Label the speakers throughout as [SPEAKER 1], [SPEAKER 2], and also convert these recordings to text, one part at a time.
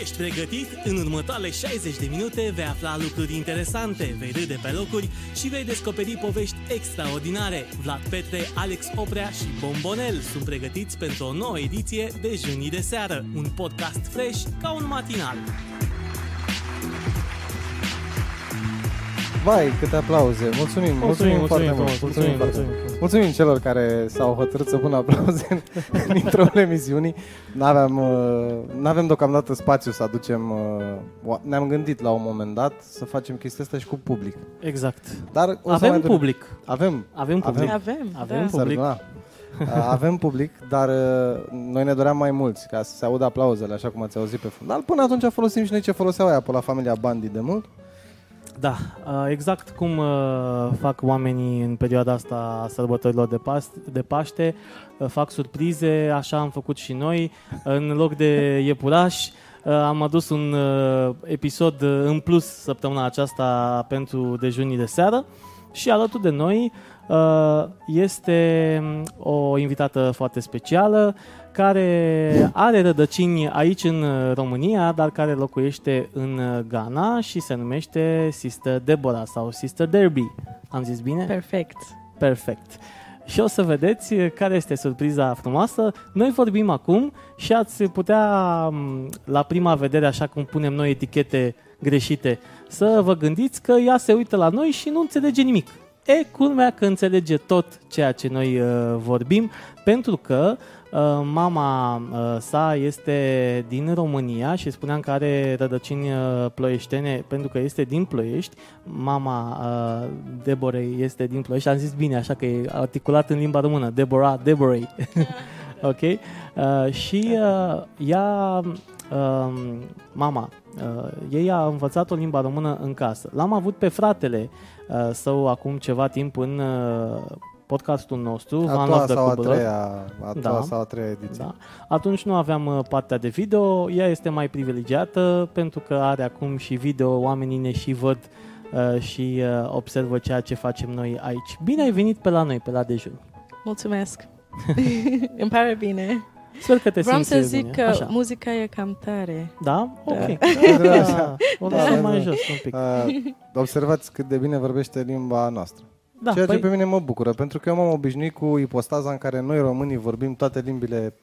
[SPEAKER 1] Ești pregătit? În următoarele 60 de minute vei afla lucruri interesante, vei râde pe locuri și vei descoperi povești extraordinare. Vlad Petre, Alex Oprea și Bombonel sunt pregătiți pentru o nouă ediție de Junii de Seară, un podcast fresh ca un matinal.
[SPEAKER 2] Vai, câte aplauze! Mulțumim, mulțumim, mulțumim foarte mult!
[SPEAKER 3] mulțumim,
[SPEAKER 2] foarte
[SPEAKER 3] mulțumim,
[SPEAKER 2] mult.
[SPEAKER 3] mulțumim.
[SPEAKER 2] mulțumim celor care s-au hotărât să pună aplauze în, în intrul emisiunii. N-aveam, uh, n-avem deocamdată spațiu să aducem... uh, oa- Ne-am gândit la un moment dat să facem chestia asta și cu public.
[SPEAKER 3] Exact.
[SPEAKER 2] Dar o să mai
[SPEAKER 1] Avem
[SPEAKER 2] întâlnim.
[SPEAKER 1] public.
[SPEAKER 2] Avem.
[SPEAKER 1] Avem public.
[SPEAKER 4] Avem,
[SPEAKER 3] Avem
[SPEAKER 4] da.
[SPEAKER 3] public.
[SPEAKER 2] Sărbuna. Uh, Avem public, dar uh, noi ne doream mai mulți ca să se audă aplauzele, așa cum ați auzit pe fundal. Până atunci folosim și noi ce foloseau aia pe la familia Bandi de mult.
[SPEAKER 3] Da, uh, exact cum uh, fac oamenii în perioada asta a sărbătorilor de, pas- de Paște, uh, fac surprize, așa am făcut și noi. În loc de iepuraș, uh, am adus un uh, episod uh, în plus săptămâna aceasta pentru dejunii de seară și alături de noi uh, este um, o invitată foarte specială care are rădăcini aici în uh, România, dar care locuiește în uh, Ghana și se numește Sister Deborah sau Sister Derby. Am zis bine?
[SPEAKER 4] Perfect.
[SPEAKER 3] Perfect. Și o să vedeți uh, care este surpriza frumoasă. Noi vorbim acum și ați putea, m, la prima vedere, așa cum punem noi etichete greșite, să vă gândiți că ea se uită la noi și nu înțelege nimic. E culmea că înțelege tot ceea ce noi uh, vorbim, pentru că uh, mama uh, sa este din România și spuneam că are rădăcini uh, ploieștene pentru că este din Ploiești. Mama uh, Deborei este din Ploiești. Am zis bine, așa că e articulat în limba română. Deborah, Deborei. ok? Uh, și uh, ea, um, mama, uh, ei a învățat o limba română în casă. L-am avut pe fratele uh, său acum ceva timp în uh, podcastul nostru,
[SPEAKER 2] A
[SPEAKER 3] Van
[SPEAKER 2] doua
[SPEAKER 3] Love the
[SPEAKER 2] sau a
[SPEAKER 3] Cupler.
[SPEAKER 2] treia, a doua
[SPEAKER 3] Da.
[SPEAKER 2] sau a treia ediție.
[SPEAKER 3] Da. Atunci nu aveam uh, partea de video, ea este mai privilegiată pentru că are acum și video, oamenii ne și văd uh, și uh, observă ceea ce facem noi aici. Bine ai venit pe la noi, pe la dejun.
[SPEAKER 4] Mulțumesc. Îmi pare bine.
[SPEAKER 3] Sper că te
[SPEAKER 4] Vreau
[SPEAKER 3] simți
[SPEAKER 4] să zic
[SPEAKER 3] bine.
[SPEAKER 4] că
[SPEAKER 3] Așa.
[SPEAKER 4] muzica e cam tare.
[SPEAKER 3] Da? Ok.
[SPEAKER 2] Da.
[SPEAKER 3] Da. O
[SPEAKER 2] Da,
[SPEAKER 3] da,
[SPEAKER 2] da,
[SPEAKER 3] mai
[SPEAKER 2] da.
[SPEAKER 3] jos un pic.
[SPEAKER 2] Uh, observați cât de bine vorbește limba noastră.
[SPEAKER 3] Da,
[SPEAKER 2] Ceea
[SPEAKER 3] păi,
[SPEAKER 2] ce pe mine mă bucură, pentru că eu m-am obișnuit cu ipostaza în care noi românii vorbim toate limbile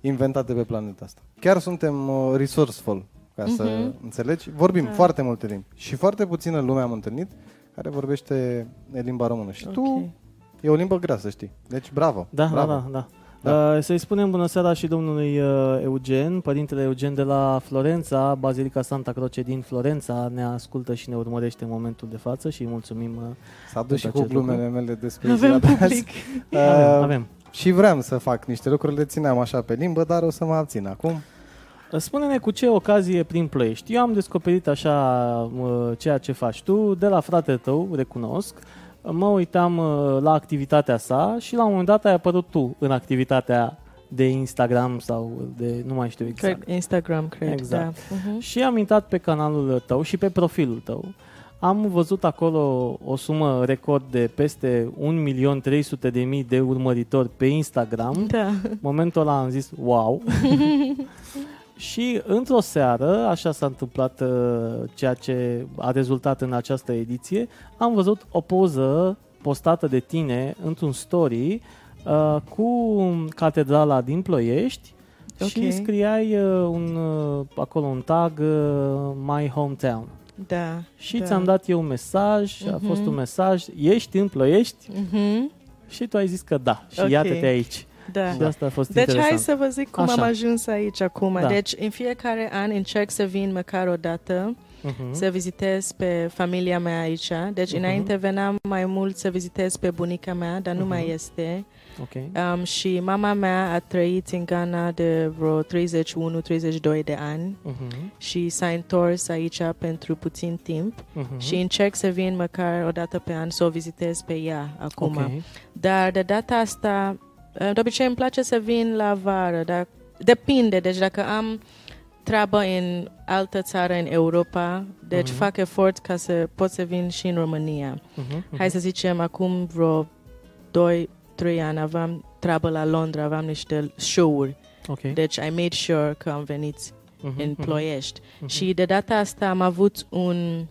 [SPEAKER 2] inventate pe planeta asta. Chiar suntem uh, resourceful, ca
[SPEAKER 3] Mhm.
[SPEAKER 2] să înțelegi. Vorbim
[SPEAKER 3] Da.
[SPEAKER 2] foarte multe limbi și foarte puțină lume am întâlnit care vorbește limba română. Și
[SPEAKER 4] Ok.
[SPEAKER 2] tu e o limbă grea, să știi. Deci bravo.
[SPEAKER 3] da, da,
[SPEAKER 2] bravo.
[SPEAKER 3] da, da. Uh, să-i spunem bună seara și domnului uh, Eugen, părintele Eugen de la Florența, Bazilica Santa Croce din Florența, ne ascultă și ne urmărește în momentul de față și îi mulțumim. Uh,
[SPEAKER 2] S-a dus și
[SPEAKER 3] Tot
[SPEAKER 2] cu
[SPEAKER 3] acest
[SPEAKER 2] glumele mele despre
[SPEAKER 4] Avem
[SPEAKER 2] ziua de azi.
[SPEAKER 4] public.
[SPEAKER 2] Uh,
[SPEAKER 3] avem, avem.
[SPEAKER 2] Și vreau să fac niște lucruri, le țineam așa pe limbă, dar o să mă abțin acum.
[SPEAKER 3] Spune-ne cu ce ocazie prin Ploiești. Eu am descoperit așa mă, ceea ce faci tu de la fratele tău, recunosc. Mă uitam mă, la activitatea sa și la un moment dat ai apărut tu în activitatea de Instagram sau de nu mai știu exact.
[SPEAKER 4] Cred, Instagram, cred.
[SPEAKER 3] Exact.
[SPEAKER 4] Da. Mhm.
[SPEAKER 3] Și am intrat pe canalul tău și pe profilul tău. Am văzut acolo o sumă record de peste 1.300.000 de urmăritori pe Instagram
[SPEAKER 4] Da.
[SPEAKER 3] momentul ăla am zis wow. și într-o seară, așa s-a întâmplat uh, ceea ce a rezultat în această ediție, am văzut o poză postată de tine într-un story uh, cu catedrala din Ploiești și
[SPEAKER 4] Ok.
[SPEAKER 3] scriai uh, un, uh, acolo un tag uh, My Hometown.
[SPEAKER 4] Da.
[SPEAKER 3] Și
[SPEAKER 4] da.
[SPEAKER 3] ți-am dat eu un mesaj, a fost un mesaj, ești în Ploiești?
[SPEAKER 4] Mhm.
[SPEAKER 3] Și tu ai zis că da. Și
[SPEAKER 4] Ok.
[SPEAKER 3] iată-te aici.
[SPEAKER 4] Da.
[SPEAKER 3] Și asta a fost
[SPEAKER 4] Deci
[SPEAKER 3] interesant.
[SPEAKER 4] hai să vă zic cum
[SPEAKER 3] Așa.
[SPEAKER 4] am ajuns aici acum.
[SPEAKER 3] Da.
[SPEAKER 4] Deci în fiecare an încerc să vin măcar o dată
[SPEAKER 3] Mhm.
[SPEAKER 4] să vizitez pe familia mea aici.
[SPEAKER 3] Mm-hmm.
[SPEAKER 4] Deci înainte veneam mai mult să vizitez pe bunica mea,
[SPEAKER 3] Mm-hmm.
[SPEAKER 4] dar nu mai este.
[SPEAKER 3] Ok.
[SPEAKER 4] Um, și mama mea a trăit în Ghana de vreo 31-32 de ani
[SPEAKER 3] Mhm.
[SPEAKER 4] și s-a întors aici pentru puțin timp
[SPEAKER 3] Mhm.
[SPEAKER 4] și încerc să vin măcar o dată pe an să o vizitez pe ea acum.
[SPEAKER 3] Ok. Mhm.
[SPEAKER 4] Dar de data asta, uh, de obicei îmi place să vin la vară, dar depinde, deci dacă am treabă în altă țară, în Europa, deci fac efort ca să pot să vin și în România.
[SPEAKER 3] Mhm.
[SPEAKER 4] Hai să zicem, acum vreo 2-3 ani aveam treabă la Londra, aveam niște show-uri.
[SPEAKER 3] Ok. Mhm,
[SPEAKER 4] Deci I made sure că am venit Ploiești. Și de data asta am avut un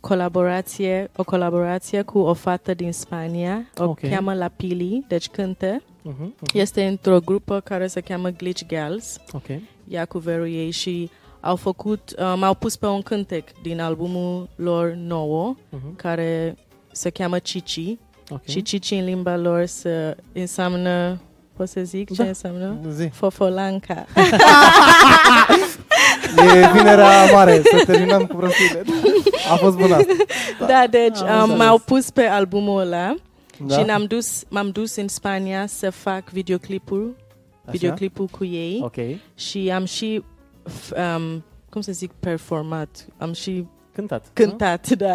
[SPEAKER 4] colaborație, o colaborație cu o fată din Spania, o
[SPEAKER 3] Ok.
[SPEAKER 4] cheamă La Pili, deci cântă.
[SPEAKER 3] Mhm,
[SPEAKER 4] Este într-o grupă care se cheamă Glitch Girls,
[SPEAKER 3] Ok.
[SPEAKER 4] ea cu verul ei și au făcut, uh, m-au pus pe un cântec din albumul lor nouă,
[SPEAKER 3] Mhm.
[SPEAKER 4] care se cheamă Cici.
[SPEAKER 3] Ok.
[SPEAKER 4] Și cici în limba lor să înseamnă, pot să zic ce
[SPEAKER 3] Da.
[SPEAKER 4] înseamnă?
[SPEAKER 2] Zi.
[SPEAKER 4] Fofolanca.
[SPEAKER 2] E vinerea mare, să terminăm cu prostiile. A fost bună asta.
[SPEAKER 4] da, deci
[SPEAKER 3] Am
[SPEAKER 4] um, m-au pus pe albumul ăla
[SPEAKER 2] Da?
[SPEAKER 4] da. și ne-am dus, m-am dus în Spania să fac videoclipul,
[SPEAKER 3] Așa?
[SPEAKER 4] videoclipul cu ei
[SPEAKER 3] Ok.
[SPEAKER 4] și am și, f- um, cum să zic, performat, am și
[SPEAKER 3] Cântat.
[SPEAKER 4] cântat, da,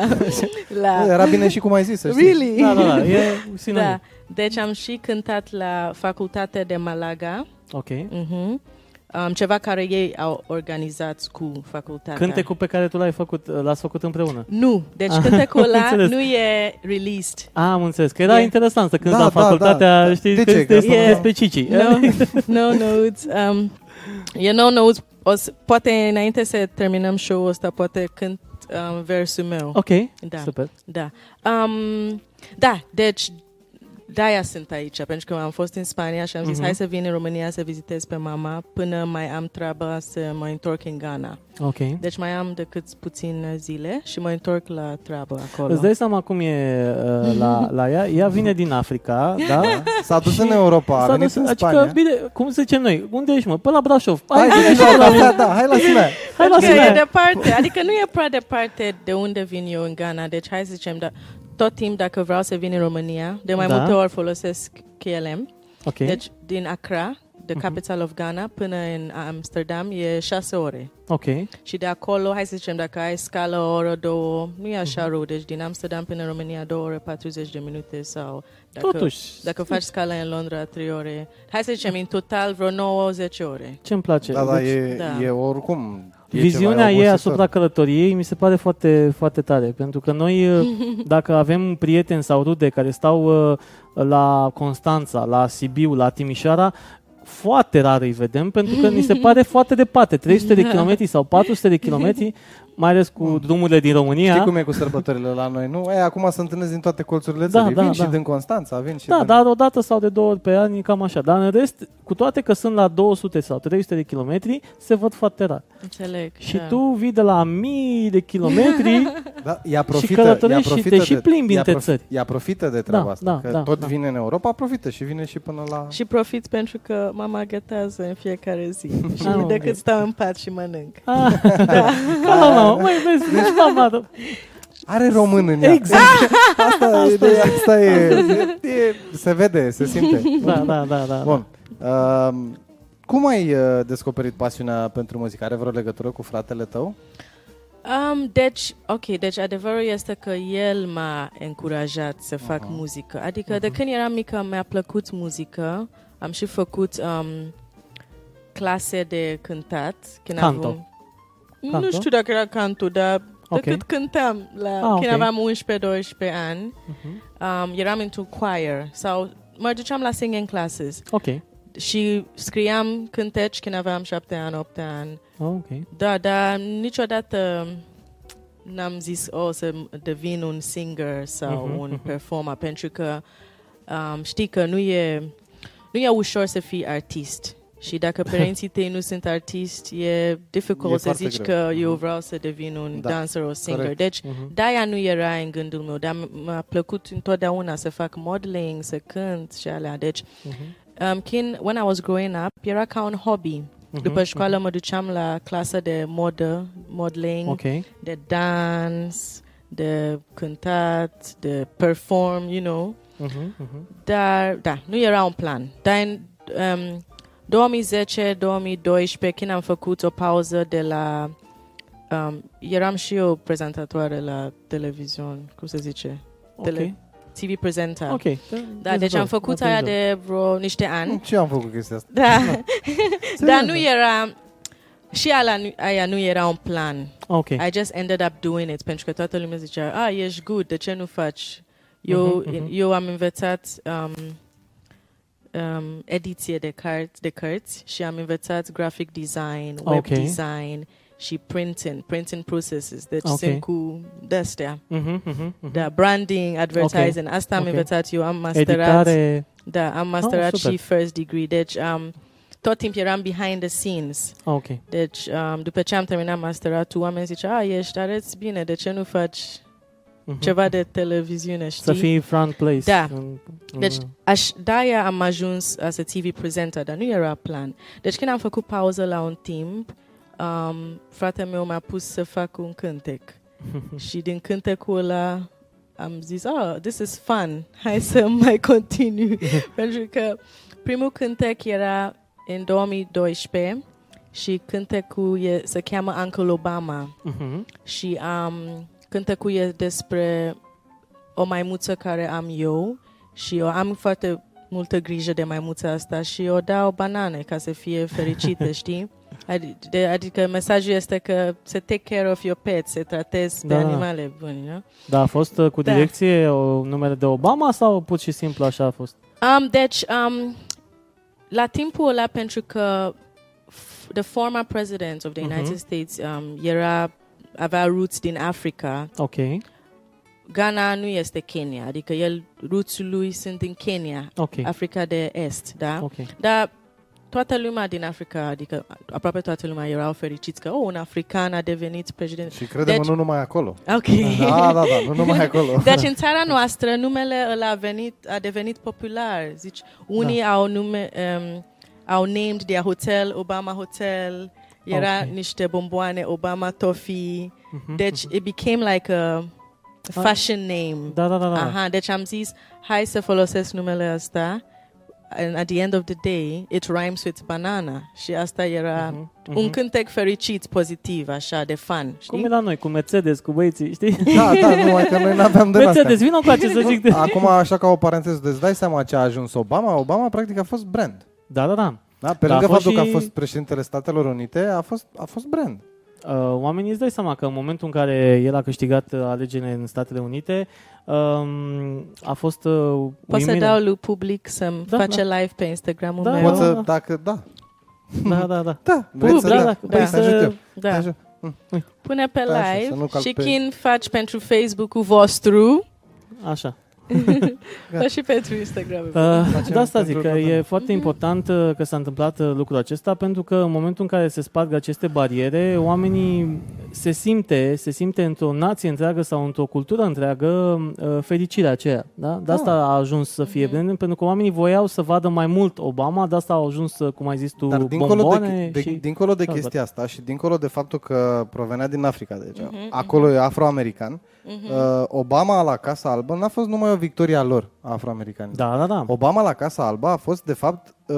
[SPEAKER 4] la...
[SPEAKER 2] Era bine și cum ai zis, să știi.
[SPEAKER 4] Really?
[SPEAKER 3] Ah. Da, da, da. E sinonim.
[SPEAKER 4] da. Deci am și cântat la facultatea de Malaga.
[SPEAKER 3] Ok.
[SPEAKER 4] Mhm. Um, ceva care ei au organizat cu facultatea.
[SPEAKER 3] Cântecul pe care tu l-ai făcut, l-ați făcut împreună.
[SPEAKER 4] Nu, deci
[SPEAKER 3] Ah,
[SPEAKER 4] cântecul ăla
[SPEAKER 3] înțeles.
[SPEAKER 4] nu e released.
[SPEAKER 3] A, Ah, am înțeles, că era
[SPEAKER 4] E.
[SPEAKER 3] interesant să cânti
[SPEAKER 2] Da,
[SPEAKER 3] la
[SPEAKER 2] da,
[SPEAKER 3] facultatea,
[SPEAKER 2] da.
[SPEAKER 3] știi,
[SPEAKER 2] De
[SPEAKER 3] de
[SPEAKER 2] ce?
[SPEAKER 3] ce?
[SPEAKER 2] Că
[SPEAKER 4] asta-
[SPEAKER 3] despre Cici.
[SPEAKER 4] No, no, no, it's, um, you know, no, it's, o să, poate înainte să terminăm show-ul ăsta, poate cânt um, versul meu.
[SPEAKER 3] Ok,
[SPEAKER 4] Da.
[SPEAKER 3] super.
[SPEAKER 4] Da. Um, da, deci de-aia sunt aici, pentru că am fost în Spania și am zis,
[SPEAKER 3] Mhm.
[SPEAKER 4] hai să vin în România să vizitez pe mama până mai am treaba să mă întorc în Ghana.
[SPEAKER 3] Ok.
[SPEAKER 4] Deci mai am decât puțin zile și mă întorc la treabă acolo.
[SPEAKER 3] Îți dai seama cum e
[SPEAKER 4] Mhm.
[SPEAKER 3] uh, la, la ea? Ea vine din Africa, da?
[SPEAKER 2] S-a dus
[SPEAKER 3] Și-
[SPEAKER 2] în Europa, a
[SPEAKER 3] S-a
[SPEAKER 2] venit
[SPEAKER 3] dus-
[SPEAKER 2] în
[SPEAKER 3] adică,
[SPEAKER 2] Spania.
[SPEAKER 3] bine, cum zicem noi, unde ești, mă? Pe la Brașov.
[SPEAKER 2] Hai,
[SPEAKER 3] Hai,
[SPEAKER 2] hai, hai, la Sina, da, hai la Sina.
[SPEAKER 3] hai la
[SPEAKER 4] Că Adică e
[SPEAKER 3] Sinaia.
[SPEAKER 4] departe, adică nu e prea departe de unde vin eu în Ghana, deci hai să zicem, da, tot timp dacă vreau să vin în România, de mai
[SPEAKER 3] Da.
[SPEAKER 4] multe ori folosesc KLM,
[SPEAKER 3] Ok, Mhm.
[SPEAKER 4] deci din Accra, the capital of Ghana, până în Amsterdam, e șase ore.
[SPEAKER 3] ok,
[SPEAKER 4] Și de acolo, hai să zicem, dacă ai scală o oră, două, nu e
[SPEAKER 3] Mhm.
[SPEAKER 4] așa rău, deci din Amsterdam până în România, două ore, 40 de minute sau... Dacă,
[SPEAKER 3] Totuși.
[SPEAKER 4] Dacă faci scala în Londra, trei ore, hai să zicem, în total vreo 9-10 ore.
[SPEAKER 3] ce-mi place.
[SPEAKER 2] Da, da,
[SPEAKER 3] Deci,
[SPEAKER 2] e,
[SPEAKER 4] da.
[SPEAKER 2] e oricum. E
[SPEAKER 3] Viziunea
[SPEAKER 2] ceva,
[SPEAKER 3] ei
[SPEAKER 2] obositor.
[SPEAKER 3] asupra călătoriei mi se pare foarte, foarte tare, pentru că noi, dacă avem prieteni sau rude care stau uh, la Constanța, la Sibiu, la Timișoara, foarte rar îi vedem, pentru că ni se pare foarte departe, 300 de kilometri sau 400 de kilometri, mai ales cu drumurile din România.
[SPEAKER 2] Știi cum e cu sărbătorile la noi, nu? E, acum se întâlnesc din toate colțurile
[SPEAKER 3] Da,
[SPEAKER 2] țării.
[SPEAKER 3] da,
[SPEAKER 2] vin și
[SPEAKER 3] da.
[SPEAKER 2] din Constanța, vin și
[SPEAKER 3] Da,
[SPEAKER 2] din...
[SPEAKER 3] dar o dată sau de două ori pe an e cam așa. Dar în rest, cu toate că sunt la 200 sau 300 de kilometri, se văd foarte rar.
[SPEAKER 4] Înțeleg.
[SPEAKER 3] Și
[SPEAKER 4] da.
[SPEAKER 3] tu vii de la mii de kilometri
[SPEAKER 2] Da, ea profită, ea
[SPEAKER 3] călătorești și
[SPEAKER 2] profită
[SPEAKER 3] te
[SPEAKER 2] de,
[SPEAKER 3] și plimbi
[SPEAKER 2] ea
[SPEAKER 3] între
[SPEAKER 2] profi-
[SPEAKER 3] țări.
[SPEAKER 2] Ea profită de treaba
[SPEAKER 3] Da,
[SPEAKER 2] asta.
[SPEAKER 3] da,
[SPEAKER 2] că
[SPEAKER 3] da,
[SPEAKER 2] tot
[SPEAKER 3] da.
[SPEAKER 2] vine în Europa, profită și vine și până la...
[SPEAKER 4] Și profit pentru că mama gătează în fiecare zi. și
[SPEAKER 3] Ah, ok.
[SPEAKER 4] decât stau în pat și mănânc.
[SPEAKER 3] Ah, da. Ca la mama, măi, vezi, nici mama, da.
[SPEAKER 2] Are român în ea. Exact. asta, asta, e, asta e, e, se vede, se simte.
[SPEAKER 3] Da, da, da, da.
[SPEAKER 2] Bun. Uh, cum ai uh, descoperit pasiunea pentru muzică? Are vreo legătură cu fratele tău?
[SPEAKER 4] Um, deci, ok, deci adevărul este că el m-a încurajat să fac muzică. Adică de când eram mică mi-a plăcut muzică. Am și făcut um, clase de cântat. Când
[SPEAKER 3] Canto.
[SPEAKER 4] Aveam...
[SPEAKER 3] Canto?
[SPEAKER 4] Nu știu dacă era canto, dar
[SPEAKER 3] Ok.
[SPEAKER 4] okay. decât cântam la,
[SPEAKER 3] Ah,
[SPEAKER 4] ah, când
[SPEAKER 3] ok. Mhm.
[SPEAKER 4] aveam 11-12 ani. Um, eram într-un choir sau mă duceam la singing classes
[SPEAKER 3] Ok,
[SPEAKER 4] și scriam cânteci când aveam 7 ani, 8 ani.
[SPEAKER 3] ok.
[SPEAKER 4] Da, dar niciodată n-am zis o să devin un singer sau
[SPEAKER 3] Mhm,
[SPEAKER 4] un performer, pentru că um, știi că nu e, nu e ușor să fii artist. Și dacă părinții tăi nu sunt artiști, e dificil
[SPEAKER 2] E
[SPEAKER 4] să
[SPEAKER 2] foarte
[SPEAKER 4] zici
[SPEAKER 2] greu.
[SPEAKER 4] că eu
[SPEAKER 2] Mhm.
[SPEAKER 4] vreau să devin un
[SPEAKER 2] Da,
[SPEAKER 4] dancer sau singer.
[SPEAKER 2] corect.
[SPEAKER 4] Deci,
[SPEAKER 3] Mhm.
[SPEAKER 4] de-aia nu era în gândul meu, dar m- m-a plăcut întotdeauna să fac modeling, să cânt și alea. Deci,
[SPEAKER 3] Mhm.
[SPEAKER 4] um, când, when I was growing up, era ca un hobby.
[SPEAKER 3] Mhm, uh-huh.
[SPEAKER 4] După școală mă duceam la clasă de modă, modeling,
[SPEAKER 3] Ok,
[SPEAKER 4] de dans, de cântat, de perform, you know.
[SPEAKER 3] Mhm, mhm.
[SPEAKER 4] Dar, da, nu era un plan. Dar în um, 2010-2012, când am făcut o pauză de la... Um, eram și eu prezentatoare la televiziune, cum se zice?
[SPEAKER 3] ok,
[SPEAKER 4] Tele- TV presenter.
[SPEAKER 3] ok.
[SPEAKER 4] Da, deci am făcut aia de vreo niște ani.
[SPEAKER 2] Ce am făcut chestia asta?
[SPEAKER 4] Da.
[SPEAKER 2] Serios?
[SPEAKER 4] Dar nu era... Și ala nu, aia nu era un plan.
[SPEAKER 3] Ok,
[SPEAKER 4] I just ended up doing it pentru că toată lumea zicea, ah, ești good, de ce nu faci? Eu,
[SPEAKER 3] Mhm, mhm.
[SPEAKER 4] eu am învățat um, um, ediție de, cart, de cărți și am învățat graphic design, web
[SPEAKER 3] Ok.
[SPEAKER 4] design și printing, printing processes. Deci
[SPEAKER 3] Ok.
[SPEAKER 4] sunt cu de-astea.
[SPEAKER 3] Mhm, mhm, mhm.
[SPEAKER 4] Da, branding, advertising, asta am
[SPEAKER 3] Ok.
[SPEAKER 4] învățat eu, am masterat.
[SPEAKER 3] Editare,
[SPEAKER 4] Da, am masterat
[SPEAKER 3] Ah, super.
[SPEAKER 4] și first degree. Deci um, tot timpul eram behind the scenes.
[SPEAKER 3] Ah, ok.
[SPEAKER 4] Deci um, după ce am terminat masteratul, oamenii zice, a, ești, arăți bine, de ce nu faci
[SPEAKER 3] Mhm.
[SPEAKER 4] ceva de televiziune, știi?
[SPEAKER 3] Să fii front place.
[SPEAKER 4] Da.
[SPEAKER 3] În- în-
[SPEAKER 4] Deci aș, de-aia am ajuns as a TV presenter, dar nu era plan. Deci când am făcut pauză la un timp, um, fratele meu m-a pus să fac un cântec. și din cântecul ăla am zis, oh, this is fun, hai să mai continui. Pentru că primul cântec era în 2012 și cântecul e, se cheamă Uncle Obama.
[SPEAKER 3] Mhm.
[SPEAKER 4] Și um, cântecul e despre o maimuță care am eu și eu am foarte multă grijă de maimuța asta și o dau banane ca să fie fericită, știi? Adi- de- Adică mesajul este că să take care of your pets, să tratezi
[SPEAKER 3] Da.
[SPEAKER 4] pe animale bune, nu?
[SPEAKER 3] Da, a fost uh, cu
[SPEAKER 4] Da.
[SPEAKER 3] direcție o, numele de Obama sau pur și simplu așa a fost?
[SPEAKER 4] Um, deci, um, la timpul ăla, pentru că f- the former president of the United States um, era, avea roots din Africa,
[SPEAKER 3] Ok.
[SPEAKER 4] Ghana nu este Kenya, adică el, roots lui sunt din Kenya,
[SPEAKER 3] Ok.
[SPEAKER 4] Africa de Est, da?
[SPEAKER 3] Ok.
[SPEAKER 4] Dar toată lumea din Africa, adică aproape toată lumea erau fericiți că, oh, un african a devenit președinte.
[SPEAKER 2] Și credem
[SPEAKER 4] Deci-
[SPEAKER 2] deci... nu numai acolo.
[SPEAKER 4] Ok.
[SPEAKER 2] Da, da, da, nu numai acolo.
[SPEAKER 4] Deci în țara noastră numele ăla a, venit, a devenit popular. Zici, unii da. au nume, um, au named their hotel Obama Hotel, era
[SPEAKER 3] Ok. Mhm.
[SPEAKER 4] okay. niște bomboane Obama Toffee. Deci it became like
[SPEAKER 3] Ah.
[SPEAKER 4] a fashion name.
[SPEAKER 3] Da, da, da,
[SPEAKER 2] Ah.
[SPEAKER 3] da.
[SPEAKER 4] Aha, deci am zis, hai să folosesc numele ăsta. And at the end of the day, it rhymes with banana. Și asta era
[SPEAKER 2] Mm-hmm,
[SPEAKER 3] Mhm, mhm.
[SPEAKER 4] un cântec fericit, pozitiv, așa, de fan. Știi?
[SPEAKER 3] Cum e la noi, cu Mercedes, cu băieții, știi?
[SPEAKER 2] Da, da, numai că noi n-aveam de
[SPEAKER 3] Mercedes,
[SPEAKER 2] asta.
[SPEAKER 3] vină cu acest să zic de...
[SPEAKER 2] Acum, așa ca o paranteză, deci dai seama ce a ajuns Obama? Obama, practic, a fost brand.
[SPEAKER 3] Da, da, da.
[SPEAKER 2] Da? Pe
[SPEAKER 3] Da, a
[SPEAKER 2] lângă
[SPEAKER 3] fost
[SPEAKER 2] faptul că
[SPEAKER 3] și-
[SPEAKER 2] a fost președintele Statelor Unite, a fost, a fost brand.
[SPEAKER 3] Uh, oamenii îți dai seama că în momentul în care el a câștigat uh, alegerile în Statele Unite, um, a fost uh,
[SPEAKER 4] Poți să
[SPEAKER 3] uimire.
[SPEAKER 4] dau lui public să-mi
[SPEAKER 3] Da,
[SPEAKER 4] da, face
[SPEAKER 3] da.
[SPEAKER 4] live pe Instagramul
[SPEAKER 3] Da,
[SPEAKER 4] meu.
[SPEAKER 2] Poți să,
[SPEAKER 3] da.
[SPEAKER 2] dacă, da,
[SPEAKER 3] Da, da, da.
[SPEAKER 2] da,
[SPEAKER 3] Pup,
[SPEAKER 2] vrei să,
[SPEAKER 3] da,
[SPEAKER 2] da,
[SPEAKER 3] da,
[SPEAKER 2] vrei
[SPEAKER 4] da.
[SPEAKER 2] să ajut eu. Te
[SPEAKER 4] da.
[SPEAKER 2] ajut.
[SPEAKER 4] Pune pe
[SPEAKER 2] Da, așa, să
[SPEAKER 4] live
[SPEAKER 2] nu calc
[SPEAKER 4] și
[SPEAKER 2] pe-
[SPEAKER 4] când faci pentru Facebook-ul vostru,
[SPEAKER 3] Așa.
[SPEAKER 4] faci și pentru Instagram.
[SPEAKER 3] Uh, da, asta zic, că
[SPEAKER 2] pentru toată
[SPEAKER 3] e
[SPEAKER 2] lumea.
[SPEAKER 3] foarte important uh, că s-a întâmplat uh, lucrul acesta, pentru că în momentul în care se sparg aceste bariere, oamenii se simte, se simte într-o nație întreagă sau într-o cultură întreagă uh, fericirea aceea. Da? De asta a ajuns să fie
[SPEAKER 2] Mhm.
[SPEAKER 3] brand, pentru că oamenii voiau să vadă mai mult Obama, de asta au ajuns, uh, cum ai zis tu,
[SPEAKER 2] Dar dincolo de,
[SPEAKER 3] bomboane
[SPEAKER 2] de,
[SPEAKER 3] și... Da,
[SPEAKER 2] dincolo de
[SPEAKER 3] Salvat.
[SPEAKER 2] chestia asta și dincolo de faptul că provenea din Africa, deci
[SPEAKER 4] Mhm,
[SPEAKER 2] acolo e afroamerican, uh, Obama la Casa Albă n-a fost numai o victorie a lor, a afroamericanilor.
[SPEAKER 3] Da, da, da.
[SPEAKER 2] Obama la Casa Alba a fost, de fapt, uh,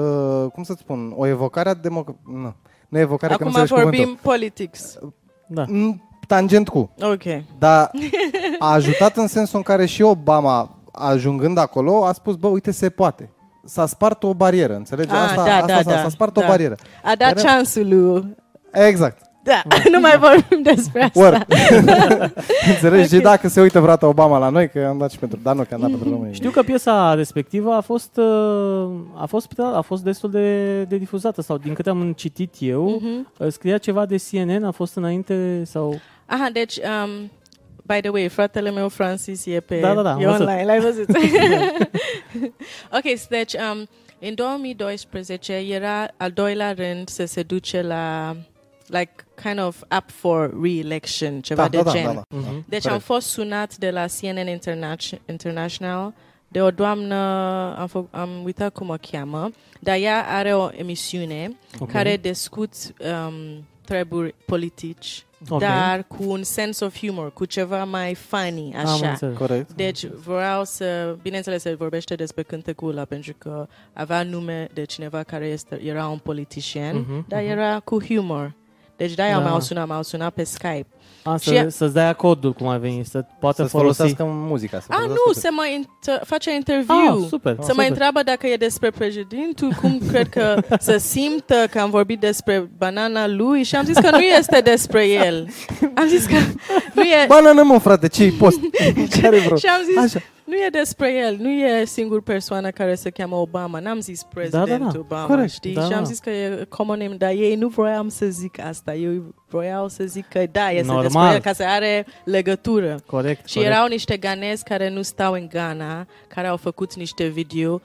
[SPEAKER 2] cum să spun, o evocare a democrației. Nu, nu evocare, că nu
[SPEAKER 4] Acum
[SPEAKER 2] înțelegi
[SPEAKER 4] vorbim politics.
[SPEAKER 2] Uh,
[SPEAKER 3] da.
[SPEAKER 2] cuvântul. Mm, Tangent cu.
[SPEAKER 4] Ok.
[SPEAKER 2] Dar a ajutat în sensul în care și Obama, ajungând acolo, a spus, bă, uite, se poate. S-a spart o barieră, înțelegi?
[SPEAKER 4] Ah,
[SPEAKER 2] asta,
[SPEAKER 4] da,
[SPEAKER 2] asta
[SPEAKER 4] da,
[SPEAKER 2] s-a,
[SPEAKER 4] da,
[SPEAKER 2] s-a spart
[SPEAKER 4] da.
[SPEAKER 2] o barieră.
[SPEAKER 4] A dat
[SPEAKER 2] Care-
[SPEAKER 4] șansul lui...
[SPEAKER 2] Exact.
[SPEAKER 4] Da,
[SPEAKER 2] Mm.
[SPEAKER 4] nu mai vorbim despre asta.
[SPEAKER 2] Work. Înțelegi? Și dacă se uită vreodată Obama la noi, că am dat și pentru... Dar nu, că am dat pentru Da, România.
[SPEAKER 3] Știu că piesa respectivă a fost, uh, a fost, prea- a fost destul de, de difuzată sau din câte am citit eu,
[SPEAKER 4] Mhm.
[SPEAKER 3] uh, scria ceva de CNN, a fost înainte sau...
[SPEAKER 4] Aha, deci, um, by the way, fratele meu Francis e pe
[SPEAKER 3] Da, da, da, am
[SPEAKER 4] e
[SPEAKER 3] văzut.
[SPEAKER 4] online, l-ai văzut. ok, so, deci, um, în 2012 era al doilea rând să se duce la, like, kind of up for re-election, ceva
[SPEAKER 2] Da,
[SPEAKER 4] de
[SPEAKER 2] da, da,
[SPEAKER 4] gen.
[SPEAKER 2] da, da.
[SPEAKER 3] Mhm.
[SPEAKER 4] Deci
[SPEAKER 2] Corect.
[SPEAKER 4] am fost sunat de la CNN Internation- International de o doamnă, am, fă, am uitat cum o cheamă, dar ea are o emisiune
[SPEAKER 3] Ok.
[SPEAKER 4] care discut um, treburi politici,
[SPEAKER 3] Ok.
[SPEAKER 4] dar cu un sense of humor, cu ceva mai funny,
[SPEAKER 3] Am
[SPEAKER 4] așa.
[SPEAKER 3] înțeles.
[SPEAKER 2] Corect.
[SPEAKER 4] deci vreau să, bineînțeles, se vorbește despre cântecul ăla, pentru că avea nume de cineva care este, era un politician,
[SPEAKER 3] Mhm,
[SPEAKER 4] dar da, era cu humor. Deci de-aia
[SPEAKER 3] Da.
[SPEAKER 4] m-au sunat, m-au sunat pe Skype.
[SPEAKER 3] A, să,
[SPEAKER 4] Și-
[SPEAKER 3] Să-ți dai acordul cum ar veni, să poată
[SPEAKER 2] Să
[SPEAKER 3] folosi.
[SPEAKER 2] folosească muzica. Să
[SPEAKER 4] A,
[SPEAKER 2] folosească
[SPEAKER 4] Ah, nu, se mă inter- face interviu.
[SPEAKER 3] Ah, super,
[SPEAKER 4] Să
[SPEAKER 3] super.
[SPEAKER 4] mă întreabă dacă e despre președintul, cum cred că să simtă că am vorbit despre banana lui și am zis că nu este despre el. Am zis că nu e...
[SPEAKER 2] Banană, mă, frate, ce-i post? Care vreo?
[SPEAKER 4] Și am zis,
[SPEAKER 2] Așa.
[SPEAKER 4] Nu e despre el, nu e singur persoană care se cheamă Obama. N-am zis prezident
[SPEAKER 3] da, da.
[SPEAKER 4] Obama,
[SPEAKER 3] Corect,
[SPEAKER 4] știi?
[SPEAKER 3] da,
[SPEAKER 4] și am
[SPEAKER 3] da.
[SPEAKER 4] zis că e common name, dar ei nu vroiam să zic asta. Eu vroiau să zic că da, este despre
[SPEAKER 3] Normal.
[SPEAKER 4] el, ca să are legătură.
[SPEAKER 3] Corect,
[SPEAKER 4] Și
[SPEAKER 3] corect.
[SPEAKER 4] erau niște ganezi care nu stau în Ghana, care au făcut niște video.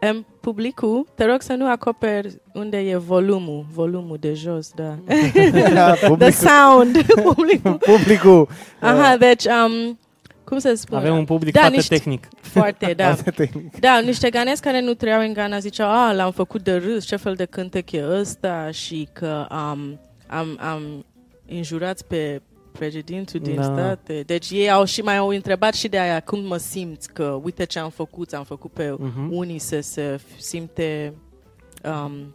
[SPEAKER 4] Em, publicul, te rog să nu acoperi unde e volumul, volumul de jos, da. The
[SPEAKER 2] publicul,
[SPEAKER 4] sound, publicul.
[SPEAKER 2] publicul
[SPEAKER 4] Aha, deci, um, cum să spun?
[SPEAKER 3] Avem un public
[SPEAKER 4] Da,
[SPEAKER 3] foarte
[SPEAKER 4] niște-
[SPEAKER 3] tehnic.
[SPEAKER 4] Foarte, da.
[SPEAKER 2] asta e tehnic.
[SPEAKER 4] Da, niște ganezi care nu trăiau în Ghana ziceau, a, l-am făcut de râs, ce fel de cântec e ăsta și că am, am, am înjurat pe președintul din
[SPEAKER 3] Da.
[SPEAKER 4] state. Deci ei au și mai au întrebat și de aia cum mă simți, că uite ce am făcut, am făcut pe
[SPEAKER 3] Mhm.
[SPEAKER 4] unii să se simte... Um,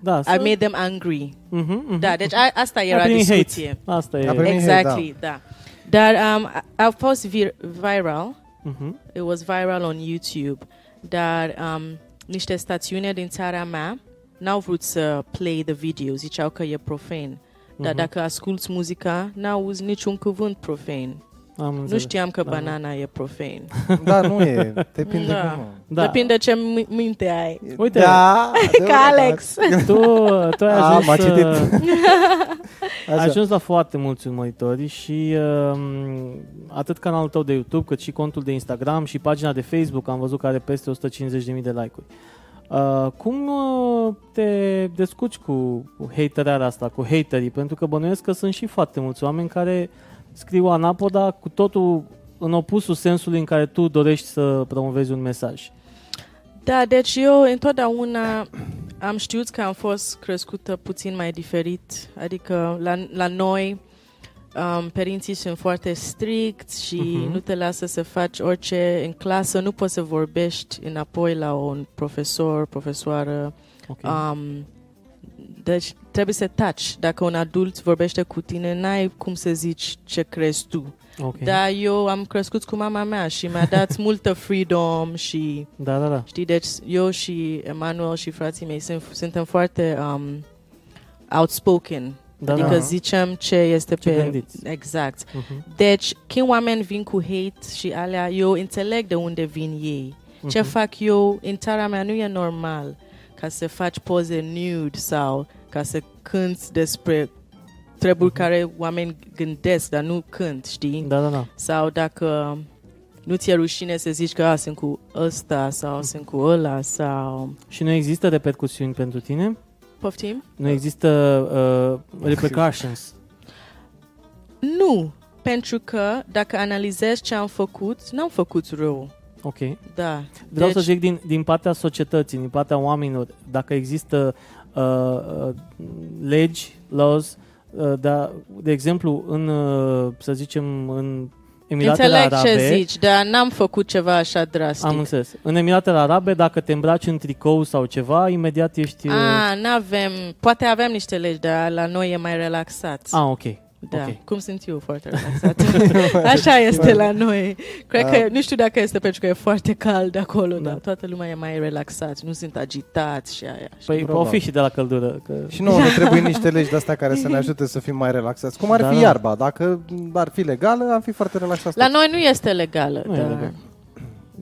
[SPEAKER 3] Da,
[SPEAKER 4] I made them angry.
[SPEAKER 3] Mhm, mhm.
[SPEAKER 4] Da, deci a, asta
[SPEAKER 3] A
[SPEAKER 4] era
[SPEAKER 3] primit hate.
[SPEAKER 4] discuție.
[SPEAKER 3] Asta
[SPEAKER 2] A primit-
[SPEAKER 3] e.
[SPEAKER 4] Exactly, da. Dar um, a- a fost vir- viral.
[SPEAKER 3] Mhm.
[SPEAKER 4] It was viral on YouTube. Dar um, niște stațiune din țara mea n-au vrut să uh, play the video. Ziceau că e profan. Dar
[SPEAKER 3] Mhm.
[SPEAKER 4] dacă asculți muzica, n-auzi niciun cuvânt profan.
[SPEAKER 3] Am
[SPEAKER 4] Nu
[SPEAKER 3] înțeles.
[SPEAKER 4] știam că
[SPEAKER 3] Da.
[SPEAKER 4] banana e profan.
[SPEAKER 2] Da, nu e. Depinde
[SPEAKER 4] Da.
[SPEAKER 2] cum.
[SPEAKER 3] Da.
[SPEAKER 4] Depinde ce mi- minte ai.
[SPEAKER 3] Uite.
[SPEAKER 2] da, adevărat.
[SPEAKER 4] Ca Alex.
[SPEAKER 3] Tu, tu ai
[SPEAKER 2] A,
[SPEAKER 3] ajuns,
[SPEAKER 2] m-a
[SPEAKER 3] să-
[SPEAKER 2] citit.
[SPEAKER 3] ai
[SPEAKER 2] Așa.
[SPEAKER 3] ajuns la foarte mulți urmăritori și um, atât canalul tău de YouTube, cât și contul de Instagram și pagina de Facebook, am văzut că are peste 150.000 de like-uri. Uh, cum uh, te descurci cu haterarea asta, cu haterii? Pentru că bănuiesc că sunt și foarte mulți oameni care scriu anapoda cu totul în opusul sensului în care tu dorești să promovezi un mesaj.
[SPEAKER 4] Da, deci eu întotdeauna am știut că am fost crescută puțin mai diferit. Adică la, la noi um, părinții sunt foarte stricți și
[SPEAKER 3] Mhm.
[SPEAKER 4] nu te lasă să faci orice în clasă. Nu poți să vorbești înapoi la un profesor, profesoară.
[SPEAKER 3] Okay.
[SPEAKER 4] Um, deci trebuie să taci. Dacă un adult vorbește cu tine, n-ai cum să zici ce crezi tu.
[SPEAKER 3] okay.
[SPEAKER 4] Dar eu am crescut cu mama mea și mi-a dat multă freedom și...
[SPEAKER 3] da, da, da.
[SPEAKER 4] Știi, deci eu și Emanuel și frații mei sunt, suntem foarte um, outspoken.
[SPEAKER 3] da
[SPEAKER 4] adică
[SPEAKER 3] da.
[SPEAKER 4] zicem ce este
[SPEAKER 3] Ce
[SPEAKER 4] pe...
[SPEAKER 3] gândiți.
[SPEAKER 4] Exact.
[SPEAKER 3] Mhm,
[SPEAKER 4] Deci când oameni vin cu hate și alea, eu înțeleg de unde vin ei. Ce
[SPEAKER 3] mhm.
[SPEAKER 4] fac eu în țara mea nu e normal ca să faci poze nude sau ca să cânți despre treburi
[SPEAKER 3] Mhm.
[SPEAKER 4] care oameni gândesc, dar nu cânt, știi?
[SPEAKER 3] Da, da, da.
[SPEAKER 4] Sau dacă nu ți-e rușine să zici că a, sunt cu ăsta
[SPEAKER 3] Mm.
[SPEAKER 4] sau sunt cu ăla sau...
[SPEAKER 3] Și nu există repercusiuni pentru tine?
[SPEAKER 4] Poftim?
[SPEAKER 3] Nu există uh, repercussions.
[SPEAKER 4] Nu, pentru că dacă analizezi ce am făcut, n-am făcut rău.
[SPEAKER 3] Ok. Vreau
[SPEAKER 4] Da.
[SPEAKER 3] deci...
[SPEAKER 4] Deci-
[SPEAKER 3] să zic din, din partea societății, din partea oamenilor, dacă există uh, uh, legi, laws, uh, da, de exemplu, în, uh, să zicem, în Emiratele
[SPEAKER 4] Înțeleg
[SPEAKER 3] Arabe,
[SPEAKER 4] ce zici, dar n-am făcut ceva așa drastic.
[SPEAKER 3] am înțeles. În Emiratele Arabe, dacă te îmbraci în tricou sau ceva, imediat ești... uh,
[SPEAKER 4] a, n-avem, poate avem niște legi, dar la noi e mai relaxat.
[SPEAKER 3] ah ok.
[SPEAKER 4] Da,
[SPEAKER 3] ok.
[SPEAKER 4] okay. cum sunt eu foarte relaxat. Așa este la noi. Cred că, nu știu dacă este pentru că e foarte cald acolo,
[SPEAKER 3] Da.
[SPEAKER 4] da. dar toată lumea e mai relaxat, nu sunt agitați și aia. știi?
[SPEAKER 3] Păi
[SPEAKER 2] Probabil.
[SPEAKER 3] o fi și de la căldură. Că...
[SPEAKER 2] Și nouă ne trebuie niște legi de-astea care să ne ajute să fim mai relaxați. Cum ar
[SPEAKER 3] Da,
[SPEAKER 2] fi
[SPEAKER 3] da.
[SPEAKER 2] iarba? Dacă ar fi legală, am fi foarte relaxați.
[SPEAKER 4] La noi nu este legală,
[SPEAKER 3] Nu e
[SPEAKER 4] dar
[SPEAKER 3] legal.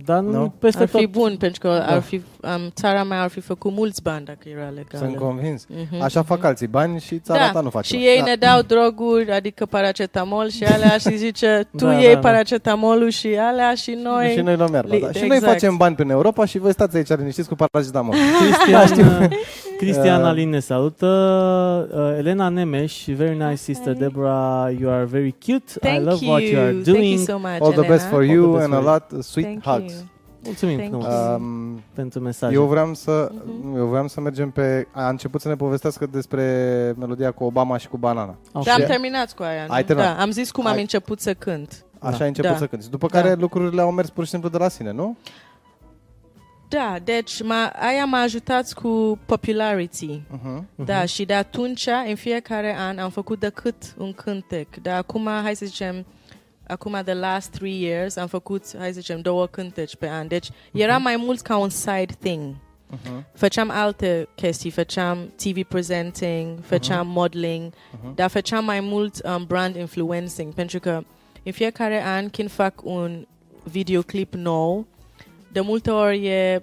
[SPEAKER 3] Dar
[SPEAKER 2] Nu?
[SPEAKER 3] nu? peste
[SPEAKER 4] ar fi
[SPEAKER 3] tot...
[SPEAKER 4] bun, pentru că ar fi, am, țara mea ar fi făcut mulți bani dacă era legală.
[SPEAKER 2] Sunt convins.
[SPEAKER 4] Mhm.
[SPEAKER 2] Așa fac alții bani și țara ta nu face.
[SPEAKER 4] și
[SPEAKER 2] bani.
[SPEAKER 4] ei
[SPEAKER 2] Da.
[SPEAKER 4] ne dau droguri, adică paracetamol și alea și zice, tu
[SPEAKER 3] Da, da,
[SPEAKER 4] iei
[SPEAKER 3] da.
[SPEAKER 4] paracetamolul și alea și noi...
[SPEAKER 2] Și noi luăm iarba,
[SPEAKER 4] Li-
[SPEAKER 2] da. Și
[SPEAKER 4] exact.
[SPEAKER 2] noi facem bani prin Europa și voi stați aici liniștiți cu paracetamol.
[SPEAKER 3] Cristian, Cristian Alin ne salută. Uh, Elena Nemes, very nice sister Deborah, you are very cute. I
[SPEAKER 4] Thank
[SPEAKER 3] love
[SPEAKER 4] you.
[SPEAKER 3] what you are
[SPEAKER 4] Thank you
[SPEAKER 3] doing.
[SPEAKER 4] so much,
[SPEAKER 2] All the
[SPEAKER 4] Elena.
[SPEAKER 2] best for
[SPEAKER 3] All the
[SPEAKER 2] you
[SPEAKER 3] best
[SPEAKER 2] and a
[SPEAKER 3] for you.
[SPEAKER 2] lot of sweet
[SPEAKER 4] Thank
[SPEAKER 2] hugs.
[SPEAKER 4] you.
[SPEAKER 3] Mulțumim
[SPEAKER 4] Thank
[SPEAKER 3] frumos
[SPEAKER 4] you. Mhm.
[SPEAKER 2] Um,
[SPEAKER 3] pentru mesaj.
[SPEAKER 2] Eu vreau să eu vreau să mergem pe a început să ne povestească despre melodia cu Obama și cu banana.
[SPEAKER 4] Dar Da, am
[SPEAKER 2] Și-
[SPEAKER 4] terminat cu aia, nu?
[SPEAKER 2] Ai terminat.
[SPEAKER 4] Da, am zis cum am
[SPEAKER 2] Ai-
[SPEAKER 4] început să cânt.
[SPEAKER 2] Așa
[SPEAKER 3] Da.
[SPEAKER 2] ai început
[SPEAKER 4] Da.
[SPEAKER 2] să cânti. După
[SPEAKER 4] Da.
[SPEAKER 2] care lucrurile au mers pur și simplu de la sine, nu?
[SPEAKER 4] Da, deci m-a, aia m-a ajutat cu popularity.
[SPEAKER 2] Uh-huh.
[SPEAKER 4] Da, și de atunci, în fiecare an, am făcut decât un cântec. Dar acum, hai să zicem, acum the last three years, am făcut, hai să zicem, două cânteci pe an.
[SPEAKER 2] Mhm.
[SPEAKER 4] Deci era mai mult ca un side thing.
[SPEAKER 2] Uh-huh.
[SPEAKER 4] Făceam alte chestii, făceam TV presenting,
[SPEAKER 2] Mhm.
[SPEAKER 4] făceam modeling, dar făceam mai mult um, brand influencing, pentru că în fiecare an când fac un videoclip nou, de multe ori e,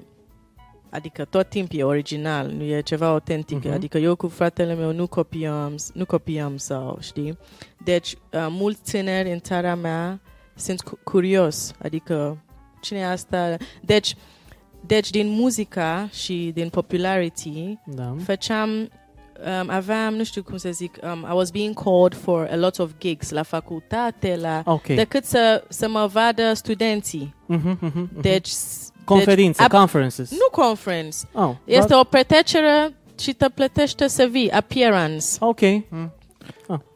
[SPEAKER 4] adică tot timpul e original, nu e ceva autentic.
[SPEAKER 3] Mhm.
[SPEAKER 4] Uh-huh. Adică eu cu fratele meu nu copiam, nu copiam sau, știi? Deci, uh, mulți tineri în țara mea sunt cu- curios, adică cine e asta? Deci, deci din muzica și din popularity,
[SPEAKER 3] Da.
[SPEAKER 4] făceam, um, aveam, nu știu cum să zic, um, I was being called for a lot of gigs la facultate, la...
[SPEAKER 3] Ok.
[SPEAKER 4] Okay. Decât să, să mă vadă studenții.
[SPEAKER 3] Mhm, mhm, mhm.
[SPEAKER 4] Deci... s-
[SPEAKER 3] Conferințe,
[SPEAKER 4] deci, ab-
[SPEAKER 3] conferences.
[SPEAKER 4] Nu conference.
[SPEAKER 3] Oh,
[SPEAKER 4] Este
[SPEAKER 3] da.
[SPEAKER 4] o petrecere și te plătește să vii. Appearance.
[SPEAKER 3] Ok.
[SPEAKER 4] Da.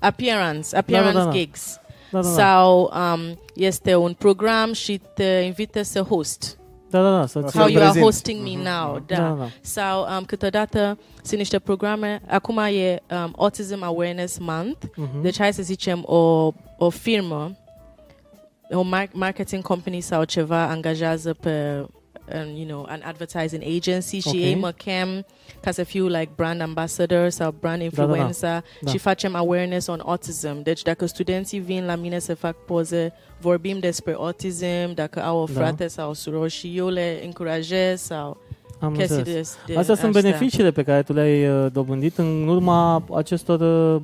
[SPEAKER 4] Appearance. Appearance
[SPEAKER 3] da, da.
[SPEAKER 4] gigs.
[SPEAKER 3] Da, da, da.
[SPEAKER 4] Sau um, este un program și te invită să host.
[SPEAKER 3] Da, da, da. Să ți-
[SPEAKER 2] Să
[SPEAKER 4] How you are
[SPEAKER 2] prezint.
[SPEAKER 4] hosting me now. Da.
[SPEAKER 3] da, da.
[SPEAKER 4] Sau um, câteodată sunt niște programe. Acum e um, Autism Awareness Month.
[SPEAKER 3] Mhm.
[SPEAKER 4] Deci hai să zicem o, o firmă, o mar- marketing company sau ceva angajează pe um, you know, an advertising agency și
[SPEAKER 3] Ok.
[SPEAKER 4] ei mă chem ca să fiu like brand ambassador sau brand
[SPEAKER 3] da, da.
[SPEAKER 4] influencer
[SPEAKER 3] Da.
[SPEAKER 4] și facem awareness on autism. Deci dacă studenții vin la mine să fac poze, vorbim despre autism, dacă au o
[SPEAKER 3] Da.
[SPEAKER 4] frate sau surori și eu le încurajez sau
[SPEAKER 3] Am
[SPEAKER 4] chestii
[SPEAKER 3] înțeles.
[SPEAKER 4] de, de
[SPEAKER 3] Astea sunt beneficiile pe care tu le-ai uh, dobândit în urma acestor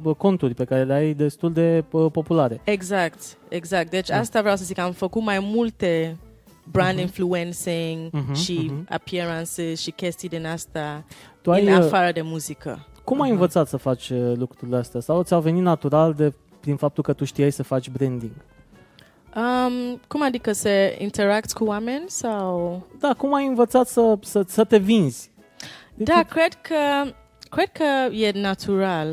[SPEAKER 3] uh, conturi pe care le-ai destul de uh, populare.
[SPEAKER 4] Exact, exact. Deci
[SPEAKER 3] Da.
[SPEAKER 4] asta vreau să zic, am făcut mai multe brand influencing
[SPEAKER 3] Mhm,
[SPEAKER 4] și
[SPEAKER 3] mhm.
[SPEAKER 4] appearances și chestii din asta
[SPEAKER 3] Tu ai,
[SPEAKER 4] în
[SPEAKER 3] uh,
[SPEAKER 4] afară de muzică.
[SPEAKER 3] cum ai învățat să faci uh, lucrurile astea? Sau ți-au venit natural de prin faptul că tu știai să faci branding?
[SPEAKER 4] Um, cum adică să interact cu oameni sau...
[SPEAKER 3] Da, cum ai învățat să, să, să te vinzi? Deci, Exact.
[SPEAKER 4] Da, cred că cred că e natural,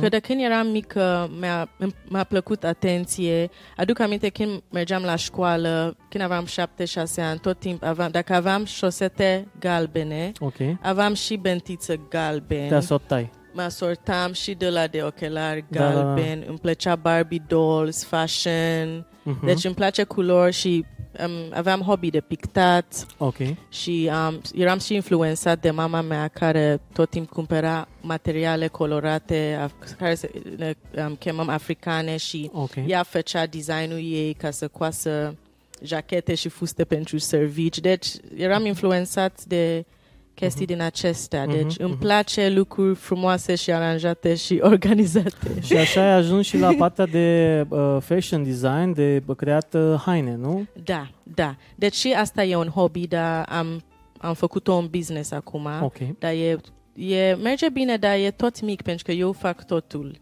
[SPEAKER 3] Mhm.
[SPEAKER 4] că de când eram mică mi-a, mi-a plăcut atenție. Aduc aminte când mergeam la școală, când aveam șapte-șase ani, tot timp aveam, dacă aveam șosete galbene,
[SPEAKER 3] Ok.
[SPEAKER 4] Aveam și bentiță galben.
[SPEAKER 3] Te asortai.
[SPEAKER 4] mă sortam și de la de ochelari
[SPEAKER 3] Da, da, da.
[SPEAKER 4] galben. Îmi plăcea Barbie dolls, fashion.
[SPEAKER 3] Mhm.
[SPEAKER 4] Deci îmi place culori și um, aveam hobby de pictat
[SPEAKER 3] Ok.
[SPEAKER 4] și um, eram și influențat de mama mea care tot timpul cumpăra materiale colorate af- care se, le um, chemăm africane și
[SPEAKER 3] Ok.
[SPEAKER 4] ea făcea designul ei ca să coasă jachete și fuste pentru servici. Deci eram influențat de chestii din acestea. Deci
[SPEAKER 3] Mhm,
[SPEAKER 4] îmi
[SPEAKER 3] mhm.
[SPEAKER 4] place lucruri frumoase și aranjate și organizate.
[SPEAKER 3] Și așa ai ajuns și la partea de uh, fashion design, de creat uh, haine, nu?
[SPEAKER 4] Da, da. Deci și asta e un hobby, dar am, am făcut-o un business acum.
[SPEAKER 3] Ok.
[SPEAKER 4] Dar e, e, merge bine, dar e tot mic, pentru că eu fac totul.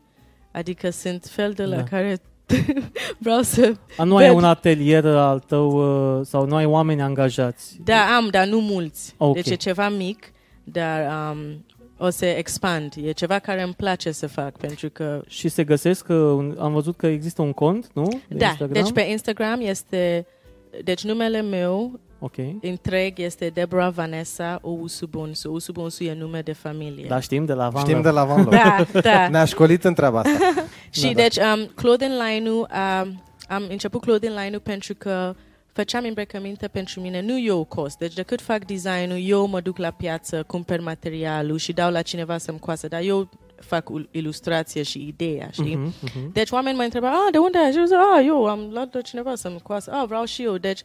[SPEAKER 4] Adică sunt fel de la
[SPEAKER 3] Da.
[SPEAKER 4] care vreau să...
[SPEAKER 3] A, nu ai
[SPEAKER 4] Vezi.
[SPEAKER 3] un atelier al tău uh, sau nu ai oameni angajați?
[SPEAKER 4] Da, am, dar nu mulți.
[SPEAKER 3] Ok.
[SPEAKER 4] Deci e ceva mic, dar um, o să expand. E ceva care îmi place să fac, pentru că...
[SPEAKER 3] Și se găsesc, uh, un- am văzut că există un cont, nu? De
[SPEAKER 4] da,
[SPEAKER 3] Instagram?
[SPEAKER 4] deci pe Instagram este... Deci numele meu
[SPEAKER 3] Ok.
[SPEAKER 4] întreg este Deborah Vanessa Ousubunsu. Ousubunsu e nume de familie.
[SPEAKER 3] Da, știm de la Van
[SPEAKER 2] Știm
[SPEAKER 3] Loo.
[SPEAKER 2] de la Van Loo.
[SPEAKER 4] da. da.
[SPEAKER 2] Ne-a școlit în treaba asta.
[SPEAKER 4] Și
[SPEAKER 3] Da, da.
[SPEAKER 4] deci um, clothing line-ul, um, am început clothing line-ul pentru că făceam îmbrăcăminte pentru mine, nu eu cost. Deci decât fac design-ul, eu mă duc la piață, cumpăr materialul și dau la cineva să-mi coasă, dar eu fac ul- ilustrație și ideea, știi?
[SPEAKER 3] Mhm, mhm.
[SPEAKER 4] Deci oameni mă întrebau, ah, de unde ai? Și eu zic, ah, eu am luat de cineva să-mi coasă, ah, vreau și eu. Deci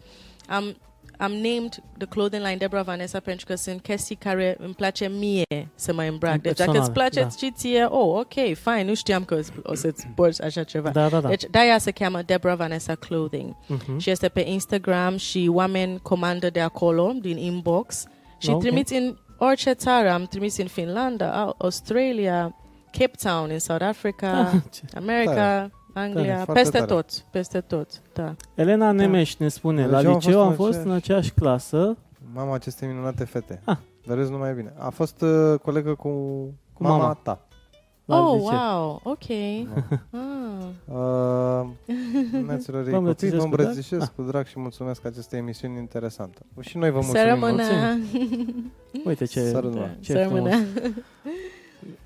[SPEAKER 4] am, am named the clothing line Debra Vanessa pentru că sunt chestii care îmi place mie să mă îmbrac. Deci dacă îți
[SPEAKER 3] Personale,
[SPEAKER 4] place
[SPEAKER 3] da.
[SPEAKER 4] și ție, oh, ok, fine, nu știam că o să-ți porți așa ceva.
[SPEAKER 3] Da, da, da.
[SPEAKER 4] Deci de-aia se cheamă Debra Vanessa Clothing
[SPEAKER 3] Mhm.
[SPEAKER 4] și este pe Instagram și oameni comandă de acolo, din inbox și
[SPEAKER 3] Ok.
[SPEAKER 4] trimiți în orice țară. Am trimis în Finlanda, au- uh, Australia, Cape Town, în South Africa,
[SPEAKER 3] Ah, Ce-
[SPEAKER 4] America,
[SPEAKER 2] Tare.
[SPEAKER 4] Anglia,
[SPEAKER 2] Tare, foarte
[SPEAKER 4] peste
[SPEAKER 2] tare.
[SPEAKER 4] tot, peste tot, da.
[SPEAKER 3] Elena Nemeș ne spune,
[SPEAKER 2] La
[SPEAKER 3] la
[SPEAKER 2] liceu am
[SPEAKER 3] liceu am
[SPEAKER 2] fost în
[SPEAKER 3] fost în aceeași clasă
[SPEAKER 2] Mama acestei minunate fete.
[SPEAKER 3] Ah.
[SPEAKER 2] Dar râs numai bine. A fost uh, colegă cu,
[SPEAKER 3] Cu
[SPEAKER 2] mama,
[SPEAKER 3] mama.
[SPEAKER 2] ta.
[SPEAKER 3] la
[SPEAKER 4] oh,
[SPEAKER 3] liceu.
[SPEAKER 4] wow, ok. Ah.
[SPEAKER 2] Uh, Neților
[SPEAKER 3] Vă
[SPEAKER 2] ei copii,
[SPEAKER 3] îmbrățișez cu
[SPEAKER 2] vă
[SPEAKER 3] drag?
[SPEAKER 2] îmbrățișez
[SPEAKER 3] Ah.
[SPEAKER 2] cu drag și mulțumesc aceste emisiuni interesante. Și noi vă
[SPEAKER 4] Să
[SPEAKER 2] mulțumim.
[SPEAKER 4] rămână.
[SPEAKER 3] Uite ce...
[SPEAKER 2] Să rămână.
[SPEAKER 3] ce
[SPEAKER 4] Să rămână.
[SPEAKER 3] frumos.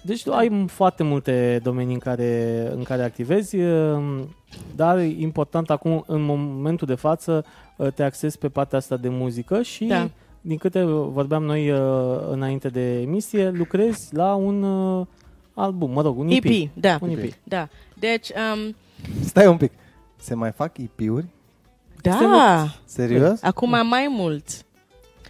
[SPEAKER 3] Deci tu ai foarte multe domenii în care, în care activezi, um, dar e important acum, în momentul de față, uh, te axezi pe partea asta de muzică și,
[SPEAKER 4] Da.
[SPEAKER 3] din câte vorbeam noi uh, înainte de emisie, lucrezi la un uh, album, mă rog, un EP.
[SPEAKER 4] EP, da,
[SPEAKER 3] Un EP.
[SPEAKER 4] da. Deci, um,
[SPEAKER 2] Stai un pic. Se mai fac IP-uri?
[SPEAKER 3] Se
[SPEAKER 4] Da,
[SPEAKER 3] vă-
[SPEAKER 2] Serios?
[SPEAKER 4] acum mai mult.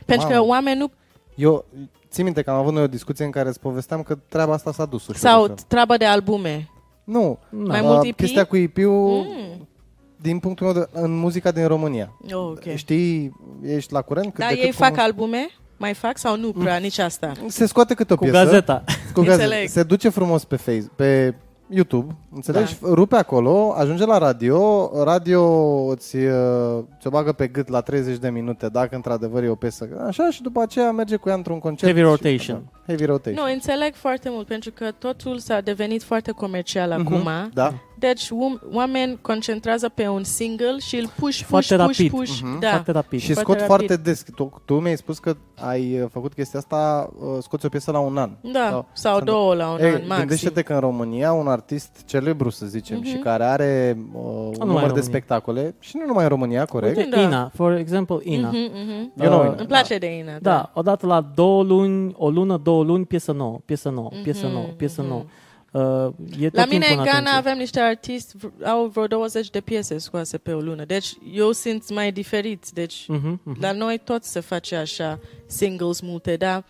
[SPEAKER 4] Pentru că
[SPEAKER 2] Mm. Mamă.
[SPEAKER 4] oameni nu...
[SPEAKER 2] Eu țin minte că am avut noi o discuție în care îți povesteam că treaba asta s-a dus ușor.
[SPEAKER 4] Sau
[SPEAKER 2] ușor.
[SPEAKER 4] treaba de albume.
[SPEAKER 2] Nu.
[SPEAKER 4] Mai
[SPEAKER 3] Da.
[SPEAKER 2] Uh,
[SPEAKER 4] mult EP?
[SPEAKER 2] Chestia cu EP-ul,
[SPEAKER 4] Mm.
[SPEAKER 2] din punctul meu, de, în muzica din România.
[SPEAKER 4] Oh, ok.
[SPEAKER 2] Știi, ești la curent? Cât
[SPEAKER 4] Dar
[SPEAKER 2] de cât
[SPEAKER 4] Da,
[SPEAKER 2] Mm.
[SPEAKER 4] ei fac
[SPEAKER 2] cum...
[SPEAKER 4] albume? Mai fac sau nu prea nici asta?
[SPEAKER 2] Se scoate câte o
[SPEAKER 3] Cu
[SPEAKER 2] piesă.
[SPEAKER 3] gazeta.
[SPEAKER 2] Cu gazeta.
[SPEAKER 4] Înțeleg.
[SPEAKER 2] Se duce frumos pe face, pe YouTube, înțelegi? Da. Rupe acolo, ajunge la radio, radio îți, uh, ți-o bagă pe gât la 30 de minute, dacă într-adevăr e o piesă. Așa și după aceea merge cu ea într-un concert.
[SPEAKER 3] Heavy
[SPEAKER 2] și-
[SPEAKER 3] rotation.
[SPEAKER 2] heavy rotation.
[SPEAKER 4] Nu, înțeleg foarte mult, pentru că totul s-a devenit foarte comercial acum.
[SPEAKER 2] Da?
[SPEAKER 4] Deci um- oameni concentrează pe un single și îl push, push,
[SPEAKER 3] Foarte
[SPEAKER 4] push,
[SPEAKER 3] rapid.
[SPEAKER 4] push.
[SPEAKER 2] Mhm.
[SPEAKER 4] Da.
[SPEAKER 3] Foarte rapid.
[SPEAKER 2] Și
[SPEAKER 4] Foarte
[SPEAKER 2] scot
[SPEAKER 4] rapid.
[SPEAKER 2] foarte des. Tu, tu mi-ai spus că ai uh, făcut chestia asta, uh, scoți o piesă la un an.
[SPEAKER 4] Da, sau, două la un
[SPEAKER 2] Ei,
[SPEAKER 4] an, maxim.
[SPEAKER 2] Gândește-te că în România un artist celebru, să zicem, și
[SPEAKER 4] Mhm.
[SPEAKER 2] care are uh, un
[SPEAKER 3] Ah, în
[SPEAKER 2] număr de
[SPEAKER 3] România.
[SPEAKER 2] spectacole, și nu numai în România, corect,
[SPEAKER 3] Uite,
[SPEAKER 4] Da.
[SPEAKER 3] Ina, for example, Ina.
[SPEAKER 4] Mm-hmm.
[SPEAKER 2] Eu nu
[SPEAKER 3] Uh,
[SPEAKER 2] uit.
[SPEAKER 4] Îmi place de Ina.
[SPEAKER 3] Da, odată la două luni, o lună, două luni, piesă nouă, piesă nouă, piesă nouă, piesă nouă. Uh, e tot
[SPEAKER 4] Mhm, La mine
[SPEAKER 3] timpul
[SPEAKER 4] în Ghana
[SPEAKER 3] atenție.
[SPEAKER 4] avem niște artiști, v- au vreo 20 de piese scoase pe o lună. Deci eu sunt mai diferit. Deci
[SPEAKER 3] Mhm, mhm.
[SPEAKER 4] la noi tot se face așa, singles multe, dar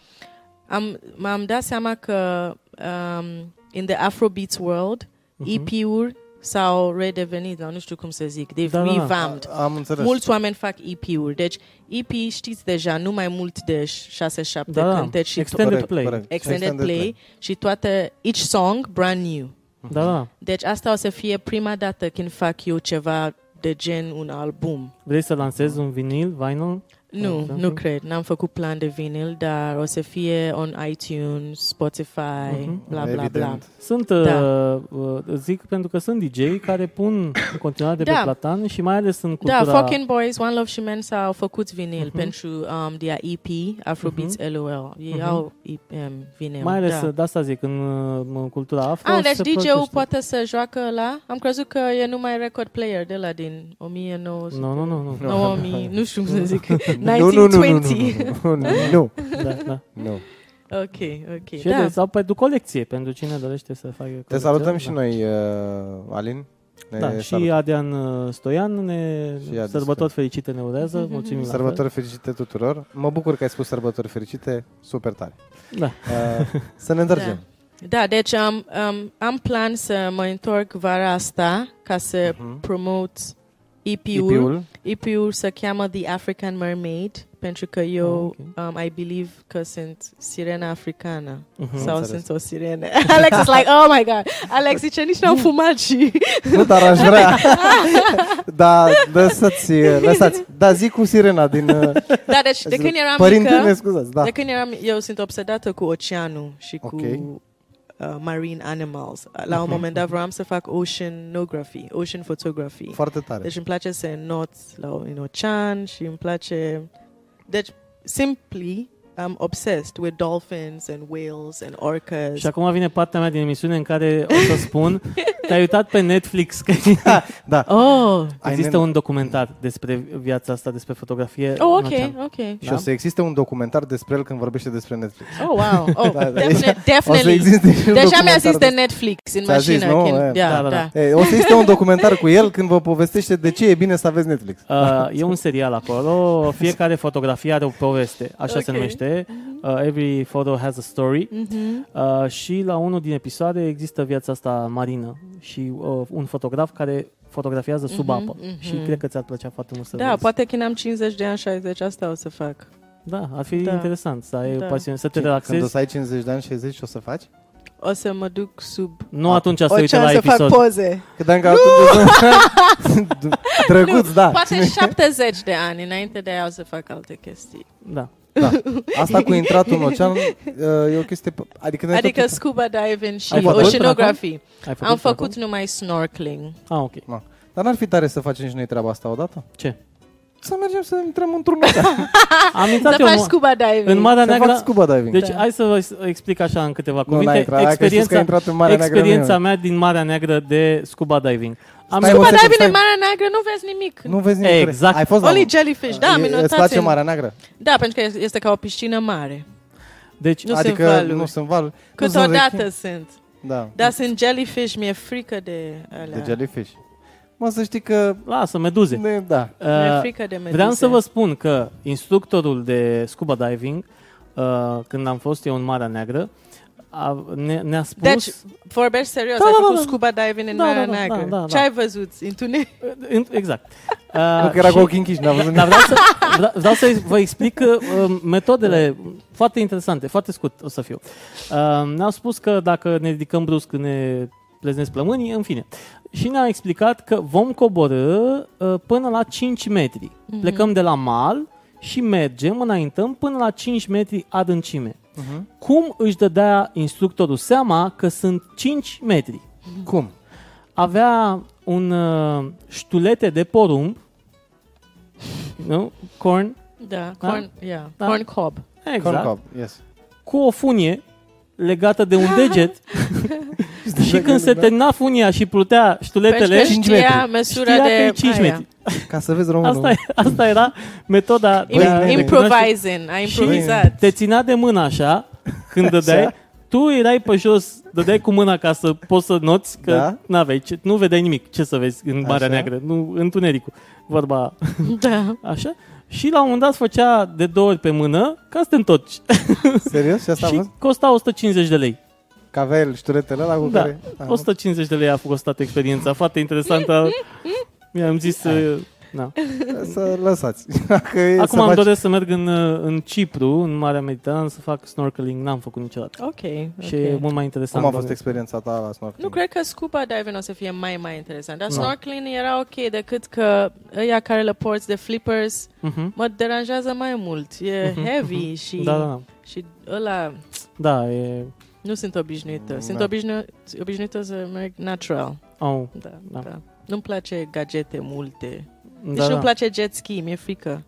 [SPEAKER 4] am, m-am dat seama că um, in the Afrobeats world,
[SPEAKER 3] Mhm.
[SPEAKER 4] EP-uri s-au redevenit, sau nu știu cum să zic, they've
[SPEAKER 3] Da, da, da.
[SPEAKER 4] revamped.
[SPEAKER 2] Am înțeles.
[SPEAKER 4] Mulți oameni fac EP-uri, deci EP știți deja, nu mai mult de 6-7
[SPEAKER 3] Da, da.
[SPEAKER 4] cânteci și
[SPEAKER 3] Extended
[SPEAKER 2] Corect,
[SPEAKER 3] play.
[SPEAKER 2] corect.
[SPEAKER 4] extended play, și toate, each song brand new.
[SPEAKER 3] Da, da.
[SPEAKER 4] Deci asta o să fie prima dată când fac eu ceva de gen un album.
[SPEAKER 3] Vrei să lansezi un vinil, vinyl?
[SPEAKER 4] Nu,
[SPEAKER 3] Exact.
[SPEAKER 4] nu cred. N-am făcut plan de vinil, dar o să fie on iTunes, Spotify,
[SPEAKER 2] Mhm.
[SPEAKER 4] bla bla bla.
[SPEAKER 2] Evident.
[SPEAKER 3] Sunt,
[SPEAKER 4] Da.
[SPEAKER 3] uh, uh, zic, pentru că sunt DJ care pun în continuare de pe
[SPEAKER 4] Da.
[SPEAKER 3] platan și mai ales în cultura...
[SPEAKER 4] Da, Fucking Boys, One Love și Mensa au făcut vinil pentru um, their EP, Afrobeats LOL. Ei au e- um, vinil.
[SPEAKER 3] Mai ales,
[SPEAKER 4] da.
[SPEAKER 3] uh, de asta zic, în, uh, în cultura afro
[SPEAKER 4] Ah, deci
[SPEAKER 3] se
[SPEAKER 4] DJ-ul
[SPEAKER 3] produce-
[SPEAKER 4] poate să joacă la... Am crezut că e numai record player de la din 1900...
[SPEAKER 3] Nu, nu, nu, nu.
[SPEAKER 4] 9000, nu știu cum să zic,
[SPEAKER 2] Nu, nu, nu, nu,
[SPEAKER 4] 1920.
[SPEAKER 2] nu, nu, nu, nu,
[SPEAKER 3] Da, da.
[SPEAKER 2] nu.
[SPEAKER 4] Ok, ok.
[SPEAKER 3] Și
[SPEAKER 4] Da.
[SPEAKER 3] ele, sau pentru colecție, pentru cine dorește să facă
[SPEAKER 2] Te
[SPEAKER 3] colecție.
[SPEAKER 2] salutăm și
[SPEAKER 3] da.
[SPEAKER 2] noi, uh, Alin. Ne
[SPEAKER 3] Da, și
[SPEAKER 2] salutăm.
[SPEAKER 3] Adrian uh, Stoian ne
[SPEAKER 2] Și Adi Stoian.
[SPEAKER 3] sărbători fericite ne urează,
[SPEAKER 4] Mhm.
[SPEAKER 3] mulțumim la fel.
[SPEAKER 2] Sărbători fericite tuturor. Mă bucur că ai spus sărbători fericite, super tare.
[SPEAKER 3] Da.
[SPEAKER 2] Uh, să ne întorcem.
[SPEAKER 4] Da, deci am, am, am plan să mă întorc vara asta ca să
[SPEAKER 2] Mhm.
[SPEAKER 4] uh-huh. promot E EP-ul.
[SPEAKER 2] EP-ul.
[SPEAKER 4] EP-ul se cheamă The African Mermaid pentru că eu
[SPEAKER 2] Ah,
[SPEAKER 4] um, I believe că sunt sirena africană uh-huh, sau
[SPEAKER 2] Mhm, Înțeles.
[SPEAKER 4] sunt o sirene. Alex is like, oh my god. Alex zice, nici n-am fumat și...
[SPEAKER 2] Nu, dar aș vrea. da, lăsați, lăsați. Da, zi cu sirena din... uh,
[SPEAKER 4] da, deci de când eram
[SPEAKER 2] Părinte,
[SPEAKER 4] mică...
[SPEAKER 2] ne scuzați, da.
[SPEAKER 4] De când eram, eu sunt obsedată cu oceanul și cu
[SPEAKER 2] Ok. Mhm,
[SPEAKER 4] uh, marine animals. La un moment dat vreau să fac oceanography, ocean photography.
[SPEAKER 2] Foarte tare.
[SPEAKER 4] Deci îmi place să înot la, în ocean și îmi place... Deci, simply, I'm obsessed with dolphins and whales and orcas.
[SPEAKER 3] Și acum vine partea mea din emisiune în care o să spun te-ai uitat pe Netflix că
[SPEAKER 2] da.
[SPEAKER 4] Oh!
[SPEAKER 2] Ai
[SPEAKER 3] există
[SPEAKER 2] nen-
[SPEAKER 3] un documentar despre viața asta, despre fotografie.
[SPEAKER 4] Oh,
[SPEAKER 3] în ocean.
[SPEAKER 4] ok, ok.
[SPEAKER 2] Și
[SPEAKER 3] da?
[SPEAKER 2] o să existe un documentar despre el când vorbește despre Netflix.
[SPEAKER 4] Oh, wow. Oh,
[SPEAKER 2] Da, da.
[SPEAKER 4] definite,
[SPEAKER 2] O să
[SPEAKER 4] definitely.
[SPEAKER 2] existe și un
[SPEAKER 4] Deja mi-a
[SPEAKER 2] documentar
[SPEAKER 4] zis de
[SPEAKER 2] despre-
[SPEAKER 4] Netflix în
[SPEAKER 2] Ți-a zis,
[SPEAKER 4] mașină.
[SPEAKER 2] nu?
[SPEAKER 4] când-
[SPEAKER 2] Eh.
[SPEAKER 4] da,
[SPEAKER 3] Da,
[SPEAKER 4] da,
[SPEAKER 3] da, da.
[SPEAKER 2] Ei, o să existe un documentar cu el când vă povestește de ce e bine să aveți Netflix.
[SPEAKER 3] Uh, e un serial acolo, fiecare fotografie are o poveste, așa okay. se
[SPEAKER 4] Ok. Mhm.
[SPEAKER 3] numește. Uh, every photo has a story.
[SPEAKER 4] Mm-hmm.
[SPEAKER 3] Uh, și la unul din episoade există viața asta marină și uh, un fotograf care fotografiază sub apă. Și cred că ți-ar plăcea foarte mult să
[SPEAKER 4] Mhm, Da,
[SPEAKER 3] vezi.
[SPEAKER 4] poate când am 50 de ani, 60, asta o să fac.
[SPEAKER 3] Da, ar fi
[SPEAKER 4] Da.
[SPEAKER 3] interesant să ai
[SPEAKER 4] Da.
[SPEAKER 3] pasiune, să te
[SPEAKER 2] Când o
[SPEAKER 3] relaxezi.
[SPEAKER 2] să ai 50 de ani, 60 ce o să faci?
[SPEAKER 4] O să mă duc sub
[SPEAKER 3] Nu atunci să
[SPEAKER 4] o
[SPEAKER 3] uite la
[SPEAKER 4] să fac
[SPEAKER 3] episod.
[SPEAKER 4] poze.
[SPEAKER 2] Că dacă atunci- Drăguț,
[SPEAKER 3] Ah.
[SPEAKER 2] da.
[SPEAKER 4] Poate 70 de ani înainte de aia o să fac alte chestii.
[SPEAKER 3] Da.
[SPEAKER 2] da. Asta cu intratul în ocean uh, e o chestie... p- Adică, ne
[SPEAKER 4] Adică
[SPEAKER 2] tot-
[SPEAKER 4] scuba diving și
[SPEAKER 3] Ai făcut până
[SPEAKER 4] oceanography.
[SPEAKER 3] Ai făcut
[SPEAKER 4] Am
[SPEAKER 3] până
[SPEAKER 4] făcut numai snorkeling.
[SPEAKER 3] acum? Ah, ok.
[SPEAKER 2] Ma. Dar n-ar fi tare să facem și noi treaba asta odată?
[SPEAKER 3] Ce?
[SPEAKER 2] Să mergem să intrăm într-un ocean.
[SPEAKER 3] Am
[SPEAKER 4] Să
[SPEAKER 3] intrat eu
[SPEAKER 4] Ah, faci
[SPEAKER 3] în-
[SPEAKER 4] scuba diving.
[SPEAKER 3] în Marea
[SPEAKER 2] să fac
[SPEAKER 3] Da, Neagră.
[SPEAKER 2] scuba diving. da.
[SPEAKER 3] Deci hai să vă explic așa în câteva
[SPEAKER 2] nu, n-ai
[SPEAKER 3] cuvinte
[SPEAKER 2] intrat. Dacă știți că ai intrat în Marea Neagră,
[SPEAKER 3] experiența
[SPEAKER 2] nu e-
[SPEAKER 3] mea din Marea Neagră de scuba diving. Am
[SPEAKER 2] Stai, o
[SPEAKER 4] Scuba
[SPEAKER 2] secundă,
[SPEAKER 4] diving
[SPEAKER 2] stai.
[SPEAKER 4] în Marea Neagră nu vezi nimic.
[SPEAKER 2] Nu vezi nimic.
[SPEAKER 3] Exact.
[SPEAKER 2] Ai fost la
[SPEAKER 4] Only
[SPEAKER 2] un-
[SPEAKER 4] jellyfish. Da, am
[SPEAKER 2] E- Îți
[SPEAKER 4] notat.
[SPEAKER 2] place
[SPEAKER 4] în-
[SPEAKER 2] Marea Neagră?
[SPEAKER 4] Da, pentru că este ca o piscină mare.
[SPEAKER 3] deci,
[SPEAKER 4] Nu
[SPEAKER 2] adică
[SPEAKER 4] sunt valuri.
[SPEAKER 2] nu sunt valuri. Nu sunt
[SPEAKER 4] Câteodată
[SPEAKER 2] rechini.
[SPEAKER 4] sunt.
[SPEAKER 2] Da.
[SPEAKER 4] Dar sunt jellyfish, mi-e frică de alea.
[SPEAKER 2] De jellyfish. Mă să știi că...
[SPEAKER 3] Lasă, meduze.
[SPEAKER 2] Ne, da.
[SPEAKER 4] Mi-e
[SPEAKER 3] Uh,
[SPEAKER 4] frică de meduze.
[SPEAKER 3] Vreau să vă spun că instructorul de scuba diving, uh, când am fost eu în Marea Neagră, a, ne, ne-a spus...
[SPEAKER 4] Deci, vorbești serios,
[SPEAKER 3] Da,
[SPEAKER 4] ai
[SPEAKER 3] da,
[SPEAKER 4] făcut
[SPEAKER 3] da.
[SPEAKER 4] scuba diving în
[SPEAKER 3] Da,
[SPEAKER 4] Marea
[SPEAKER 3] da, da,
[SPEAKER 4] Neagră.
[SPEAKER 3] da, da,
[SPEAKER 4] Ce ai văzut? Întuneric?
[SPEAKER 3] În- Exact. Uh,
[SPEAKER 2] nu că era
[SPEAKER 3] și- Da.
[SPEAKER 2] cu ochii închiși, n-am văzut
[SPEAKER 3] Dar
[SPEAKER 2] nimic.
[SPEAKER 3] vreau să, vreau, vreau să vă explic uh, metodele foarte interesante, foarte scurt o să fiu. Uh, ne-au spus că dacă ne ridicăm brusc, ne pleznesc plămânii, în fine. Și ne-au explicat că vom coborâ uh, până la 5 metri. Mm-hmm. Plecăm de la mal și mergem, înaintăm până la 5 metri adâncime.
[SPEAKER 2] Mhm.
[SPEAKER 3] Cum își dădea instructorul seama că sunt 5 metri?
[SPEAKER 2] Cum?
[SPEAKER 3] avea un uh, ștulete de porumb, nu? Corn,
[SPEAKER 4] Da, corn, yeah.
[SPEAKER 3] Da.
[SPEAKER 4] corn cob.
[SPEAKER 3] exact,
[SPEAKER 2] Exact. Corn cob, yes.
[SPEAKER 3] cu o funie legată de un deget și când se
[SPEAKER 2] Da.
[SPEAKER 3] termina funia și plutea ștuletele,
[SPEAKER 4] Pentru că
[SPEAKER 2] Cinci
[SPEAKER 4] știa
[SPEAKER 2] metri.
[SPEAKER 4] măsura
[SPEAKER 3] știa că
[SPEAKER 4] de
[SPEAKER 3] e 5
[SPEAKER 4] aia.
[SPEAKER 3] metri.
[SPEAKER 2] da. Ca să vezi românul.
[SPEAKER 3] Asta, e, asta era metoda
[SPEAKER 4] Im-
[SPEAKER 3] de a
[SPEAKER 2] Băi, nene.
[SPEAKER 4] improvising, ai
[SPEAKER 3] Și-
[SPEAKER 4] improvizat.
[SPEAKER 3] te ținea de mână așa când dădeai,
[SPEAKER 2] Așa.
[SPEAKER 3] tu erai pe jos, dădeai cu mâna ca să poți să noți că
[SPEAKER 2] Da.
[SPEAKER 3] n-aveai, ce- nu vedeai nimic ce să vezi în Marea
[SPEAKER 2] Așa.
[SPEAKER 3] Neagră, nu, întunericul, vorba
[SPEAKER 4] Da.
[SPEAKER 3] Așa? Și la un moment dat făcea de două ori pe mână ca să te întorci.
[SPEAKER 2] Serios? Și asta a
[SPEAKER 3] și
[SPEAKER 2] fost?
[SPEAKER 3] costa 150 de lei.
[SPEAKER 2] Că avea el șturetele ăla cu
[SPEAKER 3] Da.
[SPEAKER 2] care... Ah,
[SPEAKER 3] 150 de lei a costat experiența. Foarte interesantă. Mi-am zis... uh, Na.
[SPEAKER 2] Să lăsați. Dacă e
[SPEAKER 3] Acum
[SPEAKER 2] să
[SPEAKER 3] am
[SPEAKER 2] faci...
[SPEAKER 3] doresc să merg în, uh, în Cipru, în Marea Mediterană, să fac snorkeling. N-am făcut niciodată.
[SPEAKER 4] Ok, ok.
[SPEAKER 3] Și e mult mai interesant.
[SPEAKER 2] Cum a fost experiența ta la snorkeling?
[SPEAKER 4] Nu cred că scuba diving o să fie mai, mai interesant. Dar
[SPEAKER 3] Nu.
[SPEAKER 4] snorkeling era ok, decât că ăia care le porți de flippers
[SPEAKER 3] Mhm.
[SPEAKER 4] mă deranjează mai mult. E
[SPEAKER 3] Mhm,
[SPEAKER 4] heavy și,
[SPEAKER 3] Da, da, da.
[SPEAKER 4] și ăla...
[SPEAKER 3] Da, e...
[SPEAKER 4] Nu sunt
[SPEAKER 3] Mm,
[SPEAKER 4] obișnuită. Sunt
[SPEAKER 2] Da.
[SPEAKER 4] obișnuită, obișnuită să merg natural.
[SPEAKER 3] Au,
[SPEAKER 4] Da,
[SPEAKER 3] Da.
[SPEAKER 4] da. da. Nu-mi place gagete multe. Deci
[SPEAKER 3] da,
[SPEAKER 4] nu-mi
[SPEAKER 3] da.
[SPEAKER 4] place jet ski, mi-e frică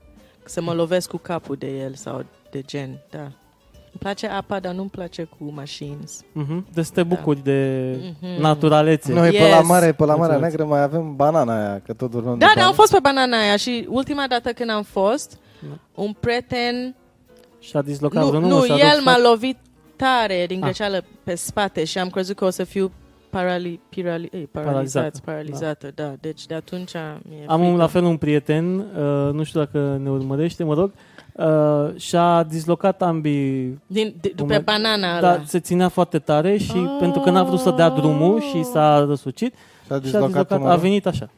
[SPEAKER 4] să mă lovesc cu capul de el sau de gen, da. Îmi place apa, dar nu-mi place cu mașini.
[SPEAKER 3] Mhm. Deci te bucuri de
[SPEAKER 4] Mhm.
[SPEAKER 3] naturalețe.
[SPEAKER 2] Noi yes. pe
[SPEAKER 4] Yes.
[SPEAKER 2] la mare, pe la Marea
[SPEAKER 3] Mulțumesc.
[SPEAKER 2] Neagră mai avem banana aia, că tot urmăm
[SPEAKER 4] Da,
[SPEAKER 2] de
[SPEAKER 4] dar am
[SPEAKER 2] banana.
[SPEAKER 4] fost pe banana aia și ultima dată când am fost,
[SPEAKER 3] Da.
[SPEAKER 4] un prieten,
[SPEAKER 3] Și-a dislocat
[SPEAKER 4] nu,
[SPEAKER 3] vreunul
[SPEAKER 4] nu
[SPEAKER 3] și-a
[SPEAKER 4] el
[SPEAKER 3] dus-
[SPEAKER 4] m-a lovit tare din
[SPEAKER 3] Ah.
[SPEAKER 4] greșeală pe spate și am crezut că o să fiu parali, pirali, ei,
[SPEAKER 3] Paralizată,
[SPEAKER 4] paralizat,
[SPEAKER 3] da.
[SPEAKER 4] paralizată, da. Deci de atunci mi-e
[SPEAKER 3] Am un,
[SPEAKER 4] frică.
[SPEAKER 3] la fel un prieten, uh, nu știu dacă ne urmărește, mă rog, uh, și-a dislocat ambii,
[SPEAKER 4] din, de, după
[SPEAKER 3] moment- Da.
[SPEAKER 4] banana ăla.
[SPEAKER 3] dar se ținea foarte tare și
[SPEAKER 4] Ah.
[SPEAKER 3] pentru că n-a vrut să dea drumul și s-a răsucit
[SPEAKER 2] Și-a
[SPEAKER 3] și a
[SPEAKER 2] dislocat,
[SPEAKER 3] dislocat,
[SPEAKER 2] umărul.
[SPEAKER 3] a venit așa.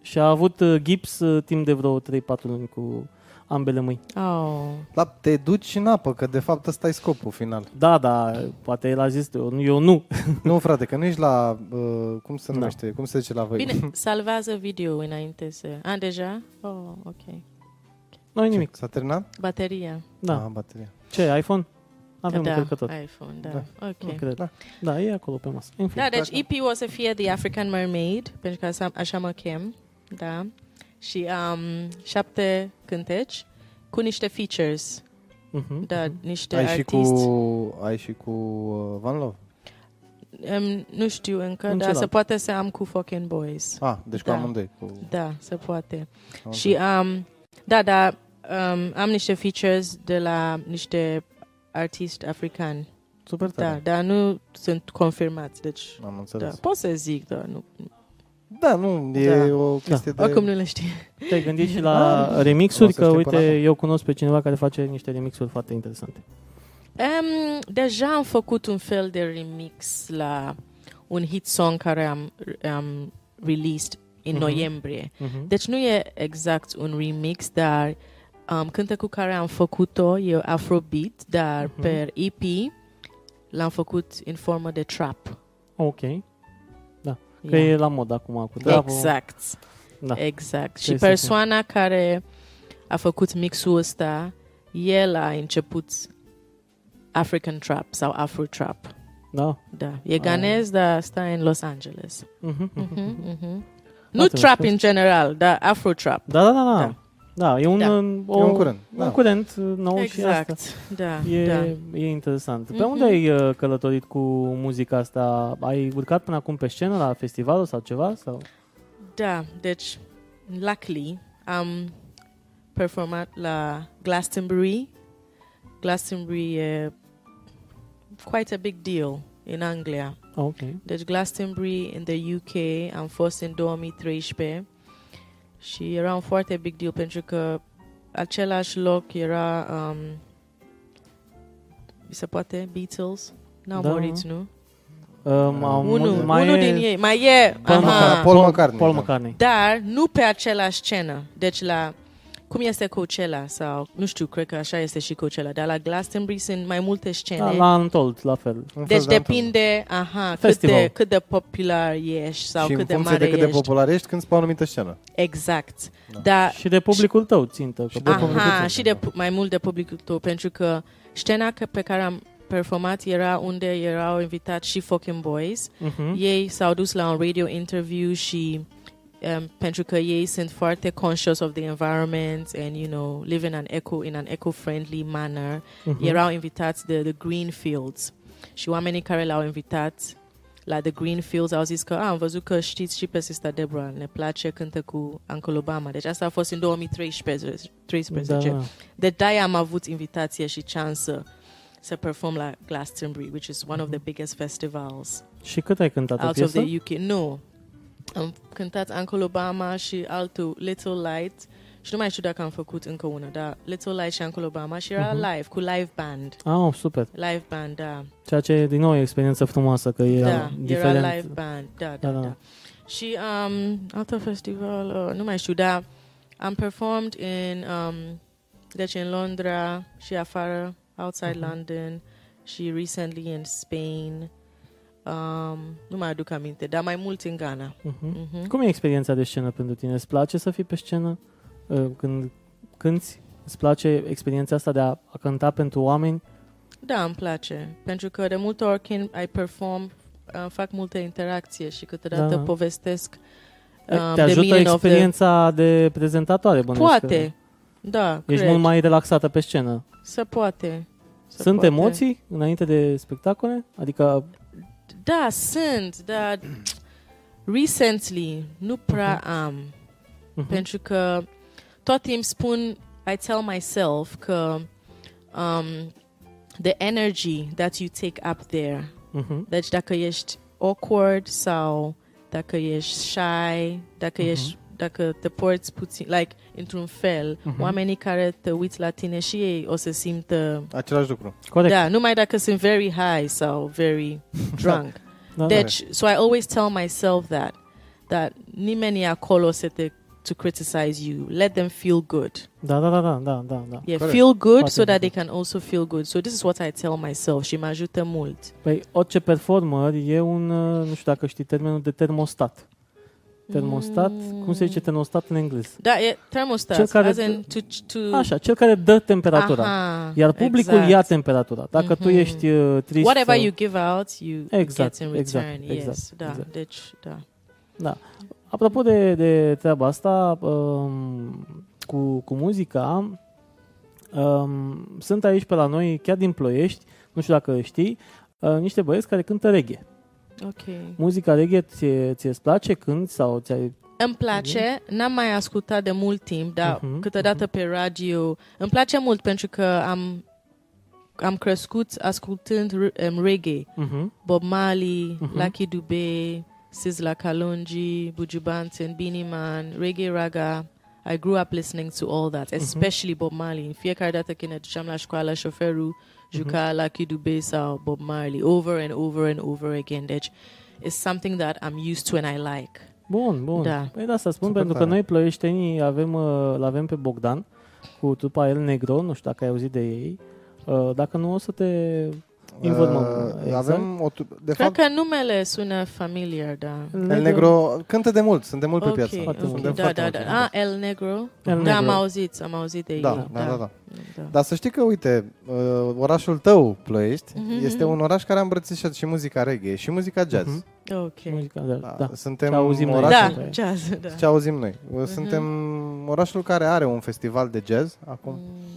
[SPEAKER 3] Și a avut uh, gips uh, timp de vreo 3-4 luni cu ambele mâini.
[SPEAKER 4] Oh.
[SPEAKER 2] La, te duci în apă, că de fapt ăsta e scopul final.
[SPEAKER 3] Da, da, poate el a zis, eu nu, eu nu.
[SPEAKER 2] nu, frate, că nu ești la... Uh, cum se numește? Cum se zice la
[SPEAKER 3] Păi-
[SPEAKER 2] voi?
[SPEAKER 4] Da. Bine, salvează video înainte să... A, deja? Oh, ok.
[SPEAKER 3] Noi
[SPEAKER 2] Ce,
[SPEAKER 3] nimic,
[SPEAKER 2] S-a terminat?
[SPEAKER 4] Bateria.
[SPEAKER 3] da.
[SPEAKER 2] Ah, bateria.
[SPEAKER 3] Ce, iPhone? Avem
[SPEAKER 4] da,
[SPEAKER 3] un călcător.
[SPEAKER 4] iPhone, da. Ok.
[SPEAKER 3] Nu cred.
[SPEAKER 2] Da.
[SPEAKER 3] Da. da, e acolo pe masă. În
[SPEAKER 4] Da,
[SPEAKER 3] fine.
[SPEAKER 4] deci EP o să fie The African Mermaid, pentru că așa, așa mă chem, da. Și um, șapte cânteci cu niște features,
[SPEAKER 3] Mhm.
[SPEAKER 4] da, niște
[SPEAKER 2] Ai și,
[SPEAKER 4] artiști.
[SPEAKER 2] cu, ai și cu uh, Van Love?
[SPEAKER 4] Em, nu știu încă,
[SPEAKER 3] În
[SPEAKER 4] dar
[SPEAKER 3] celălalt.
[SPEAKER 4] se poate să am cu Fucking Boys.
[SPEAKER 2] Ah, deci cu
[SPEAKER 4] Da.
[SPEAKER 2] amândoi. Cu,
[SPEAKER 4] Da, se poate.
[SPEAKER 2] amândoi.
[SPEAKER 4] Și um, da, da, um, am niște features de la niște artiști africani.
[SPEAKER 2] Super
[SPEAKER 4] Da,
[SPEAKER 2] tare.
[SPEAKER 4] dar nu sunt confirmați, deci
[SPEAKER 2] Am
[SPEAKER 4] da,
[SPEAKER 2] înțeles. Da,
[SPEAKER 4] pot să zic, dar nu.
[SPEAKER 2] nu, e
[SPEAKER 4] Da.
[SPEAKER 2] o chestie de...
[SPEAKER 4] Oricum nu le știu.
[SPEAKER 3] Mhm. Te-ai gândit și la remixuri?
[SPEAKER 2] O Ah. să
[SPEAKER 3] Că
[SPEAKER 2] știm până
[SPEAKER 3] uite,
[SPEAKER 2] acum.
[SPEAKER 3] eu cunosc pe cineva care face niște remixuri foarte interesante.
[SPEAKER 4] Um, deja am făcut un fel de remix la un hit song care am, am released în
[SPEAKER 3] Mhm.
[SPEAKER 4] noiembrie.
[SPEAKER 3] Uh-huh.
[SPEAKER 4] Deci nu e exact un remix, dar um, cântecul care am făcut-o e Afrobeat, dar
[SPEAKER 3] Mhm.
[SPEAKER 4] per EP l-am făcut în formă de trap.
[SPEAKER 3] Ok. Că
[SPEAKER 4] Yeah.
[SPEAKER 3] e la mod acum cu trapul.
[SPEAKER 4] Exact,
[SPEAKER 3] Da.
[SPEAKER 4] exact. Și
[SPEAKER 3] Trebuie să fie.
[SPEAKER 4] persoana care a făcut mixul ăsta, el a început African Trap sau Afro Trap.
[SPEAKER 3] Da.
[SPEAKER 4] Da, e ganez, dar stă în Los Angeles.
[SPEAKER 3] Mhm, mhm.
[SPEAKER 4] Nu trap
[SPEAKER 3] răspuns.
[SPEAKER 4] în general, dar afro trap.
[SPEAKER 3] Da, da, da, da.
[SPEAKER 4] Da.
[SPEAKER 3] Da, e un,
[SPEAKER 4] Da.
[SPEAKER 3] O,
[SPEAKER 2] E un curent,
[SPEAKER 3] Un
[SPEAKER 2] da.
[SPEAKER 3] curent uh, nou și asta.
[SPEAKER 4] Exact, da,
[SPEAKER 3] E,
[SPEAKER 4] da.
[SPEAKER 3] e interesant. Pe
[SPEAKER 4] Mhm.
[SPEAKER 3] unde ai uh, călătorit cu muzica asta? Ai urcat până acum pe scenă la festivalul sau ceva? Sau?
[SPEAKER 4] Da, deci, luckily, am performat la Glastonbury. Glastonbury e quite a big deal în Anglia.
[SPEAKER 3] Ok. Um,
[SPEAKER 4] Deci Glastonbury in the UK am fost în 2013 și era un foarte big deal pentru că același loc era, um, mi se poate, Beatles? N-au
[SPEAKER 3] Da.
[SPEAKER 4] murit, nu?
[SPEAKER 3] Um, am-
[SPEAKER 4] Unul,
[SPEAKER 3] mai
[SPEAKER 4] unul
[SPEAKER 3] e
[SPEAKER 4] din ei, mai e,
[SPEAKER 3] Paul
[SPEAKER 4] aha.
[SPEAKER 3] McCartney.
[SPEAKER 2] Da. Paul McCartney,
[SPEAKER 3] Paul
[SPEAKER 2] da.
[SPEAKER 3] McCartney.
[SPEAKER 4] dar nu pe același scenă. Deci la, cum este Coachella sau, nu știu, cred că așa este și Coachella, dar la Glastonbury sunt mai multe scene.
[SPEAKER 3] Da, la Untold, la fel.
[SPEAKER 2] Un fel
[SPEAKER 4] Deci
[SPEAKER 2] de antrenament.
[SPEAKER 4] depinde, aha, cât
[SPEAKER 3] Festival.
[SPEAKER 4] de, cât de popular ești sau
[SPEAKER 2] și
[SPEAKER 4] cât
[SPEAKER 2] în
[SPEAKER 4] de
[SPEAKER 2] funcție
[SPEAKER 4] mare
[SPEAKER 2] de cât de
[SPEAKER 4] ești.
[SPEAKER 2] popular ești, când spui o anumită scenă.
[SPEAKER 4] exact. Dar,
[SPEAKER 3] Și de publicul tău țintă. că
[SPEAKER 2] Și de
[SPEAKER 3] poate-
[SPEAKER 2] publicul
[SPEAKER 4] aha,
[SPEAKER 2] tău,
[SPEAKER 4] și
[SPEAKER 2] da.
[SPEAKER 4] de, pu- mai mult de publicul tău, pentru că scena că- pe care am performat era unde erau invitați și Fucking Boys.
[SPEAKER 3] Mhm.
[SPEAKER 4] Ei s-au dus la un radio interview și um, pentru că ei sunt foarte conscious of the environment and, you know, live in an eco, in an eco-friendly manner.
[SPEAKER 3] Mhm.
[SPEAKER 4] erau invitați de The Green Fields și oamenii care l-au invitat la The Green Fields au zis că "Ah, am văzut că știți și pe Sista Deborah, ne place cântă cu Uncle Obama. Deci asta a fost în 2013. 13.
[SPEAKER 3] Da.
[SPEAKER 4] De aia am avut invitație și șansă să perform la Glastonbury, which is one of the biggest festivals
[SPEAKER 3] Și cât ai cântat o
[SPEAKER 4] out of
[SPEAKER 3] piesă?
[SPEAKER 4] the UK. Nu. Am cântat Uncle Obama și altul Little Light și nu mai știu dacă am făcut încă una, dar Little Light și Uncle Obama și era
[SPEAKER 3] Mhm.
[SPEAKER 4] live, cu live band.
[SPEAKER 3] Ah, super.
[SPEAKER 4] Live band, da.
[SPEAKER 3] Ceea ce, din nou, e o experiență frumoasă, că e
[SPEAKER 4] da,
[SPEAKER 3] diferent.
[SPEAKER 4] era live band, da, da,
[SPEAKER 3] Da,
[SPEAKER 4] da.
[SPEAKER 3] da.
[SPEAKER 4] da. Și um, altă festival, uh, nu mai știu, dar am performed in, um, deci în Londra și afară, outside
[SPEAKER 3] Mhm.
[SPEAKER 4] London și recently in Spain. Um, nu mai aduc aminte, dar mai mult în Ghana.
[SPEAKER 3] Mhm.
[SPEAKER 4] Mhm.
[SPEAKER 3] Cum e experiența de scenă pentru tine? Îți place să fii pe scenă? Uh, Când cânti, îți place experiența asta de a, a cânta pentru oameni?
[SPEAKER 4] Da, îmi place. Pentru că de multe ori când ai perform, uh, fac multe interacție și câteodată
[SPEAKER 3] Da.
[SPEAKER 4] povestesc um,
[SPEAKER 3] Te
[SPEAKER 4] the
[SPEAKER 3] ajută
[SPEAKER 4] meaning of the...
[SPEAKER 3] experiența de prezentatoare, bănuiesc că
[SPEAKER 4] Poate, da,
[SPEAKER 3] Ești
[SPEAKER 4] cred.
[SPEAKER 3] mult mai relaxată pe scenă.
[SPEAKER 4] Se poate. Se
[SPEAKER 3] Sunt
[SPEAKER 4] poate.
[SPEAKER 3] emoții înainte de spectacole? Adică
[SPEAKER 4] Da, sunt, dar recently nu prea am.
[SPEAKER 3] Mhm.
[SPEAKER 4] Pentru că tot timpul spun, I tell myself că um, the energy that you take up there,
[SPEAKER 3] mhm,
[SPEAKER 4] deci dacă ești awkward sau dacă ești shy, dacă
[SPEAKER 3] Mhm.
[SPEAKER 4] ești dacă te porți puțin, like, într-un fel,
[SPEAKER 3] Mhm.
[SPEAKER 4] oamenii care te uiți la tine și ei o să simtă
[SPEAKER 2] Același lucru.
[SPEAKER 3] corect.
[SPEAKER 4] Da, numai dacă sunt very high sau very drunk.
[SPEAKER 3] da, da.
[SPEAKER 4] deci, so I always tell myself that, that nimeni e acolo să te to criticize you. Let them feel good.
[SPEAKER 3] Da, da, da, da, da, da, da.
[SPEAKER 4] Yeah,
[SPEAKER 2] Correct.
[SPEAKER 4] feel good
[SPEAKER 3] Foarte
[SPEAKER 4] so that
[SPEAKER 3] bine.
[SPEAKER 4] they can also feel good. So this is what I tell myself și mă ajută mult.
[SPEAKER 3] Păi orice performer e un, uh, nu știu dacă știi termenul de termostat. Termostat, cum se
[SPEAKER 4] Mm.
[SPEAKER 3] zice termostat în engleză?
[SPEAKER 4] Da, e termostat.
[SPEAKER 3] Cel care-
[SPEAKER 4] as in to, to...
[SPEAKER 3] Așa, cel care dă temperatura.
[SPEAKER 4] Mm. Aha,
[SPEAKER 3] Iar publicul
[SPEAKER 4] exact.
[SPEAKER 3] ia temperatura. Dacă tu
[SPEAKER 4] Mhm.
[SPEAKER 3] ești uh, trist
[SPEAKER 4] Whatever
[SPEAKER 3] sau-
[SPEAKER 4] you give out, you
[SPEAKER 3] Exact,
[SPEAKER 4] get in
[SPEAKER 3] exact,
[SPEAKER 4] return. yes,
[SPEAKER 3] exact,
[SPEAKER 4] da,
[SPEAKER 3] exact.
[SPEAKER 4] deci, da.
[SPEAKER 3] Apropo de, de treaba asta, um, cu, cu muzica, um, sunt aici pe la noi, chiar din Ploiești, nu știu dacă știi, uh, niște băieți care cântă reggae.
[SPEAKER 4] Ok.
[SPEAKER 3] Muzica reggae ție, ție îți place când sau ți-ai...
[SPEAKER 4] Îmi place, n-am mai ascultat de mult timp, dar
[SPEAKER 3] Mhm,
[SPEAKER 4] uh-huh, câteodată uh-huh. pe radio. Îmi place mult pentru că am, am crescut ascultând r- em, reggae.
[SPEAKER 3] Uh-huh.
[SPEAKER 4] Bob Marley,
[SPEAKER 3] Mhm.
[SPEAKER 4] uh-huh. Lucky Dube, Sizzla Kalonji, Buju Banton, Beanie Man, reggae raga. I grew up listening to all that,
[SPEAKER 3] Mhm.
[SPEAKER 4] especially Bob Marley. În fiecare dată când ne duceam la școală, șoferul juca
[SPEAKER 3] Mhm.
[SPEAKER 4] Lucky Dube sau Bob Marley over and over and over again. Deci, it's something that I'm used to and I like.
[SPEAKER 3] Bun, bun.
[SPEAKER 4] Da.
[SPEAKER 3] Păi da, asta spun,
[SPEAKER 2] Super
[SPEAKER 3] pentru că
[SPEAKER 2] tare.
[SPEAKER 3] noi ploieștenii avem, uh, l-avem pe Bogdan cu trupa El Negro, nu știu dacă ai auzit de ei. Uh, Dacă nu, o să te informăm.
[SPEAKER 2] Uh,
[SPEAKER 3] exact.
[SPEAKER 2] Avem o, tu- de
[SPEAKER 4] Cred
[SPEAKER 2] fapt,
[SPEAKER 4] că numele sună familiar, da.
[SPEAKER 2] El Negro cântă de mult, sunt de mult
[SPEAKER 4] Ok,
[SPEAKER 2] pe piață.
[SPEAKER 3] Foarte
[SPEAKER 4] ok,
[SPEAKER 3] mult.
[SPEAKER 2] Sunt de
[SPEAKER 4] da,
[SPEAKER 2] foarte
[SPEAKER 4] da,
[SPEAKER 2] mulți.
[SPEAKER 4] da. Ah, El Negro.
[SPEAKER 3] El
[SPEAKER 4] Da, am
[SPEAKER 3] Negro.
[SPEAKER 4] auzit, am auzit de ei.
[SPEAKER 2] Da, da, da, da.
[SPEAKER 4] da.
[SPEAKER 2] Dar să știi că, uite, uh, orașul tău, Ploiești,
[SPEAKER 4] Mhm,
[SPEAKER 2] este
[SPEAKER 4] mhm.
[SPEAKER 2] un oraș care a îmbrățișat și muzica reggae și muzica jazz.
[SPEAKER 3] Mhm.
[SPEAKER 4] Ok.
[SPEAKER 3] Muzica, da.
[SPEAKER 2] Da,
[SPEAKER 3] da.
[SPEAKER 2] Suntem
[SPEAKER 3] Ce auzim noi.
[SPEAKER 2] orașul,
[SPEAKER 4] Da,
[SPEAKER 3] Așa e.
[SPEAKER 4] jazz, da.
[SPEAKER 2] ce auzim noi. Uh, Suntem orașul care are un festival de jazz acum
[SPEAKER 4] Mm,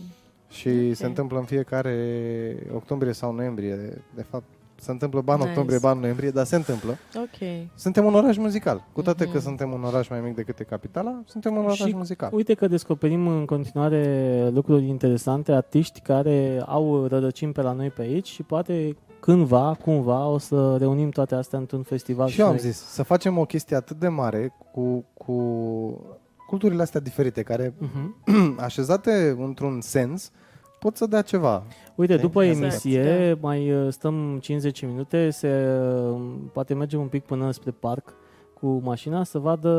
[SPEAKER 2] și
[SPEAKER 4] Ok.
[SPEAKER 2] se întâmplă în fiecare octombrie sau noiembrie. De fapt, se întâmplă ban
[SPEAKER 4] Nice.
[SPEAKER 2] octombrie, ban noiembrie, dar se întâmplă.
[SPEAKER 4] Ok.
[SPEAKER 2] Suntem un oraș muzical. Cu toate
[SPEAKER 4] Mhm.
[SPEAKER 2] că suntem un oraș mai mic decât e capitala, suntem un oraș
[SPEAKER 3] Și
[SPEAKER 2] muzical.
[SPEAKER 3] Uite că descoperim în continuare lucruri interesante, artiști care au rădăcini pe la noi pe aici și poate cândva, cumva, o să reunim toate astea într-un festival.
[SPEAKER 2] Și eu am
[SPEAKER 3] să-
[SPEAKER 2] zis să facem o chestie atât de mare cu, cu culturile astea diferite, care
[SPEAKER 3] Mhm.
[SPEAKER 2] așezate într-un sens pot să dea ceva.
[SPEAKER 3] Uite,
[SPEAKER 2] Știi?
[SPEAKER 3] după
[SPEAKER 4] Exact,
[SPEAKER 3] emisie mai uh, stăm 50 minute, se uh, poate mergem un pic până spre parc cu mașina să vadă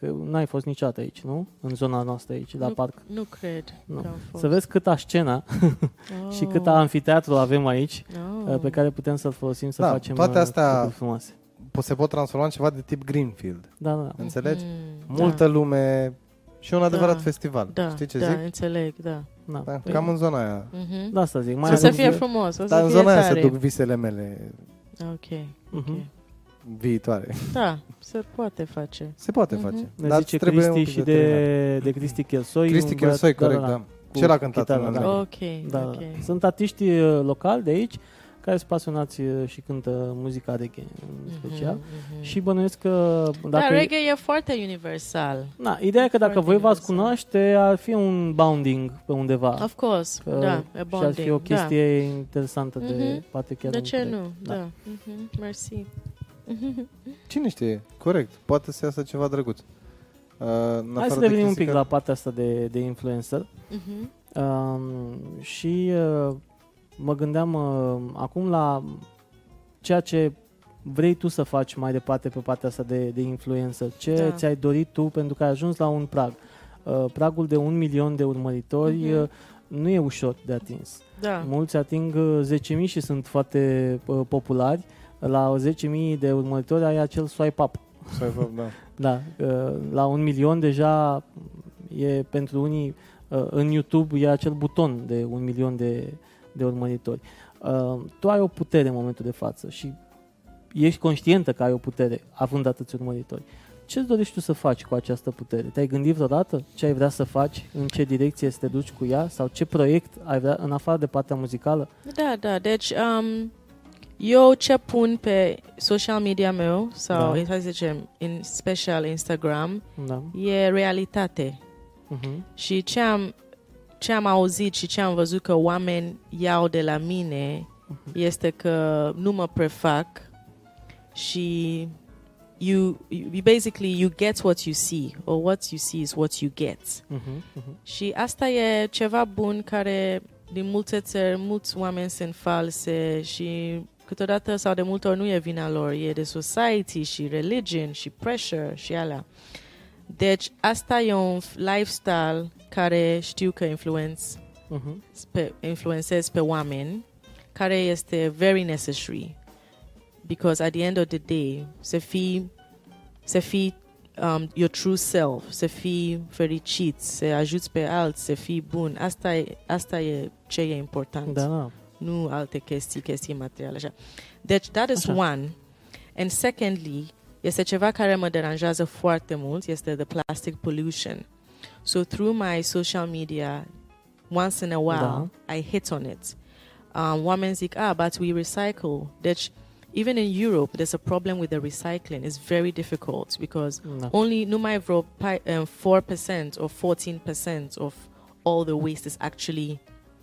[SPEAKER 3] că n-ai fost niciodată aici, nu? În zona noastră aici, la
[SPEAKER 4] Nu.
[SPEAKER 3] parc.
[SPEAKER 4] Nu cred
[SPEAKER 3] Nu.
[SPEAKER 4] că am fost.
[SPEAKER 3] Să vezi câta scena
[SPEAKER 4] Oh.
[SPEAKER 3] și câta anfiteatru avem aici
[SPEAKER 4] Oh.
[SPEAKER 3] uh, pe care putem să-l folosim să
[SPEAKER 2] Da,
[SPEAKER 3] facem
[SPEAKER 2] toate
[SPEAKER 3] uh,
[SPEAKER 2] astea-
[SPEAKER 3] lucruri frumoase.
[SPEAKER 2] Po- Se pot transforma în ceva de tip Greenfield.
[SPEAKER 3] Da, da, da.
[SPEAKER 2] Înțelegi?
[SPEAKER 4] Mm,
[SPEAKER 2] Multă lume și un adevărat
[SPEAKER 4] Da.
[SPEAKER 2] festival.
[SPEAKER 4] Da,
[SPEAKER 2] Știi ce
[SPEAKER 4] da,
[SPEAKER 2] zic?
[SPEAKER 4] înțeleg, da.
[SPEAKER 3] da.
[SPEAKER 2] Da,
[SPEAKER 3] Păi,
[SPEAKER 2] cam în zona aia.
[SPEAKER 4] Mhm.
[SPEAKER 3] da asta zic. Mai
[SPEAKER 4] o să
[SPEAKER 3] ales-
[SPEAKER 4] fie frumos, o să
[SPEAKER 2] Dar în
[SPEAKER 4] fie
[SPEAKER 2] zona aia
[SPEAKER 4] tare.
[SPEAKER 2] se duc visele mele
[SPEAKER 4] Ok,
[SPEAKER 3] Mhm.
[SPEAKER 4] ok.
[SPEAKER 2] viitoare.
[SPEAKER 4] Da, se poate face.
[SPEAKER 2] Se poate
[SPEAKER 4] Mhm.
[SPEAKER 2] face.
[SPEAKER 3] Ne
[SPEAKER 2] Dar
[SPEAKER 3] zice
[SPEAKER 2] îți trebuie un
[SPEAKER 3] Cristi
[SPEAKER 2] pic
[SPEAKER 3] și
[SPEAKER 2] terminare.
[SPEAKER 3] de, de Cristi Chelsoi.
[SPEAKER 2] Cristi
[SPEAKER 3] un băiat-
[SPEAKER 2] Chirsoi,
[SPEAKER 3] da, da,
[SPEAKER 2] corect,
[SPEAKER 3] da.
[SPEAKER 2] da.
[SPEAKER 3] Cu
[SPEAKER 2] Ce l-a cântat
[SPEAKER 3] chitară,
[SPEAKER 2] în
[SPEAKER 3] da.
[SPEAKER 2] America?
[SPEAKER 4] Ok,
[SPEAKER 3] Da, da.
[SPEAKER 4] ok.
[SPEAKER 3] Sunt artiști uh, locali de aici care sunt pasionați uh, și cântă muzica reggae în
[SPEAKER 4] Mhm,
[SPEAKER 3] special.
[SPEAKER 4] mhm.
[SPEAKER 3] Și bănuiesc că dacă...
[SPEAKER 4] Da, reggae e foarte universal.
[SPEAKER 3] Na, ideea e că dacă
[SPEAKER 4] Foarte
[SPEAKER 3] voi v-ați
[SPEAKER 4] interesant.
[SPEAKER 3] cunoaște, ar fi un bounding pe undeva.
[SPEAKER 4] Of course,
[SPEAKER 3] Că-
[SPEAKER 4] da, e
[SPEAKER 3] și ar
[SPEAKER 4] bonding.
[SPEAKER 3] fi o chestie interesantă de...
[SPEAKER 4] Mhm.
[SPEAKER 3] Poate
[SPEAKER 4] Da.
[SPEAKER 3] chiar
[SPEAKER 4] De
[SPEAKER 3] un
[SPEAKER 4] ce
[SPEAKER 3] proiect.
[SPEAKER 4] nu?
[SPEAKER 3] Da.
[SPEAKER 4] Da. Mm-hmm, Mhm, Mersi.
[SPEAKER 2] Cine știe? Corect. Poate să iasă ceva drăguț. Uh, în
[SPEAKER 3] Hai
[SPEAKER 2] afară
[SPEAKER 3] să
[SPEAKER 2] de
[SPEAKER 3] revenim un
[SPEAKER 2] chestii
[SPEAKER 3] pic
[SPEAKER 2] ca-
[SPEAKER 3] la partea asta de, de influencer.
[SPEAKER 4] Mhm.
[SPEAKER 3] Um, și uh, mă gândeam uh, acum la ceea ce vrei tu să faci mai departe pe partea asta de, de influență. Ce
[SPEAKER 4] Da.
[SPEAKER 3] ți-ai dorit tu pentru că ai ajuns la un prag. Uh, pragul de un milion de urmăritori
[SPEAKER 4] Mhm.
[SPEAKER 3] uh, nu e ușor de atins.
[SPEAKER 4] Da.
[SPEAKER 3] Mulți ating uh, 10.000 și sunt foarte uh, populari. La 10.000 de urmăritori ai acel swipe up.
[SPEAKER 2] Să-i fac, da.
[SPEAKER 3] Da, uh, la un milion deja e pentru unii uh, în YouTube e acel buton de un milion de, de urmăritori. Uh, Tu ai o putere în momentul de față și ești conștientă că ai o putere având atâți urmăritori. Ce îți dorești tu să faci cu această putere? Te-ai gândit vreodată ce ai vrea să faci, în ce direcție să te duci cu ea sau ce proiect ai vrea în afară de partea muzicală?
[SPEAKER 4] Da, da, deci um, eu ce pun pe social media meu, sau
[SPEAKER 3] Da.
[SPEAKER 4] da. hai să zicem, în special Instagram,
[SPEAKER 3] Da.
[SPEAKER 4] e realitate.
[SPEAKER 3] Uh-huh.
[SPEAKER 4] Și ce am, ce am auzit și ce am văzut că oameni iau de la mine este că nu mă prefac și you, you basically you get what you see or what you see is what you get.
[SPEAKER 3] Uh-huh. Uh-huh.
[SPEAKER 4] Și asta e ceva bun care din multe țări, mulți oameni sunt false și câteodată sau de multe ori nu e vina lor, e de society și religion și pressure și alea. Deci asta e un f- lifestyle care știu că influenț,
[SPEAKER 3] Uh-huh.
[SPEAKER 4] pe, influențez pe oameni, care este very necessary. Because at the end of the day, să fii, să fii um, your true self, să fii fericit, să ajuți pe alți, să fii bun. Asta e, asta e ce e important.
[SPEAKER 3] Da, da.
[SPEAKER 4] nu alte chestii, chestii materiale. Așa. Deci, that is
[SPEAKER 3] Așa.
[SPEAKER 4] one. And secondly, este ceva care mă deranjează foarte mult, este the plastic pollution. So, through my social media, once in a while, I hit on it. Um, women zic, ah, but we recycle. Deci, even in Europe, there's a problem with the recycling. It's very difficult because
[SPEAKER 3] da.
[SPEAKER 4] only numai vreo pi- um, 4% or 14% of all the waste is actually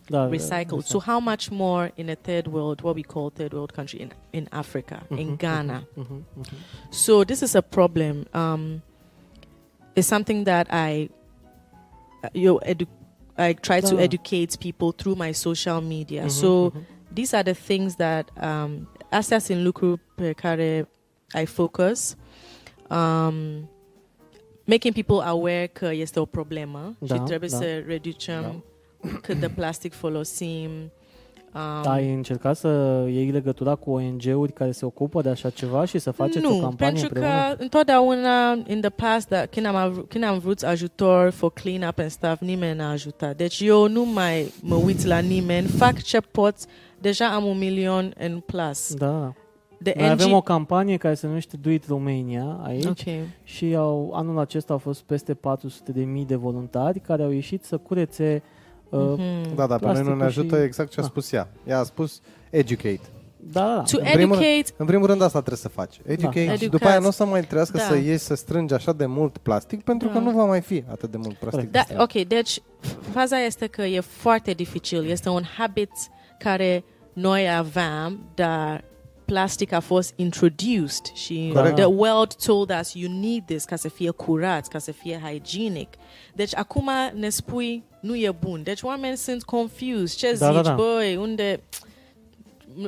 [SPEAKER 3] da
[SPEAKER 4] recycled. So how much more in a third world, what we call third world country in in Africa, in
[SPEAKER 3] Mhm,
[SPEAKER 4] Ghana?
[SPEAKER 3] mhm, mhm.
[SPEAKER 4] So this is a problem. Um, it's something that I, uh, you know, edu- I try to
[SPEAKER 3] Yeah.
[SPEAKER 4] educate people through my social media.
[SPEAKER 3] Mhm,
[SPEAKER 4] So
[SPEAKER 3] mhm.
[SPEAKER 4] these are the things that um, assets in lucru pe care I focus. Um, making people aware că este o problemă
[SPEAKER 3] Da,
[SPEAKER 4] și trebuie
[SPEAKER 3] da.
[SPEAKER 4] să reducem cât de plastic folosim. Um,
[SPEAKER 3] Ai încercat să iei legătura cu ONG-uri care se ocupă de așa ceva și să faceți
[SPEAKER 4] nu,
[SPEAKER 3] o campanie
[SPEAKER 4] pentru
[SPEAKER 3] împreună?
[SPEAKER 4] că întotdeauna, in the past, da, când, am, av- când am vrut ajutor for clean-up and stuff, nimeni n-a ajutat. Deci eu nu mai mă uit la nimeni, fac ce pot. Deja am un milion în plus.
[SPEAKER 3] Da, da.
[SPEAKER 4] De
[SPEAKER 3] Noi avem o campanie care se numește Do It Romania aici
[SPEAKER 4] Ok.
[SPEAKER 3] și au, anul acesta au fost peste 400 de mii de voluntari care au ieșit să curețe uh,
[SPEAKER 4] Mhm.
[SPEAKER 2] Da, da, pe noi nu
[SPEAKER 3] Plasticul
[SPEAKER 2] ne ajută
[SPEAKER 3] și-
[SPEAKER 2] exact ce a
[SPEAKER 3] Da.
[SPEAKER 2] spus ea. Ea a spus educate.
[SPEAKER 3] da, da, da.
[SPEAKER 4] To
[SPEAKER 2] În primul rând-
[SPEAKER 4] educate,
[SPEAKER 2] În primul rând asta trebuie să faci. Educate.
[SPEAKER 4] Da.
[SPEAKER 2] Și după aia nu o să mai trească
[SPEAKER 4] Da.
[SPEAKER 2] să iei să strângi așa de mult plastic pentru că
[SPEAKER 4] Da.
[SPEAKER 2] nu va mai fi atât de mult plastic.
[SPEAKER 4] da,
[SPEAKER 2] distrus.
[SPEAKER 4] ok, deci faza este că e foarte dificil. Este un habit care noi aveam, dar plastic a fost introduced și
[SPEAKER 2] Corect.
[SPEAKER 4] the world told us you need this ca să fie curat, ca să fie hygienic. Deci acum ne spui nu e bun. Deci oameni sunt confused. Ce
[SPEAKER 3] Da, da,
[SPEAKER 4] zici,
[SPEAKER 3] da.
[SPEAKER 4] băi, unde...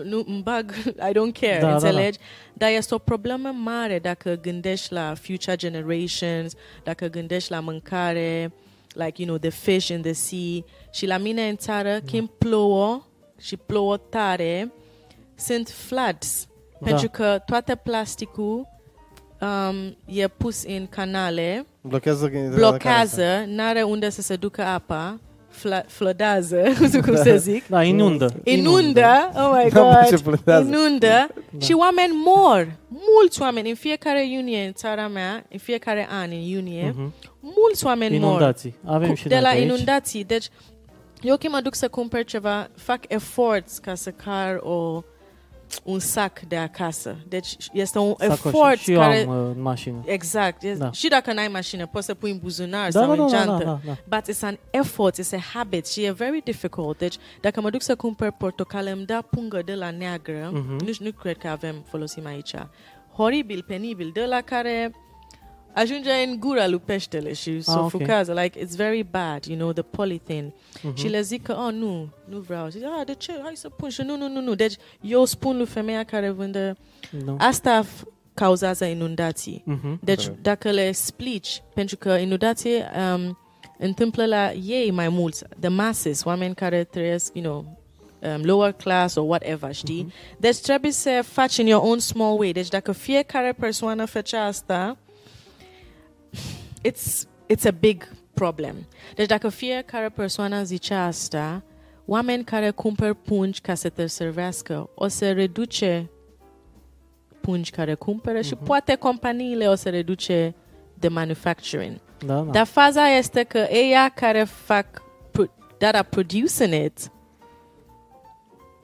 [SPEAKER 4] Nu, îmi bag, I don't care,
[SPEAKER 3] Da, da, da.
[SPEAKER 4] înțelegi? Dar este o problemă mare dacă gândești la future generations, dacă gândești la mâncare, like, you know, the fish in the sea. Și la mine în
[SPEAKER 3] Da.
[SPEAKER 4] țară, când plouă și plouă tare, sunt floods.
[SPEAKER 3] Da.
[SPEAKER 4] Pentru că toate plasticul um, e pus în
[SPEAKER 3] Da,
[SPEAKER 4] canale,
[SPEAKER 2] Blochează, că-
[SPEAKER 4] blochează, n-are unde să se ducă apa, fla- flodează, nu știu cum să zic.
[SPEAKER 3] Da, inundă.
[SPEAKER 4] Inundă, oh my
[SPEAKER 2] Da, mă, ce
[SPEAKER 4] god,
[SPEAKER 2] flodează.
[SPEAKER 4] inundă
[SPEAKER 3] Da.
[SPEAKER 4] și oameni mor. Mulți oameni, în fiecare iunie în țara mea, în fiecare an în iunie, mulți oameni mor
[SPEAKER 3] Inundații. Mhm. Avem
[SPEAKER 4] cu-
[SPEAKER 3] și
[SPEAKER 4] de
[SPEAKER 3] noi
[SPEAKER 4] la
[SPEAKER 3] pe aici.
[SPEAKER 4] inundații. Deci, eu când mă duc să cumpăr ceva, fac eforți ca să car o, un sac de acasă. Deci este un
[SPEAKER 3] Sacoșe.
[SPEAKER 4] efort
[SPEAKER 3] Și eu
[SPEAKER 4] care...
[SPEAKER 3] am uh, în mașină.
[SPEAKER 4] Exact. E-
[SPEAKER 3] Da.
[SPEAKER 4] Și dacă n-ai mașină, poți să pui în buzunar
[SPEAKER 3] Da,
[SPEAKER 4] sau
[SPEAKER 3] da,
[SPEAKER 4] în
[SPEAKER 3] da, da,
[SPEAKER 4] geantă.
[SPEAKER 3] da, da.
[SPEAKER 4] But it's an effort, it's a habit și e very difficult. Deci, dacă mă duc să cumpăr portocale, îmi da pungă de la neagră.
[SPEAKER 3] Mhm.
[SPEAKER 4] Nici nu cred că avem, folosim aici. Horibil, penibil, de la care ajunge în gura lui peștele și
[SPEAKER 3] Ah, ok.
[SPEAKER 4] sufocează. Like, it's very bad, you know, the polythene.
[SPEAKER 3] Mhm.
[SPEAKER 4] Și le zic că, oh, nu, nu vreau. Și zic, ah, de ce? Hai să pun și nu, nu, nu, nu. Deci, eu spun lui femeia care vânde,
[SPEAKER 3] Da.
[SPEAKER 4] asta f- cauzează inundații.
[SPEAKER 3] Mhm.
[SPEAKER 4] Mm-hmm. Deci dacă le explici, pentru că inundații um, întâmplă la ei mai mulți, the masses, oameni care trăiesc, you know, um, lower class or whatever, știi? Deci trebuie să faci in your own small way. Deci dacă fiecare persoană face asta, it's, it's a big problem. Deci dacă fiecare persoană zice asta, oameni care cumpăr pungi ca să te servească, o să reduce pungi care cumpără
[SPEAKER 3] Mhm.
[SPEAKER 4] și poate companiile o să reduce de manufacturing.
[SPEAKER 3] Da, da.
[SPEAKER 4] Dar faza este că ei care fac pro- that are producing it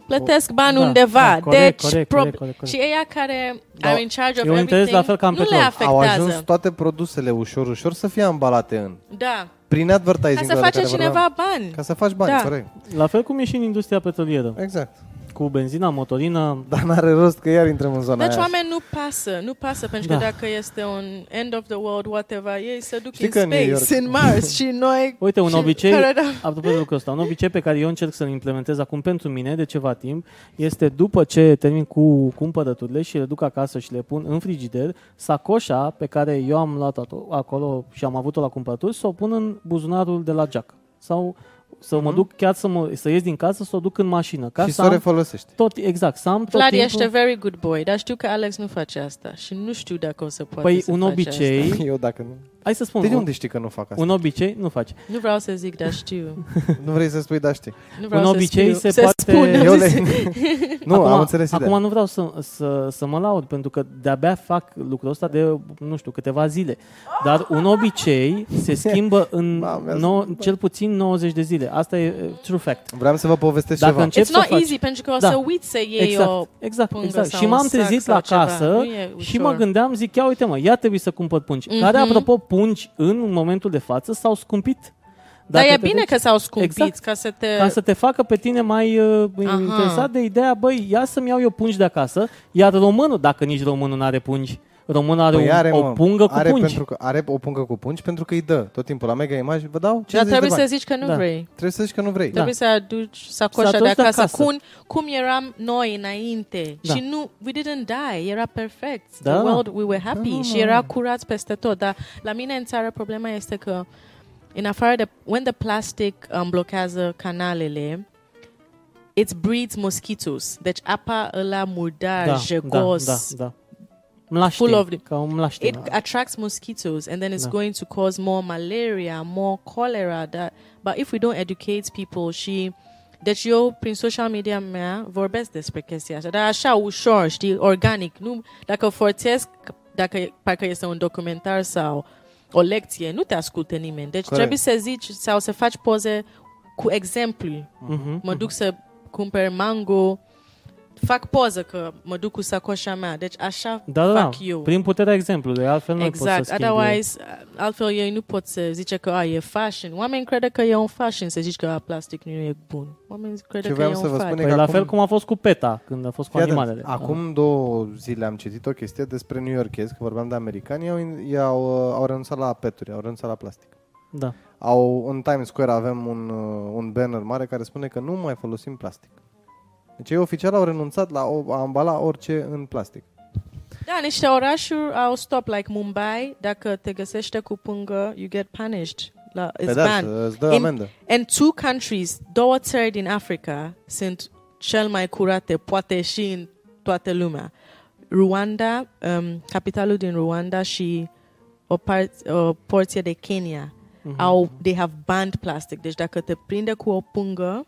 [SPEAKER 4] plătesc bani
[SPEAKER 3] da,
[SPEAKER 4] undeva.
[SPEAKER 3] da, corect,
[SPEAKER 4] deci
[SPEAKER 3] corect,
[SPEAKER 4] prob-
[SPEAKER 3] corect, corect, corect.
[SPEAKER 4] și ei care
[SPEAKER 2] Da,
[SPEAKER 4] are in charge of
[SPEAKER 3] e un interes
[SPEAKER 4] everything
[SPEAKER 3] la fel ca în
[SPEAKER 4] nu le
[SPEAKER 3] petrol.
[SPEAKER 2] Au
[SPEAKER 4] afectează.
[SPEAKER 2] ajuns toate produsele ușor, ușor să fie ambalate în.
[SPEAKER 4] da.
[SPEAKER 2] Prin
[SPEAKER 4] Ca
[SPEAKER 2] advertising
[SPEAKER 4] să face cineva bani.
[SPEAKER 2] Ca să faci bani,
[SPEAKER 4] Da.
[SPEAKER 2] corect.
[SPEAKER 3] La fel cum e și în industria petrolieră.
[SPEAKER 2] Exact.
[SPEAKER 3] Cu benzina, motorină,
[SPEAKER 2] Dar n-are rost că iar intrăm în zona
[SPEAKER 4] Deci
[SPEAKER 2] aia.
[SPEAKER 4] oameni nu pasă, nu pasă, pentru că
[SPEAKER 3] Da.
[SPEAKER 4] dacă este un end of the world, whatever, ei se duc
[SPEAKER 2] Știi
[SPEAKER 4] în
[SPEAKER 2] că în New
[SPEAKER 4] space,
[SPEAKER 2] York-
[SPEAKER 4] în Mars și noi...
[SPEAKER 3] Uite, un
[SPEAKER 4] și
[SPEAKER 3] obicei,
[SPEAKER 4] care da-
[SPEAKER 3] apropo de lucrul ăsta, un obicei pe care eu încerc să-l implementez acum pentru mine de ceva timp este după ce termin cu cumpărăturile și le duc acasă și le pun în frigider, sacoșa pe care eu am luat acolo și am avut-o la cumpărături, să o pun în buzunarul de la geac. Sau să
[SPEAKER 4] Mhm.
[SPEAKER 3] mă duc chiar să, mă, să ies din casă, să o duc în mașină. Ca
[SPEAKER 2] Și
[SPEAKER 3] să
[SPEAKER 2] să o
[SPEAKER 3] am
[SPEAKER 2] refolosești.
[SPEAKER 3] tot, exact, să am tot
[SPEAKER 4] Vlad
[SPEAKER 3] timpul...
[SPEAKER 4] ești a very good boy, dar știu că Alex nu face asta și nu știu dacă o să poată
[SPEAKER 3] Păi
[SPEAKER 4] să
[SPEAKER 3] un
[SPEAKER 4] face
[SPEAKER 3] obicei,
[SPEAKER 2] Eu dacă nu.
[SPEAKER 3] hai să spun,
[SPEAKER 2] Păi De
[SPEAKER 3] un,
[SPEAKER 2] unde știi că nu fac asta?
[SPEAKER 3] un obicei nu faci.
[SPEAKER 4] Asta. Nu vreau să zic, dar știu.
[SPEAKER 2] Nu vrei să spui, da știi.
[SPEAKER 4] Nu vreau
[SPEAKER 3] Un
[SPEAKER 4] să
[SPEAKER 3] obicei
[SPEAKER 4] spiu,
[SPEAKER 3] se
[SPEAKER 4] să
[SPEAKER 3] poate-
[SPEAKER 4] Spun, am
[SPEAKER 2] Eu
[SPEAKER 4] zis-
[SPEAKER 2] le... nu,
[SPEAKER 3] acum,
[SPEAKER 2] am înțeles
[SPEAKER 3] Acum
[SPEAKER 2] ideea.
[SPEAKER 3] nu vreau să, să, să mă laud, pentru că de-abia fac lucrul ăsta de, nu știu, câteva zile. Dar un obicei se schimbă în
[SPEAKER 2] Mamă,
[SPEAKER 3] nou, cel puțin 90 de zile. Asta e uh, true fact.
[SPEAKER 2] Vreau să vă povestesc
[SPEAKER 3] Dacă
[SPEAKER 2] ceva.
[SPEAKER 3] înce- încep
[SPEAKER 4] It's
[SPEAKER 3] să
[SPEAKER 4] not
[SPEAKER 3] faci.
[SPEAKER 4] easy, pentru că o
[SPEAKER 3] Da.
[SPEAKER 4] să uiți să iei o...
[SPEAKER 3] Exact, exact,
[SPEAKER 4] pungă
[SPEAKER 3] exact.
[SPEAKER 4] sau
[SPEAKER 3] Și
[SPEAKER 4] un
[SPEAKER 3] m-am
[SPEAKER 4] sac
[SPEAKER 3] trezit
[SPEAKER 4] sau
[SPEAKER 3] la
[SPEAKER 4] ceva.
[SPEAKER 3] casă
[SPEAKER 4] Nu e
[SPEAKER 3] și
[SPEAKER 4] ușor.
[SPEAKER 3] mă gândeam, zic, ia uite mă, ia trebuie să cumpăr pungi.
[SPEAKER 4] Mhm.
[SPEAKER 3] Care, apropo, pungi în momentul de față s-au scumpit.
[SPEAKER 4] Dar
[SPEAKER 3] Dacă
[SPEAKER 4] e
[SPEAKER 3] te
[SPEAKER 4] bine
[SPEAKER 3] duci-
[SPEAKER 4] că s-au scumpit,
[SPEAKER 3] Exact.
[SPEAKER 4] ca să te...
[SPEAKER 3] ca să te facă pe tine mai uh, interesat de ideea, băi, ia să-mi iau eu pungi de acasă, iar românul, dacă nici românul nu are pungi, românul are,
[SPEAKER 2] Păi
[SPEAKER 3] un,
[SPEAKER 2] are,
[SPEAKER 3] o
[SPEAKER 2] mă,
[SPEAKER 3] pungă cu
[SPEAKER 2] are
[SPEAKER 3] pungi.
[SPEAKER 2] Pentru că, are o pungă cu pungi pentru că îi dă tot timpul la mega imagine. Vă dau 50
[SPEAKER 4] Dar trebuie
[SPEAKER 2] de
[SPEAKER 4] să
[SPEAKER 2] bani.
[SPEAKER 4] zici că nu
[SPEAKER 3] Da.
[SPEAKER 4] vrei.
[SPEAKER 2] Trebuie să zici că nu vrei.
[SPEAKER 4] Da. Trebuie să aduci sacoșa de
[SPEAKER 3] aduci de
[SPEAKER 4] acasă,
[SPEAKER 3] acasă.
[SPEAKER 4] Cum, cum eram noi înainte.
[SPEAKER 3] Da.
[SPEAKER 4] Și nu, we didn't die, era perfect.
[SPEAKER 3] Da. Ah.
[SPEAKER 4] The world, we were happy și era curat peste tot. Dar la mine în țară problema este că în afară de, when the plastic um, blochează canalele, it breeds mosquitoes. Deci apa ăla murdar,
[SPEAKER 3] da,
[SPEAKER 4] jegos,
[SPEAKER 3] da, da, da. Mlaștin,
[SPEAKER 4] Full of the-
[SPEAKER 3] ca un mlaștin.
[SPEAKER 4] it attracts mosquitoes and then it's
[SPEAKER 3] No.
[SPEAKER 4] going to cause more malaria, more cholera. That, but if we don't educate people, she deci eu prin social media mea vorbesc despre chestia asta, dar așa ușor, știi, organic. Nu, dacă forțesc, dacă parcă este un documentar sau o lecție, nu te ascultă nimeni. Deci
[SPEAKER 2] Corect.
[SPEAKER 4] trebuie să zici sau să faci poze cu exemplu.
[SPEAKER 3] Mhm.
[SPEAKER 4] Mă duc să cumpăr mango, fac poză că mă duc cu sacoșa mea. Deci așa
[SPEAKER 3] Da, da, da.
[SPEAKER 4] fac eu.
[SPEAKER 3] Prin puterea exemplului, altfel nu
[SPEAKER 4] exact.
[SPEAKER 3] poți să schimbi.
[SPEAKER 4] Otherwise, uh, altfel ei nu pot să zice că a, e fashion. Oamenii crede că e un fashion să zici că a, plastic nu e bun. Oamenii crede
[SPEAKER 2] Ce
[SPEAKER 4] că e
[SPEAKER 2] vreau să
[SPEAKER 4] un
[SPEAKER 2] vă spun
[SPEAKER 4] fad.
[SPEAKER 2] e că
[SPEAKER 3] Păi la
[SPEAKER 2] acum-
[SPEAKER 3] fel cum a fost cu PETA, când a fost cu
[SPEAKER 2] Fii atent,
[SPEAKER 3] animalele.
[SPEAKER 2] Acum două zile am citit o chestie despre New Yorkezi, că vorbeam de americani, au, i-au, uh, au renunțat la peturi, au renunțat la plastic.
[SPEAKER 3] Da.
[SPEAKER 2] Au, în Times Square avem un, uh, un banner mare care spune că nu mai folosim plastic. Deci ei oficial au renunțat la o, a ambala orice în plastic.
[SPEAKER 4] Da, niște orașuri au stop, like Mumbai, dacă te găsește cu pângă, you get punished. La, it's banned.
[SPEAKER 2] Pedeapsă, îți dă
[SPEAKER 4] In-
[SPEAKER 2] amendă.
[SPEAKER 4] And two countries, două țări din Africa sunt cel mai curate, poate și în toată lumea. Rwanda, um, capitalul din Rwanda și o, par- o porție de Kenya mm-hmm. au, they have banned plastic. Deci dacă te prinde cu o pungă,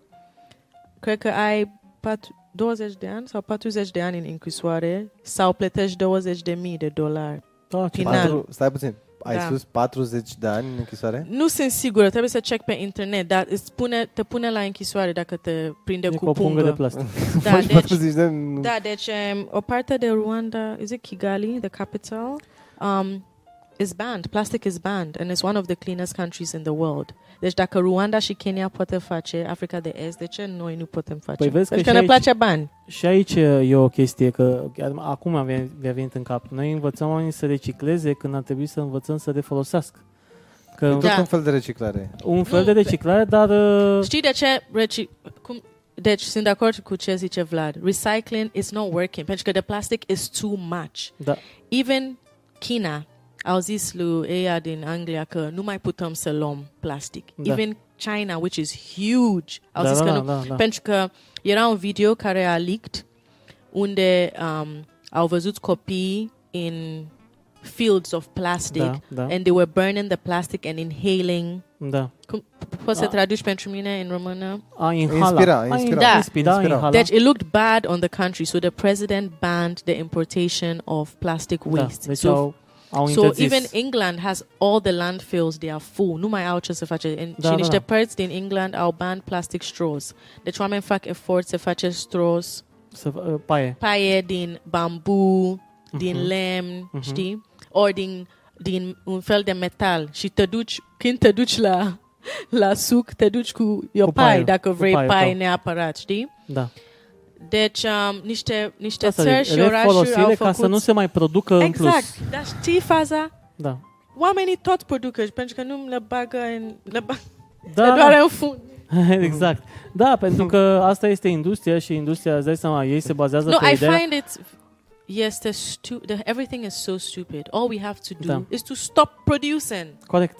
[SPEAKER 4] cred că ai pat- 20 de ani sau 40 de ani în închisoare sau plătești 20.000 de dolari.
[SPEAKER 3] Da, ce
[SPEAKER 4] Final.
[SPEAKER 2] Patru, stai puțin, ai
[SPEAKER 4] Da.
[SPEAKER 2] spus 40 de ani în închisoare?
[SPEAKER 4] Nu sunt sigură, trebuie să check pe internet, dar îți pune, te pune la închisoare dacă te prinde
[SPEAKER 3] e
[SPEAKER 4] cu
[SPEAKER 3] cu o pungă de plastic.
[SPEAKER 4] Da,
[SPEAKER 2] Faci
[SPEAKER 4] deci,
[SPEAKER 2] 40 Păi de ani?
[SPEAKER 4] da, deci um, o parte de Rwanda, is it Kigali, the capital, um, is banned. Plastic is banned and it's one of the cleanest countries in the world. Deci dacă Rwanda și Kenya poate face, Africa de Est, de ce noi nu putem face?
[SPEAKER 3] Păi vezi că
[SPEAKER 4] pentru că
[SPEAKER 3] și
[SPEAKER 4] ne
[SPEAKER 3] aici-
[SPEAKER 4] place bani.
[SPEAKER 3] Și aici e o chestie că chiar acum mi-a venit- mi-a venit în cap. Noi învățăm oamenii să recicleze când ar trebui să învățăm să refolosească. Că
[SPEAKER 2] E tot
[SPEAKER 4] Da.
[SPEAKER 2] un fel de reciclare.
[SPEAKER 3] un fel
[SPEAKER 4] Nu,
[SPEAKER 3] de reciclare, dar uh,
[SPEAKER 4] Știi de ce? Reci, cum, deci sunt de acord cu ce zice Vlad. Recycling is not working pentru că the plastic is too much.
[SPEAKER 3] da,
[SPEAKER 4] Even China au zis lui ea din Anglia că nu mai putem să luăm plastic.
[SPEAKER 3] Da.
[SPEAKER 4] Even China, which is huge, au
[SPEAKER 3] da,
[SPEAKER 4] zis că
[SPEAKER 3] da,
[SPEAKER 4] nu.
[SPEAKER 3] da, da.
[SPEAKER 4] Pentru că era un video care a leaked unde um, au văzut copii in fields of plastic
[SPEAKER 3] da, da,
[SPEAKER 4] and they were burning the plastic and inhaling.
[SPEAKER 3] da.
[SPEAKER 4] Cum, poți să
[SPEAKER 3] Da.
[SPEAKER 4] traduci pentru mine în română?
[SPEAKER 3] A inhala.
[SPEAKER 2] Inspira,
[SPEAKER 3] a
[SPEAKER 2] inspira.
[SPEAKER 4] Da.
[SPEAKER 3] inspira,
[SPEAKER 2] Inspira.
[SPEAKER 3] inhala.
[SPEAKER 4] Deci it looked bad on the country, so the president banned the importation of plastic
[SPEAKER 3] da,
[SPEAKER 4] waste.
[SPEAKER 3] deci
[SPEAKER 4] so
[SPEAKER 3] au, au
[SPEAKER 4] So
[SPEAKER 3] interzis.
[SPEAKER 4] even England has all the landfills they are full. Nu mai au ce să face. În-
[SPEAKER 3] Da,
[SPEAKER 4] și
[SPEAKER 3] da,
[SPEAKER 4] niște
[SPEAKER 3] da.
[SPEAKER 4] părți din England au ban plastic straws. Deci oameni fac efort să face straws,
[SPEAKER 3] să, uh, paie.
[SPEAKER 4] paie din bambu, din
[SPEAKER 3] Mhm.
[SPEAKER 4] lemn,
[SPEAKER 3] Mhm.
[SPEAKER 4] știi? Ori din, din un fel de metal. Și te duci, când te duci la, la suc, te duci cu your
[SPEAKER 3] Cu
[SPEAKER 4] pie,
[SPEAKER 3] paiul,
[SPEAKER 4] dacă
[SPEAKER 3] cu
[SPEAKER 4] vrei
[SPEAKER 3] paiul
[SPEAKER 4] pie
[SPEAKER 3] tău.
[SPEAKER 4] neapărat, știi?
[SPEAKER 3] Da.
[SPEAKER 4] Deci um, niște, niște
[SPEAKER 3] Asta
[SPEAKER 4] țări
[SPEAKER 3] zic,
[SPEAKER 4] și orașuri
[SPEAKER 3] refolosire
[SPEAKER 4] au
[SPEAKER 3] ca
[SPEAKER 4] făcut...
[SPEAKER 3] să nu se mai producă în
[SPEAKER 4] exact.
[SPEAKER 3] plus.
[SPEAKER 4] Dar știi faza?
[SPEAKER 3] Da.
[SPEAKER 4] Oamenii tot producă, pentru că nu le bagă în... Le, ba- le
[SPEAKER 3] Da,
[SPEAKER 4] doare în fund.
[SPEAKER 3] exact. Da, pentru că asta este industria și industria, îți dai seama, ei se bazează
[SPEAKER 4] No,
[SPEAKER 3] pe
[SPEAKER 4] I
[SPEAKER 3] e ideea...
[SPEAKER 4] find it... Yes, the stu- the, everything is so stupid. All we have to do
[SPEAKER 3] Da.
[SPEAKER 4] is to stop producing.
[SPEAKER 3] Corect.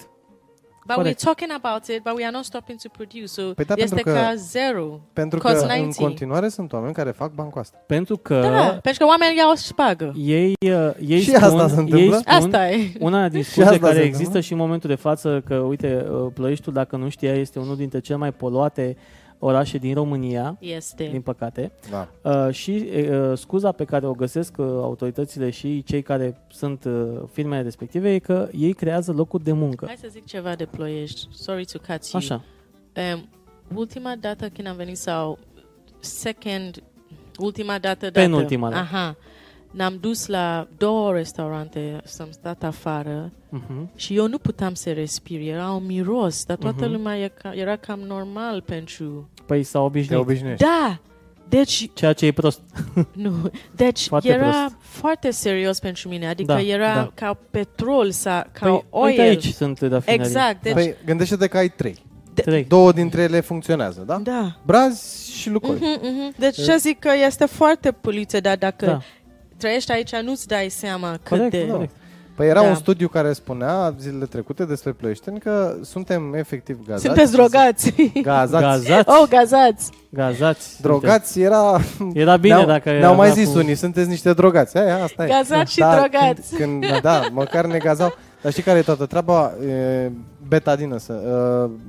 [SPEAKER 4] But
[SPEAKER 3] Correct.
[SPEAKER 4] we're talking about it, but we are not stopping to produce. So
[SPEAKER 2] Păi da,
[SPEAKER 4] este
[SPEAKER 2] pentru că-
[SPEAKER 4] ca zero.
[SPEAKER 2] Pentru că
[SPEAKER 4] Cost
[SPEAKER 2] în
[SPEAKER 4] 90.
[SPEAKER 2] continuare sunt oameni care fac bani cu asta.
[SPEAKER 3] Pentru că
[SPEAKER 4] Da, pentru că oamenii iau și bagă.
[SPEAKER 3] ei, uh, ei
[SPEAKER 2] Și
[SPEAKER 3] spun,
[SPEAKER 2] asta se
[SPEAKER 3] ei
[SPEAKER 2] întâmplă?
[SPEAKER 3] spun
[SPEAKER 4] Asta e.
[SPEAKER 3] una
[SPEAKER 2] Și
[SPEAKER 3] discuție
[SPEAKER 2] asta
[SPEAKER 3] care
[SPEAKER 2] se
[SPEAKER 3] există
[SPEAKER 2] întâmplă.
[SPEAKER 3] și în momentul de față că, uite, uh, Ploieștiul, dacă nu știa, este unul dintre cele mai poluate orașe din România, din
[SPEAKER 4] Este.
[SPEAKER 3] păcate.
[SPEAKER 2] Da.
[SPEAKER 3] Uh, și uh, scuza pe care o găsesc uh, autoritățile și cei care sunt uh, firmele respective e că ei creează locuri de muncă.
[SPEAKER 4] Hai să zic ceva de ploiești. Sorry to cut you.
[SPEAKER 3] Așa.
[SPEAKER 4] Um, ultima dată când am venit sau second, ultima dată, dată
[SPEAKER 3] Penultima dată.
[SPEAKER 4] Aha. Ne-am dus la două restaurante, am stat afară
[SPEAKER 3] Uh-huh.
[SPEAKER 4] și eu nu puteam să respir, era un miros, dar toată
[SPEAKER 3] Mhm.
[SPEAKER 4] lumea e ca, era cam normal pentru...
[SPEAKER 3] Păi s-au
[SPEAKER 2] Te
[SPEAKER 3] obișnuit.
[SPEAKER 2] obișnuiești.
[SPEAKER 4] Da! Deci,
[SPEAKER 3] Ceea ce e prost.
[SPEAKER 4] nu, deci
[SPEAKER 3] Foarte
[SPEAKER 4] era
[SPEAKER 3] prost.
[SPEAKER 4] foarte serios pentru mine, adică
[SPEAKER 3] Da,
[SPEAKER 4] era
[SPEAKER 3] da.
[SPEAKER 4] ca petrol, sa, ca
[SPEAKER 3] Păi,
[SPEAKER 4] oil.
[SPEAKER 3] uite aici sunt rafinării.
[SPEAKER 4] Exact, deci,
[SPEAKER 2] Păi gândește-te că ai trei.
[SPEAKER 3] Trei.
[SPEAKER 2] Două dintre ele funcționează, da?
[SPEAKER 4] da.
[SPEAKER 2] Braz și Lucoil.
[SPEAKER 4] Mhm, mhm. Deci ce zic că este foarte poliție, dar dacă
[SPEAKER 3] Păi. Da.
[SPEAKER 4] trăiești aici, nu-ți dai seama cât
[SPEAKER 3] Corect,
[SPEAKER 4] de...
[SPEAKER 3] corect.
[SPEAKER 2] Păi era
[SPEAKER 4] Da.
[SPEAKER 2] un studiu care spunea zilele trecute despre ploieșteni că suntem efectiv gazați.
[SPEAKER 4] Sunteți drogați.
[SPEAKER 2] Gazați.
[SPEAKER 3] Gazați.
[SPEAKER 4] oh, gazați.
[SPEAKER 3] Gazați.
[SPEAKER 2] Drogați era...
[SPEAKER 3] Era bine
[SPEAKER 2] ne-au,
[SPEAKER 3] dacă
[SPEAKER 2] Ne-au mai
[SPEAKER 3] avea
[SPEAKER 2] zis
[SPEAKER 3] cu-
[SPEAKER 2] unii, sunteți niște drogați. Aia, asta e. Da,
[SPEAKER 4] Gazați și drogați.
[SPEAKER 2] Când, când, da, măcar ne gazau. Dar știi care e toată treaba? E, betadină, să,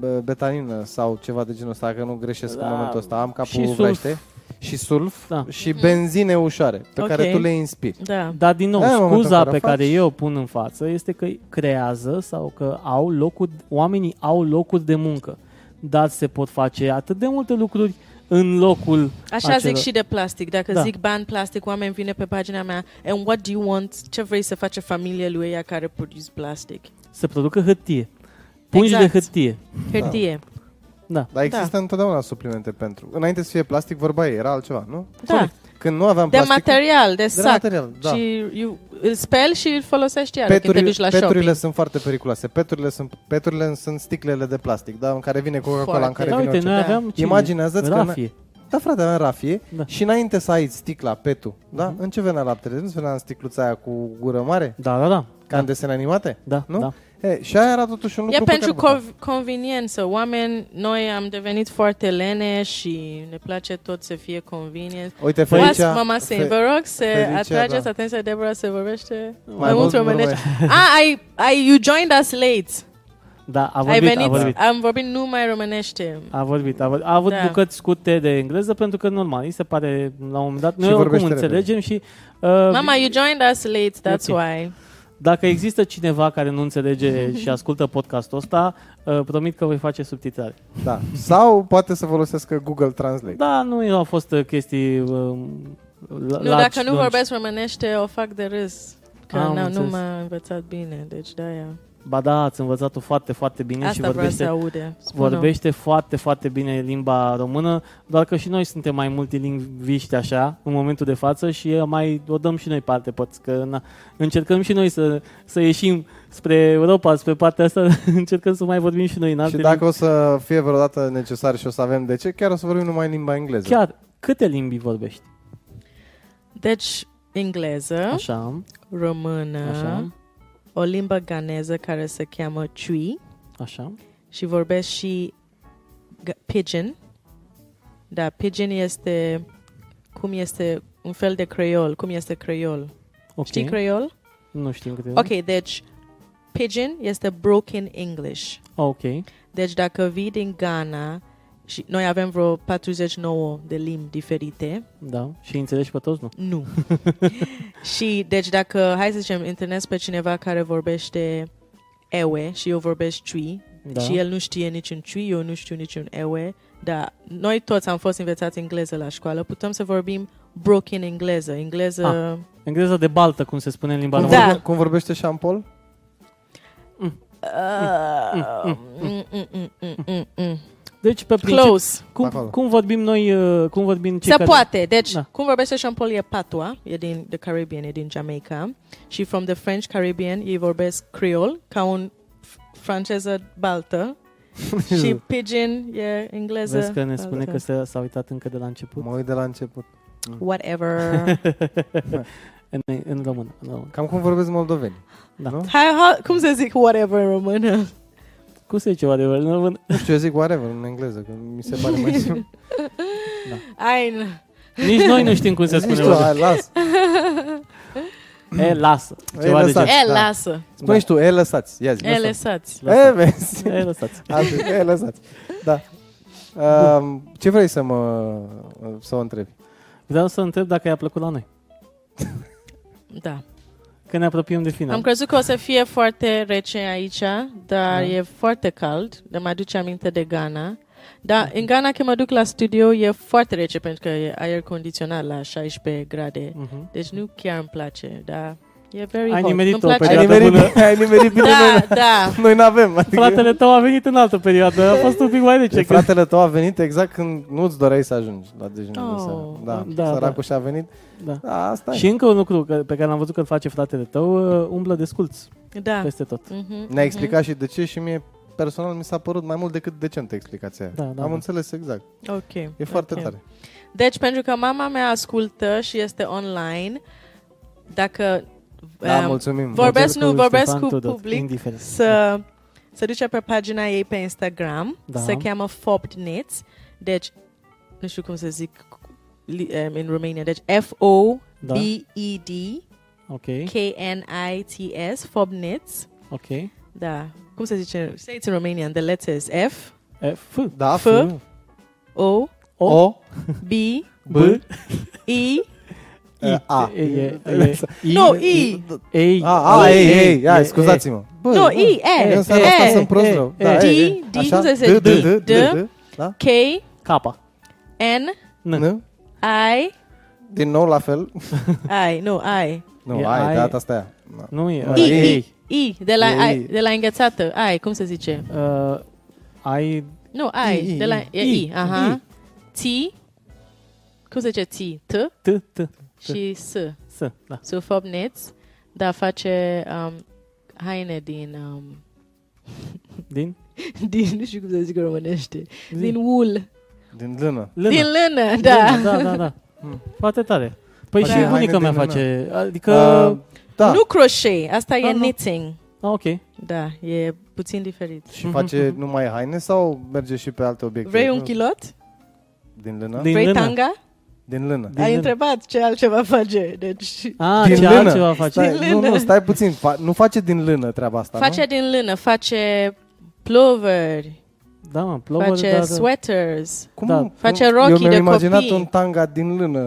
[SPEAKER 2] e, betanină sau ceva de genul ăsta, că nu greșesc
[SPEAKER 3] Da.
[SPEAKER 2] în momentul ăsta. Am capul
[SPEAKER 3] Și sulf.
[SPEAKER 2] vrește. Și sulf
[SPEAKER 3] Da.
[SPEAKER 2] și benzine ușoare pe
[SPEAKER 4] Ok.
[SPEAKER 2] care tu le inspiri.
[SPEAKER 4] Da.
[SPEAKER 3] Dar din nou,
[SPEAKER 2] Da, în momentul
[SPEAKER 3] scuza
[SPEAKER 2] în care
[SPEAKER 3] pe
[SPEAKER 2] o faci.
[SPEAKER 3] care eu o pun în față este că creează sau că au locuri, oamenii au locuri de muncă, dar se pot face atât de multe lucruri în locul
[SPEAKER 4] Așa
[SPEAKER 3] acelor.
[SPEAKER 4] zic și de plastic. Dacă
[SPEAKER 3] Da.
[SPEAKER 4] da. zic ban plastic, oameni vine pe pagina mea. And what do you want? Ce vrei să face familie lui ea care produce plastic?
[SPEAKER 2] Da.
[SPEAKER 3] Să producă hârtie. Pungi
[SPEAKER 4] Exact.
[SPEAKER 3] de hârtie.
[SPEAKER 4] Hârtie.
[SPEAKER 3] Da.
[SPEAKER 2] Dar există da. întotdeauna suplimente pentru. Înainte să fie plastic, vorba ei, era altceva, nu?
[SPEAKER 4] Da. da.
[SPEAKER 2] Când nu aveam
[SPEAKER 4] De
[SPEAKER 2] plastic,
[SPEAKER 4] material, de
[SPEAKER 2] de
[SPEAKER 4] sac.
[SPEAKER 2] material, da.
[SPEAKER 4] Și you, îl speli și îl folosești iară când te
[SPEAKER 2] Peturile,
[SPEAKER 4] duci la
[SPEAKER 2] peturile
[SPEAKER 4] shopping.
[SPEAKER 2] sunt foarte periculoase. Peturile sunt, peturile sunt sticlele de plastic, da? în care vine Coca-Cola, în
[SPEAKER 4] Foarte.
[SPEAKER 2] care
[SPEAKER 3] Da,
[SPEAKER 2] vine
[SPEAKER 3] uite,
[SPEAKER 2] orice.
[SPEAKER 3] noi
[SPEAKER 4] Da.
[SPEAKER 3] aveam ce-
[SPEAKER 2] Imaginează-ți că n-
[SPEAKER 3] rafie.
[SPEAKER 2] Da, frate, avea rafie
[SPEAKER 3] Da. Mhm.
[SPEAKER 2] da. și înainte să ai sticla, petul, da? În ce venea laptele? Nu venea în sticluța aia cu gură mare?
[SPEAKER 3] Da, da, da.
[SPEAKER 2] Ca în desene animate?
[SPEAKER 3] Da,
[SPEAKER 2] nu?
[SPEAKER 3] da.
[SPEAKER 2] E, și aia era totuși un lucru
[SPEAKER 4] E
[SPEAKER 2] pe
[SPEAKER 4] pentru
[SPEAKER 2] care îl
[SPEAKER 4] cov- conveniență. Oameni, noi am devenit foarte lene și ne place tot să fie convenient.
[SPEAKER 2] făceam. Uite,
[SPEAKER 4] Las
[SPEAKER 2] Felicia,
[SPEAKER 4] mama să vă rog să
[SPEAKER 2] Felicia,
[SPEAKER 4] atrageți
[SPEAKER 2] da.
[SPEAKER 4] atenția Deborah să vorbește
[SPEAKER 2] mult
[SPEAKER 4] mai, mult românește. Ah, I, I, you joined us late.
[SPEAKER 3] Da, a
[SPEAKER 4] Ai
[SPEAKER 3] vorbit, a
[SPEAKER 4] venit,
[SPEAKER 3] vorbit.
[SPEAKER 4] am vorbit numai românește.
[SPEAKER 3] A vorbit, a, vorbit. a avut da.
[SPEAKER 4] Da.
[SPEAKER 3] bucăți scute de engleză pentru că normal, îi se pare la un moment dat, noi oricum
[SPEAKER 2] vorbește repede.
[SPEAKER 3] înțelegem și uh,
[SPEAKER 4] Mama, you joined us late, that's
[SPEAKER 3] Ok.
[SPEAKER 4] why.
[SPEAKER 3] dacă există cineva care nu înțelege și ascultă podcastul ăsta, uh, promit că voi face subtitrare.
[SPEAKER 2] Da. Sau poate să folosească Google Translate.
[SPEAKER 3] Da, nu au fost uh, chestii uh,
[SPEAKER 4] Nu, dacă nu vorbesc românește, o fac de râs. Că
[SPEAKER 3] Am
[SPEAKER 4] n- nu
[SPEAKER 3] înțeles.
[SPEAKER 4] m-a învățat bine, deci de-aia.
[SPEAKER 3] Ba da, ați învățat-o foarte, foarte bine și
[SPEAKER 4] Asta vreau
[SPEAKER 3] vorbește
[SPEAKER 4] să aude. Spune-o.
[SPEAKER 3] Vorbește foarte, foarte bine limba română, doar că și noi suntem mai multilingviști așa, în momentul de față și eh, mai o dăm și noi parte, poți că na, încercăm și noi să, să ieșim spre Europa, spre partea asta, încercăm să mai vorbim și noi în alte
[SPEAKER 2] Și dacă
[SPEAKER 3] limbi.
[SPEAKER 2] o să fie vreodată necesar și o să avem de ce, chiar o să vorbim numai în limba engleză.
[SPEAKER 3] Chiar, câte limbi vorbești?
[SPEAKER 4] Deci, engleză,
[SPEAKER 3] Așa,
[SPEAKER 4] română,
[SPEAKER 3] așa,
[SPEAKER 4] o limbă ganeză care se cheamă Chui
[SPEAKER 3] așa.
[SPEAKER 4] și vorbesc și g- pidgin. Da, pidgin este cum este un fel de creol, cum este creol.
[SPEAKER 3] Ok,
[SPEAKER 4] Știi creol?
[SPEAKER 3] nu știm câte limbi.
[SPEAKER 4] Ok, deci pidgin este broken English.
[SPEAKER 3] Ok,
[SPEAKER 4] Deci dacă vii din Ghana și noi avem vreo 49 de limbi diferite,
[SPEAKER 3] da, și înțelegi pe toți, nu?
[SPEAKER 4] nu. și deci dacă, hai să zicem, întâlnesc pe cineva care vorbește ewe și eu vorbesc chui
[SPEAKER 3] Da.
[SPEAKER 4] și el nu știe niciun chui, eu nu știu niciun ewe, dar noi toți am fost învățați engleză la școală, putem să vorbim broken engleză, engleză...
[SPEAKER 3] Ah. Engleza de baltă, cum se spune în limba
[SPEAKER 2] Cum,
[SPEAKER 4] Da.
[SPEAKER 3] română.
[SPEAKER 2] vorbe, cum vorbește Șampol?
[SPEAKER 4] Uh, mm, mm, mm, mm, mm, mm.
[SPEAKER 3] Deci, pe principiu,
[SPEAKER 4] Close.
[SPEAKER 2] Acolo.
[SPEAKER 3] cum, cum vorbim noi, uh, cum vorbim cei
[SPEAKER 4] Se
[SPEAKER 3] care...
[SPEAKER 4] poate. Deci,
[SPEAKER 3] Da.
[SPEAKER 4] cum vorbește Sean Paul e patua, e din the Caribbean, e din Jamaica. Și from the French Caribbean, ei vorbesc creol, ca un f- franceză baltă. și pidgin e engleză.
[SPEAKER 3] Vezi că ne spune
[SPEAKER 4] baltă.
[SPEAKER 3] că se- s-a uitat încă de la început.
[SPEAKER 2] Mă uit de la început.
[SPEAKER 4] Whatever.
[SPEAKER 3] în, în română. În română.
[SPEAKER 2] Cam cum vorbesc moldoveni.
[SPEAKER 3] Da.
[SPEAKER 2] Nu?
[SPEAKER 4] Hai, ha, cum se zic whatever în română?
[SPEAKER 3] Cum se zice adevăr în română?
[SPEAKER 2] Nu știu, eu zic whatever în engleză, că mi se pare mai simplu.
[SPEAKER 4] Ein.
[SPEAKER 3] Nici noi nu știm cum se
[SPEAKER 2] Nici
[SPEAKER 3] spune. Da.
[SPEAKER 2] tu,
[SPEAKER 3] adevărul.
[SPEAKER 2] hai, las.
[SPEAKER 3] E, lasă.
[SPEAKER 2] Ei,
[SPEAKER 3] Ceva de
[SPEAKER 2] lăsați.
[SPEAKER 3] genul.
[SPEAKER 4] E,
[SPEAKER 2] Da.
[SPEAKER 4] lasă.
[SPEAKER 2] Spune și tu, e lăsați. Ia zi.
[SPEAKER 4] E,
[SPEAKER 2] lăsați.
[SPEAKER 4] lăsați.
[SPEAKER 2] E, vezi.
[SPEAKER 3] E, lăsați.
[SPEAKER 2] Altfel, e, lăsați. Da. Um, ce vrei să mă să o întrebi?
[SPEAKER 3] Vreau să întreb dacă i-a plăcut la noi.
[SPEAKER 4] Da.
[SPEAKER 3] Că ne apropiem de final.
[SPEAKER 4] Am crezut că o să fie foarte rece aici,
[SPEAKER 2] Da.
[SPEAKER 4] dar e foarte cald. Dar mă aduce aminte de Ghana. Dar în Ghana când mă duc la studio e foarte rece pentru că e aer condiționat la 16 grade.
[SPEAKER 3] Mhm.
[SPEAKER 4] Deci nu chiar îmi place, dar e very
[SPEAKER 3] Ai
[SPEAKER 4] hot.
[SPEAKER 3] nimerit-o
[SPEAKER 4] Îmi place.
[SPEAKER 3] pe
[SPEAKER 2] Ai
[SPEAKER 3] Perioada
[SPEAKER 2] nimerit,
[SPEAKER 3] Păi bună.
[SPEAKER 2] ai nimerit bine,
[SPEAKER 4] Da,
[SPEAKER 2] noi,
[SPEAKER 4] da.
[SPEAKER 2] noi n-avem. Adică,
[SPEAKER 3] Fratele tău a venit în altă perioadă. A fost un pic mai rece.
[SPEAKER 2] deci
[SPEAKER 3] că-
[SPEAKER 2] fratele tău a venit exact când nu-ți doreai să ajungi la dejunul de
[SPEAKER 4] Oh.
[SPEAKER 2] seară. Da,
[SPEAKER 3] Da,
[SPEAKER 2] da săracul și-a venit.
[SPEAKER 3] Da.
[SPEAKER 2] Da, asta
[SPEAKER 3] Și
[SPEAKER 2] e.
[SPEAKER 3] încă un lucru că- pe care l-am văzut că îl face fratele tău, uh, umblă de sculți
[SPEAKER 4] Da.
[SPEAKER 3] peste tot.
[SPEAKER 4] Mhm,
[SPEAKER 2] Ne-a
[SPEAKER 4] mhm.
[SPEAKER 2] explicat și de ce și mie personal mi s-a părut mai mult decât decentă explicația aia.
[SPEAKER 3] Da, da,
[SPEAKER 2] Am
[SPEAKER 3] da.
[SPEAKER 2] înțeles exact.
[SPEAKER 4] Ok.
[SPEAKER 2] E foarte
[SPEAKER 4] ok.
[SPEAKER 2] tare.
[SPEAKER 4] Deci pentru că mama mea ascultă și este online, dacă
[SPEAKER 2] Da,
[SPEAKER 4] um,
[SPEAKER 2] mulțumim.
[SPEAKER 4] vorbesc, nu,
[SPEAKER 3] Modelul
[SPEAKER 4] vorbesc
[SPEAKER 3] Ștefan
[SPEAKER 4] cu
[SPEAKER 3] Tudor,
[SPEAKER 4] public,
[SPEAKER 3] indiferent.
[SPEAKER 4] să se duce pe pagina ei pe Instagram,
[SPEAKER 3] Da.
[SPEAKER 4] da. se cheamă Fopped Knits, deci nu știu cum să zic li- em, în România, deci
[SPEAKER 3] Da.
[SPEAKER 4] E F-O-B-E-D-K-N-I-T-S,
[SPEAKER 3] Ok,
[SPEAKER 4] Fopped Knits,
[SPEAKER 3] ok.
[SPEAKER 4] da, cum se zice, say it's in Romanian, the letters
[SPEAKER 3] E, F,
[SPEAKER 2] Da,
[SPEAKER 4] F,
[SPEAKER 2] fiu.
[SPEAKER 4] F-O-B-E
[SPEAKER 2] O,
[SPEAKER 3] B, I,
[SPEAKER 2] A.
[SPEAKER 3] E, e, e, I,
[SPEAKER 4] E, No, I.
[SPEAKER 3] E,
[SPEAKER 2] A, a,
[SPEAKER 3] E,
[SPEAKER 2] ei, ei,
[SPEAKER 3] E,
[SPEAKER 2] hai,
[SPEAKER 3] E.
[SPEAKER 2] scuzați-mă. Bă,
[SPEAKER 4] No,
[SPEAKER 2] bă,
[SPEAKER 4] I, E,
[SPEAKER 2] eu în seara asta
[SPEAKER 4] E,
[SPEAKER 2] sunt prost
[SPEAKER 3] E,
[SPEAKER 2] rău.
[SPEAKER 3] E.
[SPEAKER 2] Da,
[SPEAKER 4] D,
[SPEAKER 2] e, e.
[SPEAKER 4] D,
[SPEAKER 2] Așa?
[SPEAKER 4] cum se zice?
[SPEAKER 2] D, D, D,
[SPEAKER 4] D,
[SPEAKER 2] D, D. Da?
[SPEAKER 4] K
[SPEAKER 3] Capa.
[SPEAKER 4] N
[SPEAKER 3] Nu.
[SPEAKER 2] Nu?
[SPEAKER 4] I
[SPEAKER 2] Din nou la fel.
[SPEAKER 4] I nu I
[SPEAKER 2] Nu,
[SPEAKER 3] E
[SPEAKER 2] ai,
[SPEAKER 3] ai-
[SPEAKER 2] da, asta e. Da.
[SPEAKER 3] Nu e.
[SPEAKER 2] I-
[SPEAKER 3] Ei,
[SPEAKER 2] I-
[SPEAKER 3] ei.
[SPEAKER 4] I de la
[SPEAKER 2] E I.
[SPEAKER 4] I de la înghețată I cum se zice
[SPEAKER 3] Uh, ai
[SPEAKER 4] nu
[SPEAKER 2] I,
[SPEAKER 4] I
[SPEAKER 2] I,
[SPEAKER 4] de la
[SPEAKER 2] I.
[SPEAKER 4] e I aha T cum se zice T T
[SPEAKER 3] t, t,
[SPEAKER 4] și S
[SPEAKER 3] s, da.
[SPEAKER 4] Sulfobneț dar Da, face um, haine din um,
[SPEAKER 3] Din?
[SPEAKER 4] din nu știu cum să zic în românește din wool
[SPEAKER 2] Din lână.
[SPEAKER 3] Lână.
[SPEAKER 4] din lână da
[SPEAKER 3] Da, da, da.
[SPEAKER 2] Mm.
[SPEAKER 3] Foarte tare. Păi
[SPEAKER 2] Face
[SPEAKER 3] și
[SPEAKER 2] haine
[SPEAKER 3] bunica
[SPEAKER 2] din
[SPEAKER 3] mea
[SPEAKER 2] lână.
[SPEAKER 3] face, adică,
[SPEAKER 2] Uh, da,
[SPEAKER 4] nu crochet asta e
[SPEAKER 3] Da, da.
[SPEAKER 4] knitting
[SPEAKER 3] ah, ok.
[SPEAKER 4] da e puțin diferit
[SPEAKER 2] și
[SPEAKER 3] Mhm,
[SPEAKER 2] face numai haine sau merge și pe alte obiecte?
[SPEAKER 4] Vrei un kilot?
[SPEAKER 2] Din lână?
[SPEAKER 3] da. Din
[SPEAKER 4] Vrei
[SPEAKER 3] lână.
[SPEAKER 4] Păi tanga?
[SPEAKER 2] Din lână.
[SPEAKER 3] Din
[SPEAKER 4] Ai
[SPEAKER 3] lână.
[SPEAKER 4] întrebat ce altceva face. Deci,
[SPEAKER 3] Ah,
[SPEAKER 2] Din
[SPEAKER 3] ce
[SPEAKER 2] lână.
[SPEAKER 3] altceva face?
[SPEAKER 2] Stai,
[SPEAKER 4] Din
[SPEAKER 2] nu,
[SPEAKER 4] lână.
[SPEAKER 2] nu, stai puțin. Fa- nu face din lână treaba asta,
[SPEAKER 4] face din lână, face ploveri,
[SPEAKER 3] Da, mă, plouă,
[SPEAKER 4] face
[SPEAKER 3] da, da.
[SPEAKER 4] sweaters.
[SPEAKER 2] nu? Cum?
[SPEAKER 3] Da.
[SPEAKER 4] Face
[SPEAKER 2] Eu-
[SPEAKER 4] rochii
[SPEAKER 2] Eu mi-am
[SPEAKER 4] de
[SPEAKER 2] imaginat
[SPEAKER 4] copii.
[SPEAKER 2] un tanga din lână.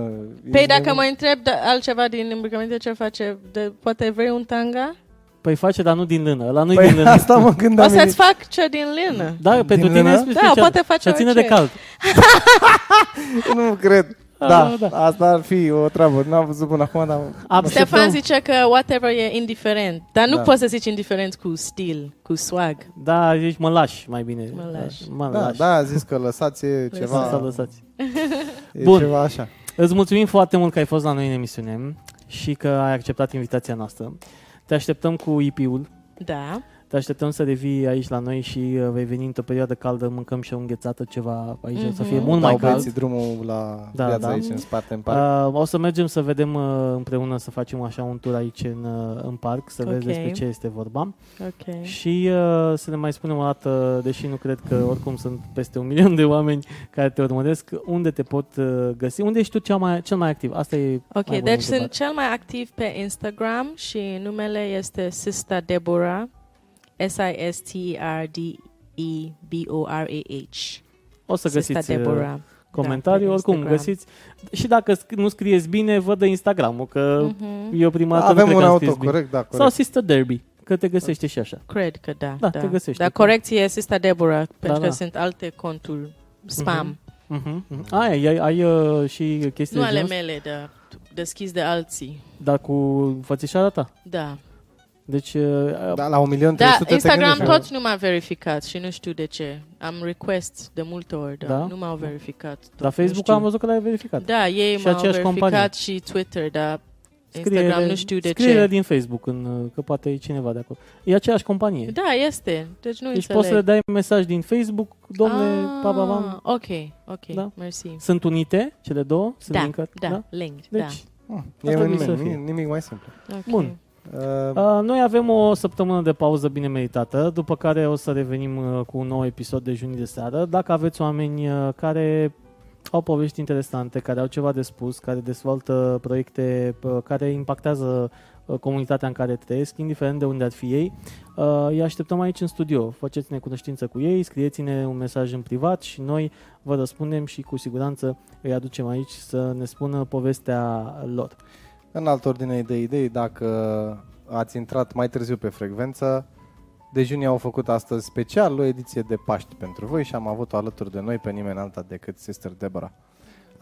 [SPEAKER 4] Păi
[SPEAKER 2] Ești
[SPEAKER 4] dacă mă
[SPEAKER 2] nebun.
[SPEAKER 4] întreb da, altceva din îmbrăcăminte ce face, de, poate vrei un tanga?
[SPEAKER 3] Păi face, dar nu din lână. Ăla nu-i din
[SPEAKER 2] Păi
[SPEAKER 3] lână.
[SPEAKER 2] asta mă
[SPEAKER 4] O
[SPEAKER 2] gândeam.
[SPEAKER 4] să-ți fac ce din lână.
[SPEAKER 3] Da, pentru
[SPEAKER 2] lână?
[SPEAKER 3] tine e special.
[SPEAKER 4] Da, poate face
[SPEAKER 3] Să ține
[SPEAKER 4] orice.
[SPEAKER 3] de cald.
[SPEAKER 2] Nu cred.
[SPEAKER 3] Da,
[SPEAKER 2] Da,
[SPEAKER 3] da.
[SPEAKER 2] asta ar fi o treabă. N-am văzut până acum, dar...
[SPEAKER 3] Acceptăm.
[SPEAKER 4] Stefan zice că whatever e indiferent, dar nu
[SPEAKER 2] Da.
[SPEAKER 4] poți să zici indiferent cu stil, cu swag.
[SPEAKER 3] Da, zici mă lași mai bine.
[SPEAKER 4] Mă lași.
[SPEAKER 3] Da, mă
[SPEAKER 2] Da,
[SPEAKER 3] lași.
[SPEAKER 2] da, a zis că lăsați e
[SPEAKER 3] Să- să
[SPEAKER 2] ceva,
[SPEAKER 3] lăsați.
[SPEAKER 2] e
[SPEAKER 3] Bun.
[SPEAKER 2] ceva așa.
[SPEAKER 3] Îți mulțumim foarte mult că ai fost la noi în emisiune și că ai acceptat invitația noastră. Te așteptăm cu IP-ul.
[SPEAKER 4] Da,
[SPEAKER 3] Te așteptăm să revii aici la noi și uh, vei veni într-o perioadă caldă, mâncăm și o înghețată ceva aici, mm-hmm. să fie
[SPEAKER 4] Mhm.
[SPEAKER 3] mult
[SPEAKER 2] Dau
[SPEAKER 3] mai
[SPEAKER 2] băieții
[SPEAKER 3] cald.
[SPEAKER 2] drumul la
[SPEAKER 3] Da,
[SPEAKER 2] viața
[SPEAKER 3] da.
[SPEAKER 2] aici, în spate, în
[SPEAKER 3] Uh,
[SPEAKER 2] parc.
[SPEAKER 3] o să mergem să vedem uh, împreună, să facem așa un tur aici în, uh, în parc, să okay.
[SPEAKER 4] Ok.
[SPEAKER 3] vezi despre ce este vorba.
[SPEAKER 4] ok.
[SPEAKER 3] Și uh, să ne mai spunem o dată, deși nu cred că oricum sunt peste un milion de oameni care te urmăresc, unde te pot uh, găsi? Unde ești tu cea mai, cel mai activ? Asta e mai
[SPEAKER 4] Ok,
[SPEAKER 3] bună
[SPEAKER 4] deci
[SPEAKER 3] întrebare.
[SPEAKER 4] sunt cel mai activ pe Instagram și numele este Sista Deborah, S-I-S-T-R-D-E-B-O-R-A-H.
[SPEAKER 3] O să
[SPEAKER 4] Sista
[SPEAKER 3] găsiți uh,
[SPEAKER 4] Deborah. Da,
[SPEAKER 3] comentarii,
[SPEAKER 4] pe
[SPEAKER 3] oricum
[SPEAKER 4] Instagram.
[SPEAKER 3] găsiți. Și dacă sc- nu scrieți bine, vă dă Instagram-ul, că
[SPEAKER 4] Mhm.
[SPEAKER 3] eu prima dată nu
[SPEAKER 2] Avem
[SPEAKER 3] cred
[SPEAKER 2] un
[SPEAKER 3] că am scris
[SPEAKER 2] auto,
[SPEAKER 3] bine.
[SPEAKER 2] corect, da,
[SPEAKER 3] Sau
[SPEAKER 2] corect.
[SPEAKER 3] Sister Derby, că te găsește și așa.
[SPEAKER 4] Cred că da.
[SPEAKER 3] Da, te găsești.
[SPEAKER 4] Dar corecție e Sista Deborah, pentru
[SPEAKER 3] da.
[SPEAKER 4] că sunt alte conturi spam.
[SPEAKER 3] Mhm, mhm. Ai, ai, ai uh, și chestii
[SPEAKER 4] Nu
[SPEAKER 3] de
[SPEAKER 4] ale
[SPEAKER 3] genul
[SPEAKER 4] mele, dar deschis de alții.
[SPEAKER 3] ăsta? Dar cu fățișarea ta.
[SPEAKER 4] Da.
[SPEAKER 3] Deci, uh,
[SPEAKER 2] Da, la 1.300.000
[SPEAKER 4] Da, Instagram
[SPEAKER 2] gândești,
[SPEAKER 4] tot nu m-a verificat și nu știu de ce. Am request de multe ori, dar
[SPEAKER 3] Da?
[SPEAKER 4] nu m-au verificat. tot,
[SPEAKER 3] la
[SPEAKER 4] nu
[SPEAKER 3] Facebook
[SPEAKER 2] Deci
[SPEAKER 4] știu.
[SPEAKER 3] am văzut că l-ai verificat.
[SPEAKER 4] Da, ei
[SPEAKER 3] Și
[SPEAKER 4] m-au
[SPEAKER 3] aceeași
[SPEAKER 4] verificat
[SPEAKER 3] companie.
[SPEAKER 4] și Twitter, dar Instagram nu știu de
[SPEAKER 3] scriere
[SPEAKER 4] ce.
[SPEAKER 3] din Facebook, în, uh, că poate e cineva de acolo. E aceeași companie. Deci
[SPEAKER 4] Da, este. Deci nu înțeleg.
[SPEAKER 3] poți să le dai mesaj din Facebook, domne,
[SPEAKER 4] Ah,
[SPEAKER 3] pa, pa, pa.
[SPEAKER 4] Ok, ok,
[SPEAKER 3] Da.
[SPEAKER 4] mersi.
[SPEAKER 3] Sunt unite, cele două, sunt
[SPEAKER 4] Da,
[SPEAKER 3] linkate.
[SPEAKER 4] da, linked,
[SPEAKER 3] Deci,
[SPEAKER 2] E
[SPEAKER 3] Asta
[SPEAKER 2] un
[SPEAKER 3] mi se
[SPEAKER 2] nimic,
[SPEAKER 3] fie.
[SPEAKER 2] nimic mai simplu.
[SPEAKER 4] da. ok.
[SPEAKER 3] bun.
[SPEAKER 2] Uh,
[SPEAKER 3] Uh, Noi avem o săptămână de pauză bine meritată, după care o să revenim uh, cu un nou episod de juni de seară. Dacă aveți oameni uh, care au povești interesante, care au ceva de spus, care dezvoltă proiecte uh, care impactează uh, comunitatea în care trăiesc, indiferent de unde ar fi ei, uh, îi așteptăm aici în studio. Faceți-ne cunoștință cu ei, scrieți-ne un mesaj în privat și noi vă răspundem și cu siguranță îi aducem aici să ne spună povestea lor.
[SPEAKER 2] În altă ordine de idei, dacă ați intrat mai târziu pe frecvență, Dejunii au făcut astăzi special o ediție de Paști pentru voi și am avut-o alături de noi pe nimeni alta decât Sister Deborah.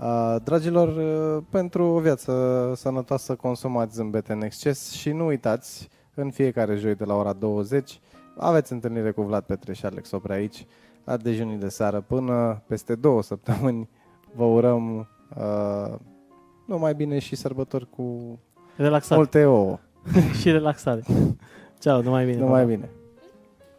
[SPEAKER 2] Uh, Dragilor, uh, pentru o viață sănătoasă consumați zâmbete în exces și nu uitați, în fiecare joi de la ora 20 aveți întâlnire cu Vlad Petre și Alex Oprea aici la dejunii de seară până peste două săptămâni. Vă urăm uh, numai bine și sărbători cu
[SPEAKER 3] Relaxat
[SPEAKER 2] Multe ouă.
[SPEAKER 3] și relaxare. Ceau, numai bine.
[SPEAKER 2] Numai bine.